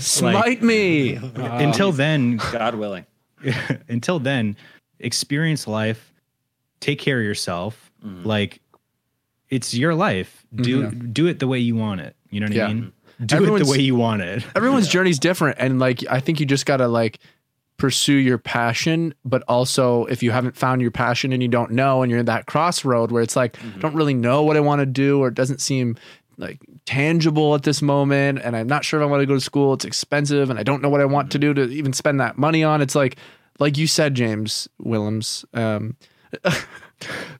Speaker 2: Smite me.
Speaker 1: until then,
Speaker 3: God willing.
Speaker 1: until then, experience life, take care of yourself.
Speaker 2: Mm-hmm.
Speaker 1: Like it's your life. Do do it the way you want it. You know what
Speaker 2: Yeah. Mm-hmm.
Speaker 1: I mean? Do it
Speaker 2: Everyone's-
Speaker 1: the way you want it.
Speaker 2: Everyone's journey's different, and like I think you just gotta like pursue your passion, but also if you haven't found your passion and you don't know, and you're in that crossroad where it's like I don't really know what I want to do, or it doesn't seem like tangible at this moment, and I'm not sure if I want to go to school. It's expensive, and I don't know what I want to do to even spend that money on. It's like like you said, James Willems. Um,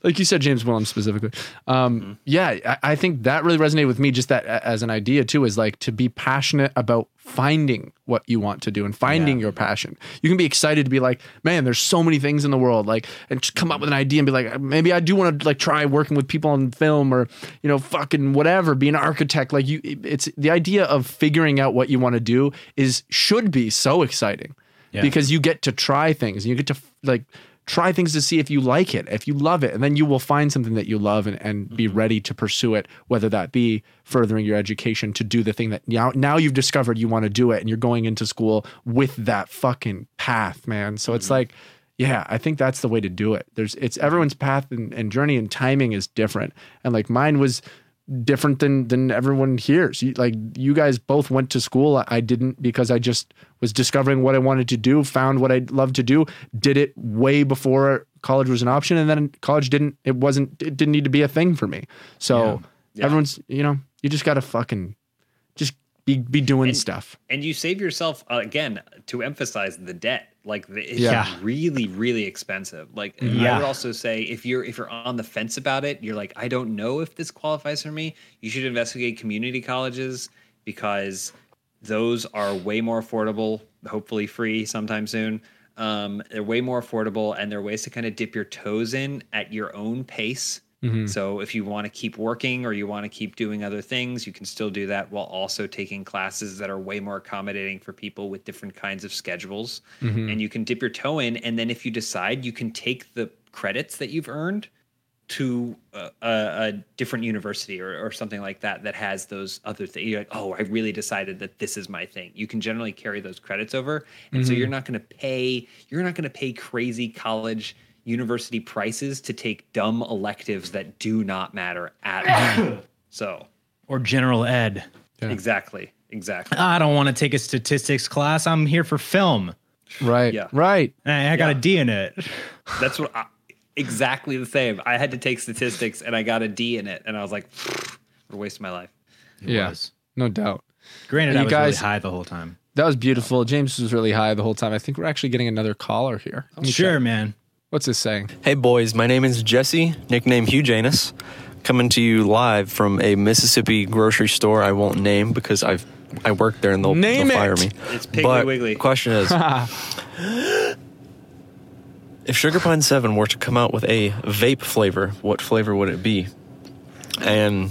Speaker 2: like you said, James Willem specifically. Um, Yeah, I, I think that really resonated with me. Just that a- as an idea too is like to be passionate about finding what you want to do and finding your passion. You can be excited to be like, man, there's so many things in the world, like, and just come up with an idea and be like, maybe I do want to like try working with people on film or you know, fucking whatever, be an architect. Like you, it's the idea of figuring out what you want to do is should be so exciting
Speaker 1: Yeah.
Speaker 2: because you get to try things and you get to like try things to see if you like it if you love it and then you will find something that you love and, and be ready to pursue it whether that be furthering your education to do the thing that now now you've discovered you want to do it and you're going into school with that fucking path man so it's like yeah i think that's the way to do it there's it's everyone's path and, and journey and timing is different and like mine was different than than everyone hears. You, like you guys both went to school. I, I didn't because I just was discovering what I wanted to do, found what I loved to do, did it way before college was an option, and then college didn't. It wasn't. It didn't need to be a thing for me. So
Speaker 3: Yeah.
Speaker 2: everyone's, you know, you just gotta fucking just be be doing stuff.
Speaker 3: and you save yourself uh, again to emphasize the debt like the, it's
Speaker 2: Yeah.
Speaker 3: really really expensive like i
Speaker 1: Yeah.
Speaker 3: would also say if you're if you're on the fence about it you're like i don't know if this qualifies for me you should investigate community colleges because those are way more affordable hopefully free sometime soon um, they're way more affordable and they're ways to kind of dip your toes in at your own pace so if you want to keep working or you want to keep doing other things, you can still do that while also taking classes that are way more accommodating for people with different kinds of schedules. And you can dip your toe in. And then if you decide, you can take the credits that you've earned to a, a, a different university or, or something like that that has those other things. You're like, oh, I really decided that this is my thing. You can generally carry those credits over, and so you're not going to pay. You're not going to pay crazy college university prices to take dumb electives that do not matter at all. So
Speaker 1: Or general ed.
Speaker 3: exactly, exactly.
Speaker 1: I don't want to take a statistics class. I'm here for film.
Speaker 2: Right.
Speaker 3: Yeah.
Speaker 2: Right.
Speaker 1: Hey, I got a D in it.
Speaker 3: That's what I, exactly the same. I had to take statistics, and I got a D in it, and I was like, what a waste of my life.
Speaker 2: yeah.
Speaker 1: was.
Speaker 2: No doubt.
Speaker 1: Granted,
Speaker 2: You
Speaker 1: I was
Speaker 2: guys-
Speaker 1: really high the whole time.
Speaker 2: That was beautiful. James was really high the whole time. I think we're actually getting another caller here.
Speaker 3: Oh,
Speaker 2: Let me
Speaker 1: Sure,
Speaker 2: check.
Speaker 1: man.
Speaker 2: What's this saying?
Speaker 7: Hey boys, my name is Jesse, nickname Hugh Janus, coming to you live from a Mississippi grocery store I won't name because I've I work there and they'll,
Speaker 2: Name
Speaker 7: they'll fire
Speaker 2: it.
Speaker 7: me.
Speaker 3: It's Piggly
Speaker 7: but
Speaker 3: Wiggly.
Speaker 7: Question is, if Sugar Pine Seven were to come out with a vape flavor, what flavor would it be? And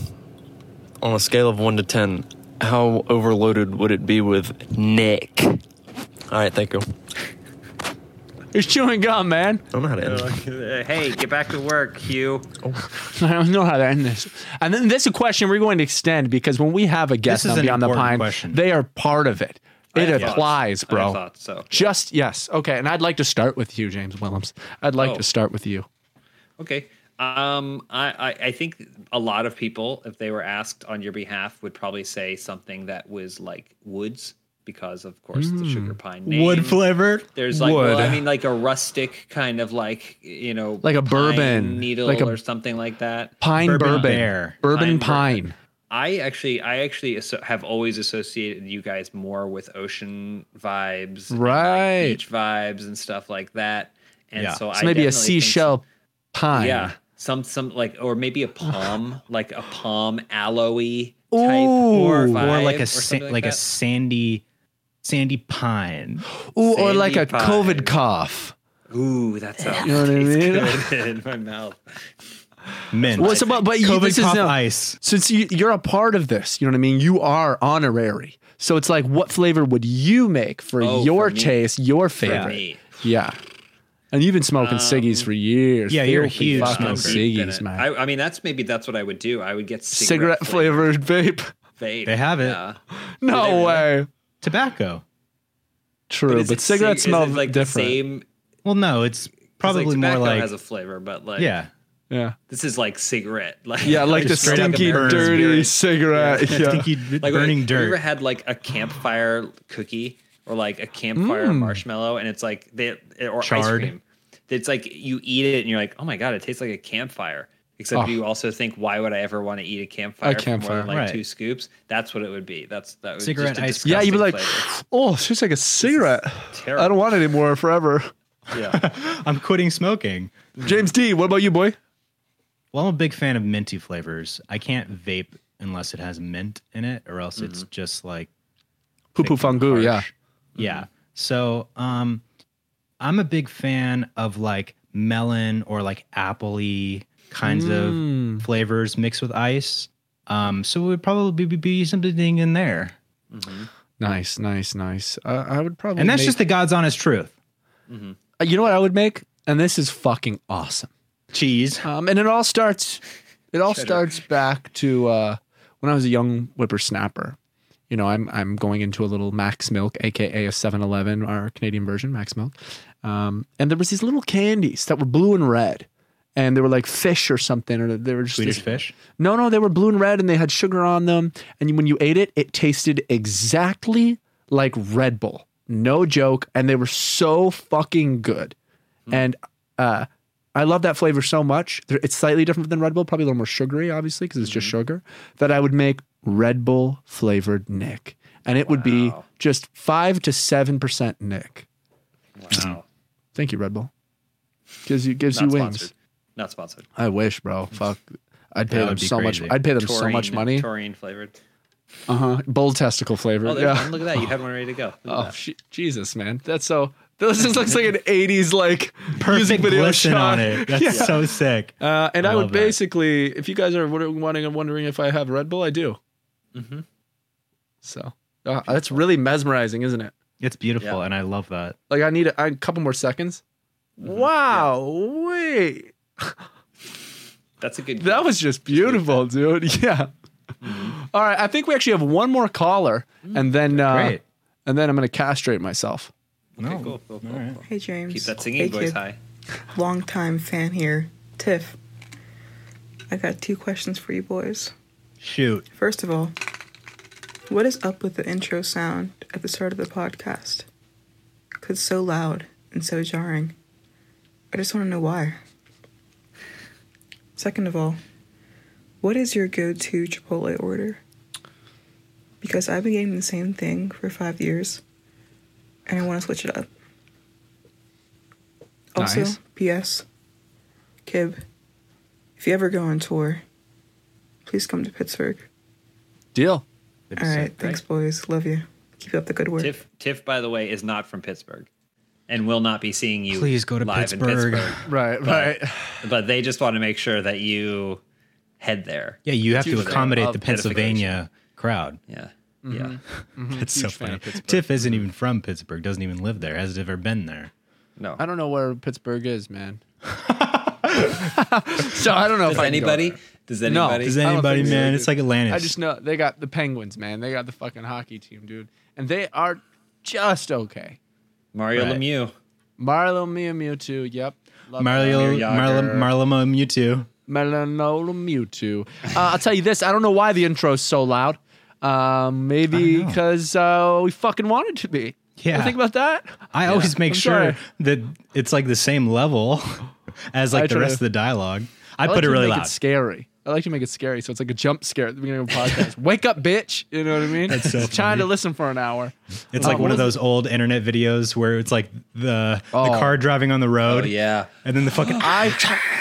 Speaker 7: on a scale of one to ten, how overloaded would it be with Nick? All right, thank you. I
Speaker 2: He's chewing gum, man.
Speaker 7: don't know how to
Speaker 3: Oh,
Speaker 7: end. this.
Speaker 3: hey, get back to work, Hugh.
Speaker 2: I don't know how to end this. And then this is a question we're going to extend because when we have a guest
Speaker 1: This is
Speaker 2: on
Speaker 1: an
Speaker 2: Beyond the
Speaker 1: important
Speaker 2: Pine,
Speaker 1: question.
Speaker 2: they are part of it.
Speaker 3: I
Speaker 2: It
Speaker 3: had thoughts.
Speaker 2: applies,
Speaker 3: I
Speaker 2: bro.
Speaker 3: thought so.
Speaker 2: Just yes. Okay. And I'd like to start with you, James Willems. I'd like
Speaker 3: Oh.
Speaker 2: to start with you.
Speaker 3: Okay. Um, I, I, I think a lot of people, if they were asked on your behalf, would probably say something that was like woods, because of course the sugar pine name.
Speaker 1: Wood flavored.
Speaker 3: There's like, well, I
Speaker 2: Hmm. Wood.
Speaker 3: mean, like a rustic kind of like you know,
Speaker 2: Like a
Speaker 3: pine
Speaker 2: bourbon,
Speaker 3: needle
Speaker 2: like a-
Speaker 3: or something like that.
Speaker 2: Pine
Speaker 1: Bourbon
Speaker 2: bourbon.
Speaker 1: bear.
Speaker 2: Bourbon
Speaker 3: Pine
Speaker 2: pine.
Speaker 3: I actually, I actually asso- have always associated you guys more with ocean vibes, and, like,
Speaker 2: Right.
Speaker 3: beach vibes, and stuff like that. And
Speaker 1: Yeah.
Speaker 3: so,
Speaker 2: It's
Speaker 3: I
Speaker 2: maybe a
Speaker 3: definitely think-
Speaker 2: seashell pine.
Speaker 3: Yeah. Some some like or maybe a palm, like a palm aloe type
Speaker 2: Ooh.
Speaker 3: or,
Speaker 2: Or
Speaker 1: or
Speaker 3: vibe
Speaker 1: like a
Speaker 3: or
Speaker 1: sa-
Speaker 3: something
Speaker 1: like,
Speaker 3: like,
Speaker 1: a
Speaker 3: that.
Speaker 1: sandy sandy pine.
Speaker 2: Ooh, or like a
Speaker 3: Sandy pine.
Speaker 2: COVID cough.
Speaker 3: Ooh, that sounds
Speaker 2: You know what I
Speaker 3: tastes
Speaker 2: mean?
Speaker 3: good in my mouth.
Speaker 1: Mint.
Speaker 2: Well, so, but, but you,
Speaker 1: COVID
Speaker 2: this is
Speaker 1: cough
Speaker 2: no-
Speaker 1: ice.
Speaker 2: since you, you're a part of this, you know what I mean? You are honorary. So it's like, what flavor would you make for
Speaker 3: Oh,
Speaker 2: your
Speaker 3: for me?
Speaker 2: taste, your
Speaker 3: For
Speaker 2: favorite?
Speaker 3: me.
Speaker 2: Yeah. And you've been smoking ciggies for years.
Speaker 1: Um, yeah, you're a
Speaker 2: Filthy
Speaker 1: huge
Speaker 2: fucking
Speaker 1: smoker.
Speaker 3: Deep in
Speaker 2: ciggies,
Speaker 3: it.
Speaker 2: man.
Speaker 3: I, I mean that's maybe that's what I would do. I would get
Speaker 2: Cigarette
Speaker 3: cigarette,
Speaker 2: flavored vape.
Speaker 3: vape.
Speaker 1: They have it.
Speaker 3: Yeah.
Speaker 2: No
Speaker 3: really?
Speaker 2: way.
Speaker 1: Tobacco.
Speaker 2: True, but,
Speaker 3: is it cig-
Speaker 2: cigarettes
Speaker 3: is
Speaker 2: smell
Speaker 3: it, like
Speaker 2: different.
Speaker 3: The same, 'cause,
Speaker 1: Well, no, it's probably
Speaker 3: like,
Speaker 1: more
Speaker 3: tobacco
Speaker 1: like
Speaker 3: has a flavor, but like
Speaker 1: yeah.
Speaker 2: Yeah,
Speaker 3: this is like cigarette. Like
Speaker 2: yeah, like the
Speaker 1: Just straight up
Speaker 2: stinky,
Speaker 1: American
Speaker 2: dirty
Speaker 3: spirit.
Speaker 2: cigarette. Yeah.
Speaker 1: Stinky
Speaker 3: like
Speaker 1: burning
Speaker 3: have
Speaker 1: dirt.
Speaker 3: You ever had like a campfire cookie or like a campfire
Speaker 2: Mm.
Speaker 3: marshmallow, and it's like they or ice
Speaker 1: Charred.
Speaker 3: cream. It's like you eat it and you're like, oh my god, it tastes like a campfire. Except
Speaker 2: Oh.
Speaker 3: you also think, why would I ever want to eat a campfire, for
Speaker 2: campfire.
Speaker 3: more than like
Speaker 1: Right.
Speaker 3: two scoops? That's what it would be. That's that was
Speaker 1: Cigarette
Speaker 3: just a
Speaker 1: ice cream.
Speaker 2: yeah, you'd be like,
Speaker 3: disgusting
Speaker 2: oh, it's just like a cigarette.
Speaker 3: terrible.
Speaker 2: I don't want it anymore forever.
Speaker 3: flavor. yeah.
Speaker 1: I'm quitting smoking.
Speaker 2: James D, what about you, boy?
Speaker 1: Well, I'm a big fan of minty flavors. I can't vape unless it has mint in it, or else
Speaker 3: Mm-hmm.
Speaker 1: it's just like
Speaker 2: Poo poo fungu, yeah.
Speaker 1: harsh. Yeah. Mm-hmm. So um I'm a big fan of like melon or like appley kinds
Speaker 2: Mm.
Speaker 1: of flavors mixed with ice. Um so it would probably be- be something in there.
Speaker 2: Nice, nice, nice. Uh, I would probably
Speaker 1: And that's
Speaker 2: make-
Speaker 1: just the God's honest truth.
Speaker 2: Uh, you know what I would make, and this is fucking awesome.
Speaker 1: Cheese.
Speaker 2: Um, and it all starts, it all starts back to uh, when I was a young whippersnapper. You know, I'm I'm going into a little Max Milk, aka a 7-Eleven, our Canadian version, Max Milk. Um, and there was these little candies that were blue and red, and they were like fish or something, or they were just
Speaker 1: Swedish
Speaker 2: this-
Speaker 1: fish.
Speaker 2: No, no, they were blue and red, and they had sugar on them. And when you ate it, it tasted exactly like Red Bull. No joke. And they were so fucking good. And uh, I love that flavor so much. They're- It's slightly different than Red Bull, probably a little more sugary, obviously, because it's just sugar. That I would make Red Bull flavored Nick, and it would be
Speaker 3: Wow.
Speaker 2: just five to seven percent Nick.
Speaker 3: Wow.
Speaker 2: Thank you, Red Bull. Gives you gives
Speaker 3: Not
Speaker 2: you wings.
Speaker 3: sponsored. Not sponsored.
Speaker 2: I wish, bro. Fuck. I'd pay
Speaker 1: That
Speaker 2: them
Speaker 1: would be
Speaker 2: so much.
Speaker 1: crazy.
Speaker 2: I'd pay them so
Speaker 3: Taurine-
Speaker 2: much money.
Speaker 3: Taurine flavored.
Speaker 2: Uh huh. Bull testicle flavor.
Speaker 3: Oh, there's
Speaker 2: yeah.
Speaker 3: one. Look at that. You had one ready to go. Look at
Speaker 2: Oh,
Speaker 3: that.
Speaker 2: she- Jesus, man. That's so. This just looks like an '80s like music
Speaker 1: Perfect
Speaker 2: video
Speaker 1: glisten
Speaker 2: shot.
Speaker 1: on it. That's
Speaker 2: Yeah.
Speaker 1: so sick.
Speaker 2: Uh, and I,
Speaker 1: I
Speaker 2: would
Speaker 1: love that.
Speaker 2: basically, if you guys are wonder- wanting and wondering if I have Red Bull, I do.
Speaker 3: Mhm.
Speaker 2: So uh, that's really mesmerizing, isn't it?
Speaker 1: It's beautiful
Speaker 3: Yeah.
Speaker 1: and I love that.
Speaker 2: Like I need a, I- a couple more seconds. Wow, wait,
Speaker 3: That's a good.
Speaker 2: that was just beautiful, dude. Yeah. All right, I think we actually have one more caller, and then uh,
Speaker 1: Great.
Speaker 2: and then I'm gonna castrate myself.
Speaker 1: No.
Speaker 3: cool, cool, cool,
Speaker 1: All right.
Speaker 8: Hey James.
Speaker 3: Keep that singing
Speaker 8: hey,
Speaker 3: voice
Speaker 8: kid.
Speaker 3: high.
Speaker 8: Long time fan here. Tiff. I got two questions for you boys.
Speaker 1: Shoot.
Speaker 8: First of all, what is up with the intro sound at the start of the podcast? 'Cause it's so loud and so jarring. I just want to know why. Second of all, what is your go to Chipotle order? Because I've been getting the same thing for five years and I want to switch it up. Also,
Speaker 2: Nice.
Speaker 8: P.S. Kib, if you ever go on tour, please come to Pittsburgh.
Speaker 2: Deal.
Speaker 8: All right. Thanks, boys. Love you. Keep up the good work.
Speaker 3: Tiff, Tiff, by the way, is not from Pittsburgh, and will not be seeing you.
Speaker 1: Please go to
Speaker 3: live
Speaker 1: Pittsburgh.
Speaker 3: in Pittsburgh.
Speaker 2: Right, right.
Speaker 3: But they just want to make sure that you head there.
Speaker 1: Yeah, you have to
Speaker 2: Huge fan
Speaker 1: accommodate
Speaker 2: of
Speaker 1: the Pennsylvania crowd.
Speaker 3: Yeah,
Speaker 2: Mm-hmm.
Speaker 3: yeah.
Speaker 1: That's so
Speaker 2: Hmm, Huge fan
Speaker 1: funny.
Speaker 2: of Pittsburgh.
Speaker 1: Tiff isn't even from Pittsburgh, doesn't even live there, hasn't ever been there.
Speaker 3: No.
Speaker 2: I don't know where Pittsburgh is, man. so I don't know if I
Speaker 3: Does
Speaker 2: can go
Speaker 3: anybody?
Speaker 2: there.
Speaker 3: Does
Speaker 2: No.
Speaker 3: anybody?
Speaker 1: Does
Speaker 2: I don't
Speaker 1: anybody,
Speaker 2: think so,
Speaker 1: man?
Speaker 2: dude.
Speaker 1: It's like Atlantis.
Speaker 2: I just know they got the Penguins, man. They got the fucking hockey team, dude, and they are just okay.
Speaker 3: Mario
Speaker 1: Right.
Speaker 3: Lemieux.
Speaker 2: Marlo Mia Mewtwo, yep. Love
Speaker 1: Mario,
Speaker 3: Mario Yager.
Speaker 1: Marla, Marlama Mewtwo.
Speaker 2: Melanola Mewtwo. Uh, I'll tell you this. I don't know why the intro's so loud. Um, maybe
Speaker 1: I know.
Speaker 2: because uh, we fucking wanted to be.
Speaker 1: Yeah.
Speaker 2: You think about that.
Speaker 1: I always make
Speaker 2: I'm
Speaker 1: sure
Speaker 2: sorry.
Speaker 1: that it's like the same level as
Speaker 2: I
Speaker 1: like the
Speaker 2: try
Speaker 1: rest
Speaker 2: to-
Speaker 1: of the dialogue. I,
Speaker 2: like
Speaker 1: put it
Speaker 2: to
Speaker 1: really
Speaker 2: make
Speaker 1: loud.
Speaker 2: It scary. I like to make it scary, so it's like a jump scare at the beginning of a podcast. Wake up, bitch! You know what I mean?
Speaker 1: That's so
Speaker 2: Just trying
Speaker 1: funny.
Speaker 2: to listen for an hour.
Speaker 1: It's like
Speaker 2: Oh,
Speaker 1: one of
Speaker 2: what
Speaker 1: those old internet videos where it's like the
Speaker 2: Oh.
Speaker 1: the car driving on the road.
Speaker 3: Oh yeah.
Speaker 1: And then the fucking
Speaker 2: I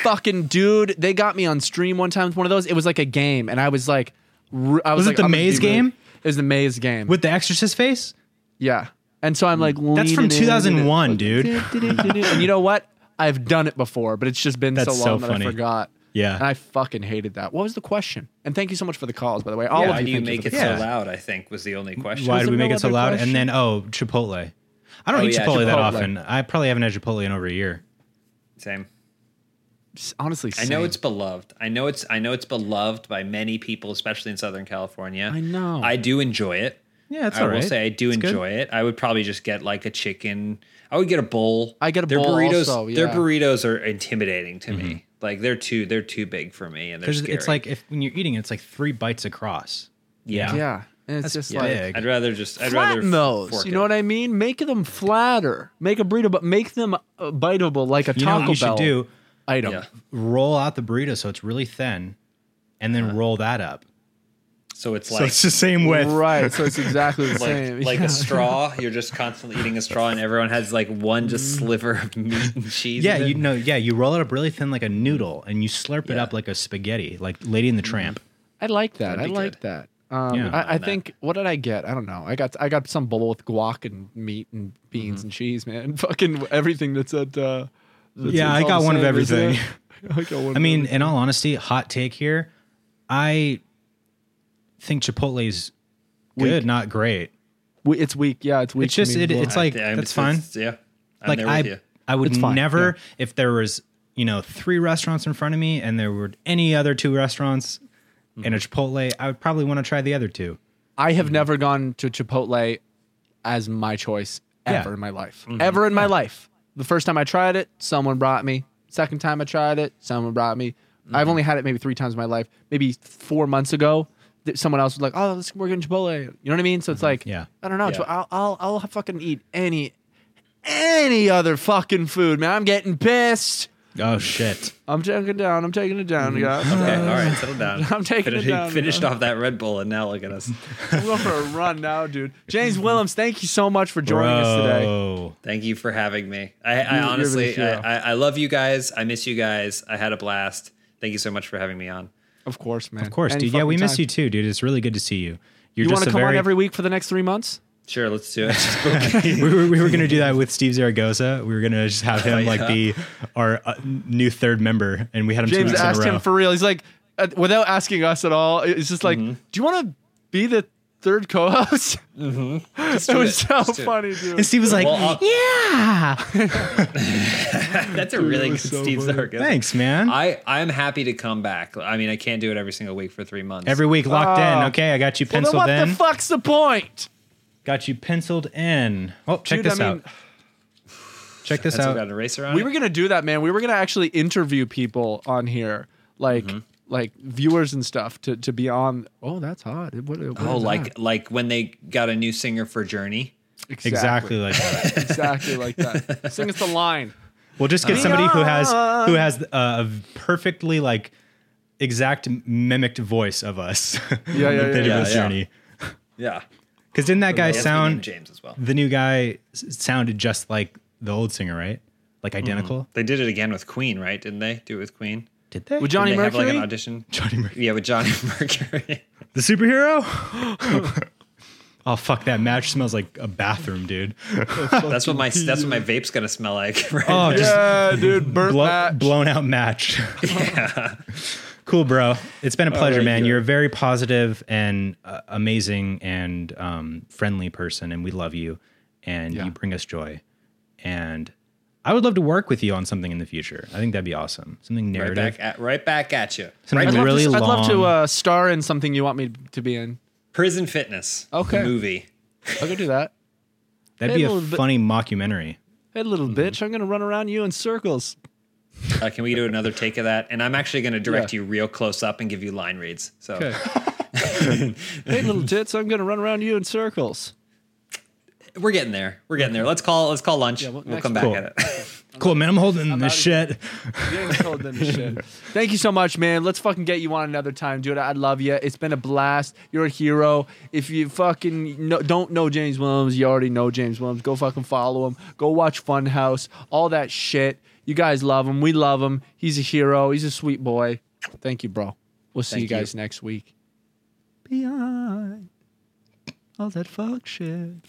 Speaker 2: fucking dude, they got me on stream one time with one of those. It was like a game, and I was like, r- I
Speaker 1: Was
Speaker 2: was,
Speaker 1: it
Speaker 2: like,
Speaker 1: the
Speaker 2: I'm gonna be
Speaker 1: maze
Speaker 2: really-
Speaker 1: game?
Speaker 2: It was the maze game.
Speaker 1: with the exorcist face.
Speaker 2: yeah, and so I'm like,
Speaker 1: That's from
Speaker 2: leaning in,
Speaker 1: 2001, dude.
Speaker 2: and you know what? I've done it before, but it's just been so
Speaker 1: That's so
Speaker 2: long that
Speaker 1: funny.
Speaker 2: I forgot.
Speaker 1: Yeah.
Speaker 2: and I fucking hated that. what was the question? And thank you so much for the calls, by the way. All
Speaker 3: Why
Speaker 2: of
Speaker 3: do
Speaker 2: you,
Speaker 3: you
Speaker 2: thank
Speaker 3: make
Speaker 2: for
Speaker 3: it
Speaker 2: the
Speaker 1: Yeah.
Speaker 3: so loud? I think was the only question.
Speaker 1: Why
Speaker 2: was
Speaker 1: do we
Speaker 2: the
Speaker 1: make it so
Speaker 2: relevant
Speaker 1: loud?
Speaker 2: question.
Speaker 1: And then oh, Chipotle. I don't
Speaker 3: Oh,
Speaker 1: eat
Speaker 3: yeah,
Speaker 1: Chipotle, that
Speaker 2: Chipotle.
Speaker 1: often. I probably haven't had Chipotle in over a year.
Speaker 3: Same.
Speaker 2: calls. Honestly,
Speaker 3: I know
Speaker 2: same.
Speaker 3: it's beloved. I know it's I know it's beloved by many people, especially in Southern California.
Speaker 2: I know.
Speaker 3: I do enjoy it.
Speaker 1: Yeah, it's
Speaker 3: I will
Speaker 1: alright.
Speaker 3: say I do
Speaker 1: It's good.
Speaker 3: enjoy it. I would probably just get like a chicken. I would get a bowl.
Speaker 2: I get a
Speaker 3: their
Speaker 2: bowl
Speaker 3: burritos.
Speaker 2: also,
Speaker 3: Their
Speaker 2: yeah. Mm-hmm.
Speaker 3: burritos are intimidating to me. Like they're too they're too big for me, and they're
Speaker 1: Because
Speaker 3: scary.
Speaker 1: it's like if when you're eating, it's like three bites across.
Speaker 3: yeah.
Speaker 2: yeah, and it's
Speaker 1: That's
Speaker 2: just
Speaker 1: big.
Speaker 2: like
Speaker 3: I'd rather just I'd rather
Speaker 2: flatten those.
Speaker 3: fork
Speaker 2: You
Speaker 3: it.
Speaker 2: know what I mean? Make them flatter. Make a burrito, but make them uh, biteable like a
Speaker 1: You know
Speaker 2: Taco
Speaker 1: what you
Speaker 2: Bell
Speaker 1: should do?
Speaker 2: item.
Speaker 3: Yeah.
Speaker 1: Roll out the burrito so it's really thin, and then roll that up.
Speaker 3: So it's
Speaker 1: so
Speaker 3: like
Speaker 1: it's the same width.
Speaker 2: Right. So it's exactly the
Speaker 3: like,
Speaker 2: same.
Speaker 3: like
Speaker 2: Yeah.
Speaker 3: a straw. You're just constantly eating a straw, and everyone has like one
Speaker 2: Mm.
Speaker 3: just sliver of meat and cheese.
Speaker 1: Yeah,
Speaker 3: in it.
Speaker 1: you know, yeah, you roll it up really thin like a noodle, and you slurp it
Speaker 3: Yeah.
Speaker 1: up like a spaghetti, like Lady in the Tramp.
Speaker 2: I like that. I
Speaker 3: That'd be
Speaker 2: like
Speaker 3: good.
Speaker 2: that. Um,
Speaker 1: Yeah.
Speaker 2: I, I
Speaker 3: that.
Speaker 2: think what did I get? I don't know. I got I got some bowl with guac and meat and beans
Speaker 1: Mm-hmm.
Speaker 2: and cheese, man. Fucking everything that's at. Uh, that's-
Speaker 1: Yeah,
Speaker 2: it's
Speaker 1: I
Speaker 2: all
Speaker 1: got
Speaker 2: the
Speaker 1: one of
Speaker 2: same, isn't it?
Speaker 1: everything.
Speaker 2: I got one.
Speaker 1: I
Speaker 2: of
Speaker 1: mean,
Speaker 2: everything.
Speaker 1: in all honesty, hot take here, I think Chipotle's good, not great.
Speaker 2: We- it's weak. Yeah, it's weak.
Speaker 1: It's just
Speaker 2: to me
Speaker 1: it,
Speaker 2: as well.
Speaker 1: it's like
Speaker 3: Yeah, I'm-
Speaker 1: that's fine.
Speaker 3: it's- Yeah, I'm
Speaker 1: Like
Speaker 3: there with
Speaker 1: I,
Speaker 3: you.
Speaker 1: I would
Speaker 2: It's fine,
Speaker 1: never if there was you know three restaurants in front of me and there were any other two restaurants and a Chipotle, I would probably want to try the other two.
Speaker 2: I
Speaker 1: Mm-hmm.
Speaker 2: have never gone to Chipotle as my choice
Speaker 1: Yeah. Mm-hmm.
Speaker 2: ever in my life. Ever in my life. The first time I tried it, someone brought me. Second time I tried it, someone brought me. I've
Speaker 1: Mm-hmm.
Speaker 2: only had it maybe three times in my life. Maybe four months ago, that someone else was like, "Oh, let's we're getting Chipotle." You know what I mean? So it's like,
Speaker 1: Mm-hmm. Yeah.
Speaker 2: I don't know.
Speaker 3: Yeah.
Speaker 2: I'll, I'll I'll fucking eat any any other fucking food, man. I'm getting pissed.
Speaker 1: Oh shit!
Speaker 2: I'm taking it down. I'm taking it
Speaker 1: Mm-hmm.
Speaker 2: down, guys.
Speaker 3: Okay, all right, settle down.
Speaker 2: I'm taking it
Speaker 3: Finish-
Speaker 2: down,
Speaker 3: Finished off that Red Bull, and now look at us.
Speaker 2: I'm going for a run now, dude. James Willems, thank you so much for joining us today.
Speaker 1: Bro.
Speaker 3: Thank you for having me. I, I
Speaker 2: You're- you're
Speaker 3: honestly,
Speaker 2: the hero.
Speaker 3: I, I, I love you guys. I miss you guys. I had a blast. Thank you so much for having me on.
Speaker 2: Of course, man.
Speaker 1: Of course, dude. Yeah, we miss you too, dude. It's really good to see you. You're
Speaker 2: You
Speaker 1: just
Speaker 2: want to
Speaker 1: a
Speaker 2: come on
Speaker 1: very-
Speaker 2: every week for the next three months?
Speaker 3: Sure, let's do it.
Speaker 1: we were, we were going to do that with Steve Zaragoza. We were going to just have him like be our uh, new third member, and we had him
Speaker 2: James
Speaker 1: two weeks
Speaker 2: asked
Speaker 1: in a row.
Speaker 2: him for real. He's like, uh, without asking us at all, it's just like,
Speaker 1: Mm-hmm.
Speaker 2: do you want to be the third co-host?
Speaker 1: Mm-hmm.
Speaker 2: it was
Speaker 3: it.
Speaker 2: so
Speaker 3: Let's do it.
Speaker 2: funny, dude.
Speaker 1: and Steve was like,
Speaker 3: Well, I'll-
Speaker 1: "Yeah,
Speaker 3: That's a really good Steve Sarkis.
Speaker 1: thanks, man.
Speaker 3: I I'm happy to come back. I mean, I can't do it every single week for three months.
Speaker 1: Every week locked
Speaker 2: Oh.
Speaker 1: in. Okay, I got you
Speaker 2: Well, then what
Speaker 1: penciled
Speaker 2: the
Speaker 1: in.
Speaker 2: fuck's the point?
Speaker 1: got you penciled in. Oh, check
Speaker 2: Dude,
Speaker 1: this
Speaker 2: I mean-
Speaker 1: out. Check this
Speaker 3: That's
Speaker 1: out.
Speaker 3: got an eraser on
Speaker 2: We
Speaker 3: it.
Speaker 2: were gonna do that, man. We were gonna actually interview people on here, like
Speaker 1: Mm-hmm.
Speaker 2: like viewers and stuff, to to be on. Oh, that's hot. What- what
Speaker 3: Oh,
Speaker 2: is
Speaker 3: like like when they got a new singer for Journey.
Speaker 2: that?
Speaker 1: Exactly like that.
Speaker 2: exactly like that. Sing us the line.
Speaker 1: We'll just get somebody who has who has uh, a perfectly like exact mimicked voice of us.
Speaker 2: Yeah, yeah, yeah,
Speaker 1: Bit of
Speaker 3: yeah,
Speaker 1: a
Speaker 3: yeah.
Speaker 1: journey.
Speaker 3: Yeah,
Speaker 1: Because didn't that guy sound
Speaker 3: James as well.
Speaker 1: the new guy s- sounded just like the old singer, right? Like identical.
Speaker 3: They did it again with Queen, right? Didn't they do it with Queen?
Speaker 1: Did they?
Speaker 2: Would Johnny
Speaker 3: Did they
Speaker 2: Mercury?
Speaker 3: have like an audition?
Speaker 1: Johnny Mercury,
Speaker 3: Yeah, with Johnny Mercury.
Speaker 1: the superhero? oh fuck, that match smells like a bathroom, dude.
Speaker 3: that's what my that's what my vape's gonna smell like. Right?
Speaker 1: Oh, just
Speaker 2: yeah, Uh, dude, burnt
Speaker 1: blow-
Speaker 2: match.
Speaker 1: blown out match. cool, bro. It's been a pleasure, man. You're a very positive and uh, amazing and um, friendly person, and we love you, and
Speaker 2: Yeah.
Speaker 1: you bring us joy. And I would love to work with you on something in the future. I think that'd be awesome. Something
Speaker 3: right
Speaker 1: narrative.
Speaker 3: back at right back at you.
Speaker 1: Something
Speaker 3: Right
Speaker 2: I'd love
Speaker 1: really
Speaker 2: to,
Speaker 1: long.
Speaker 2: I'd love to uh, star in something you want me to be in.
Speaker 3: Prison Fitness. the
Speaker 2: Okay.
Speaker 3: Movie.
Speaker 2: I'll go do that.
Speaker 1: That'd be a
Speaker 2: Little bit-
Speaker 1: funny mockumentary.
Speaker 2: Hey, little bitch, I'm gonna run around you in circles.
Speaker 3: Uh, can we do another take of that? And I'm actually going to direct
Speaker 2: Yeah.
Speaker 3: you real close up and give you line reads. So
Speaker 2: Okay. hey, little tits, I'm gonna run around you in circles.
Speaker 3: we're getting there. We're getting there. Let's call. Let's call lunch.
Speaker 2: well,
Speaker 3: we'll
Speaker 2: next-
Speaker 3: come back
Speaker 1: Cool.
Speaker 3: at it.
Speaker 1: Cool, man. I'm holding this
Speaker 2: outta
Speaker 1: shit.
Speaker 2: Thank you so much, man. Let's fucking get you on another time, dude. I love you. It's been a blast. You're a hero. If you fucking know, don't know James Williams, you already know James Williams. Go fucking follow him. Go watch Funhouse. All that shit. You guys love him. We love him. He's a hero. He's a sweet boy. Thank you, bro. We'll see
Speaker 3: Thank
Speaker 2: you guys next week. Beyond all that fuck shit.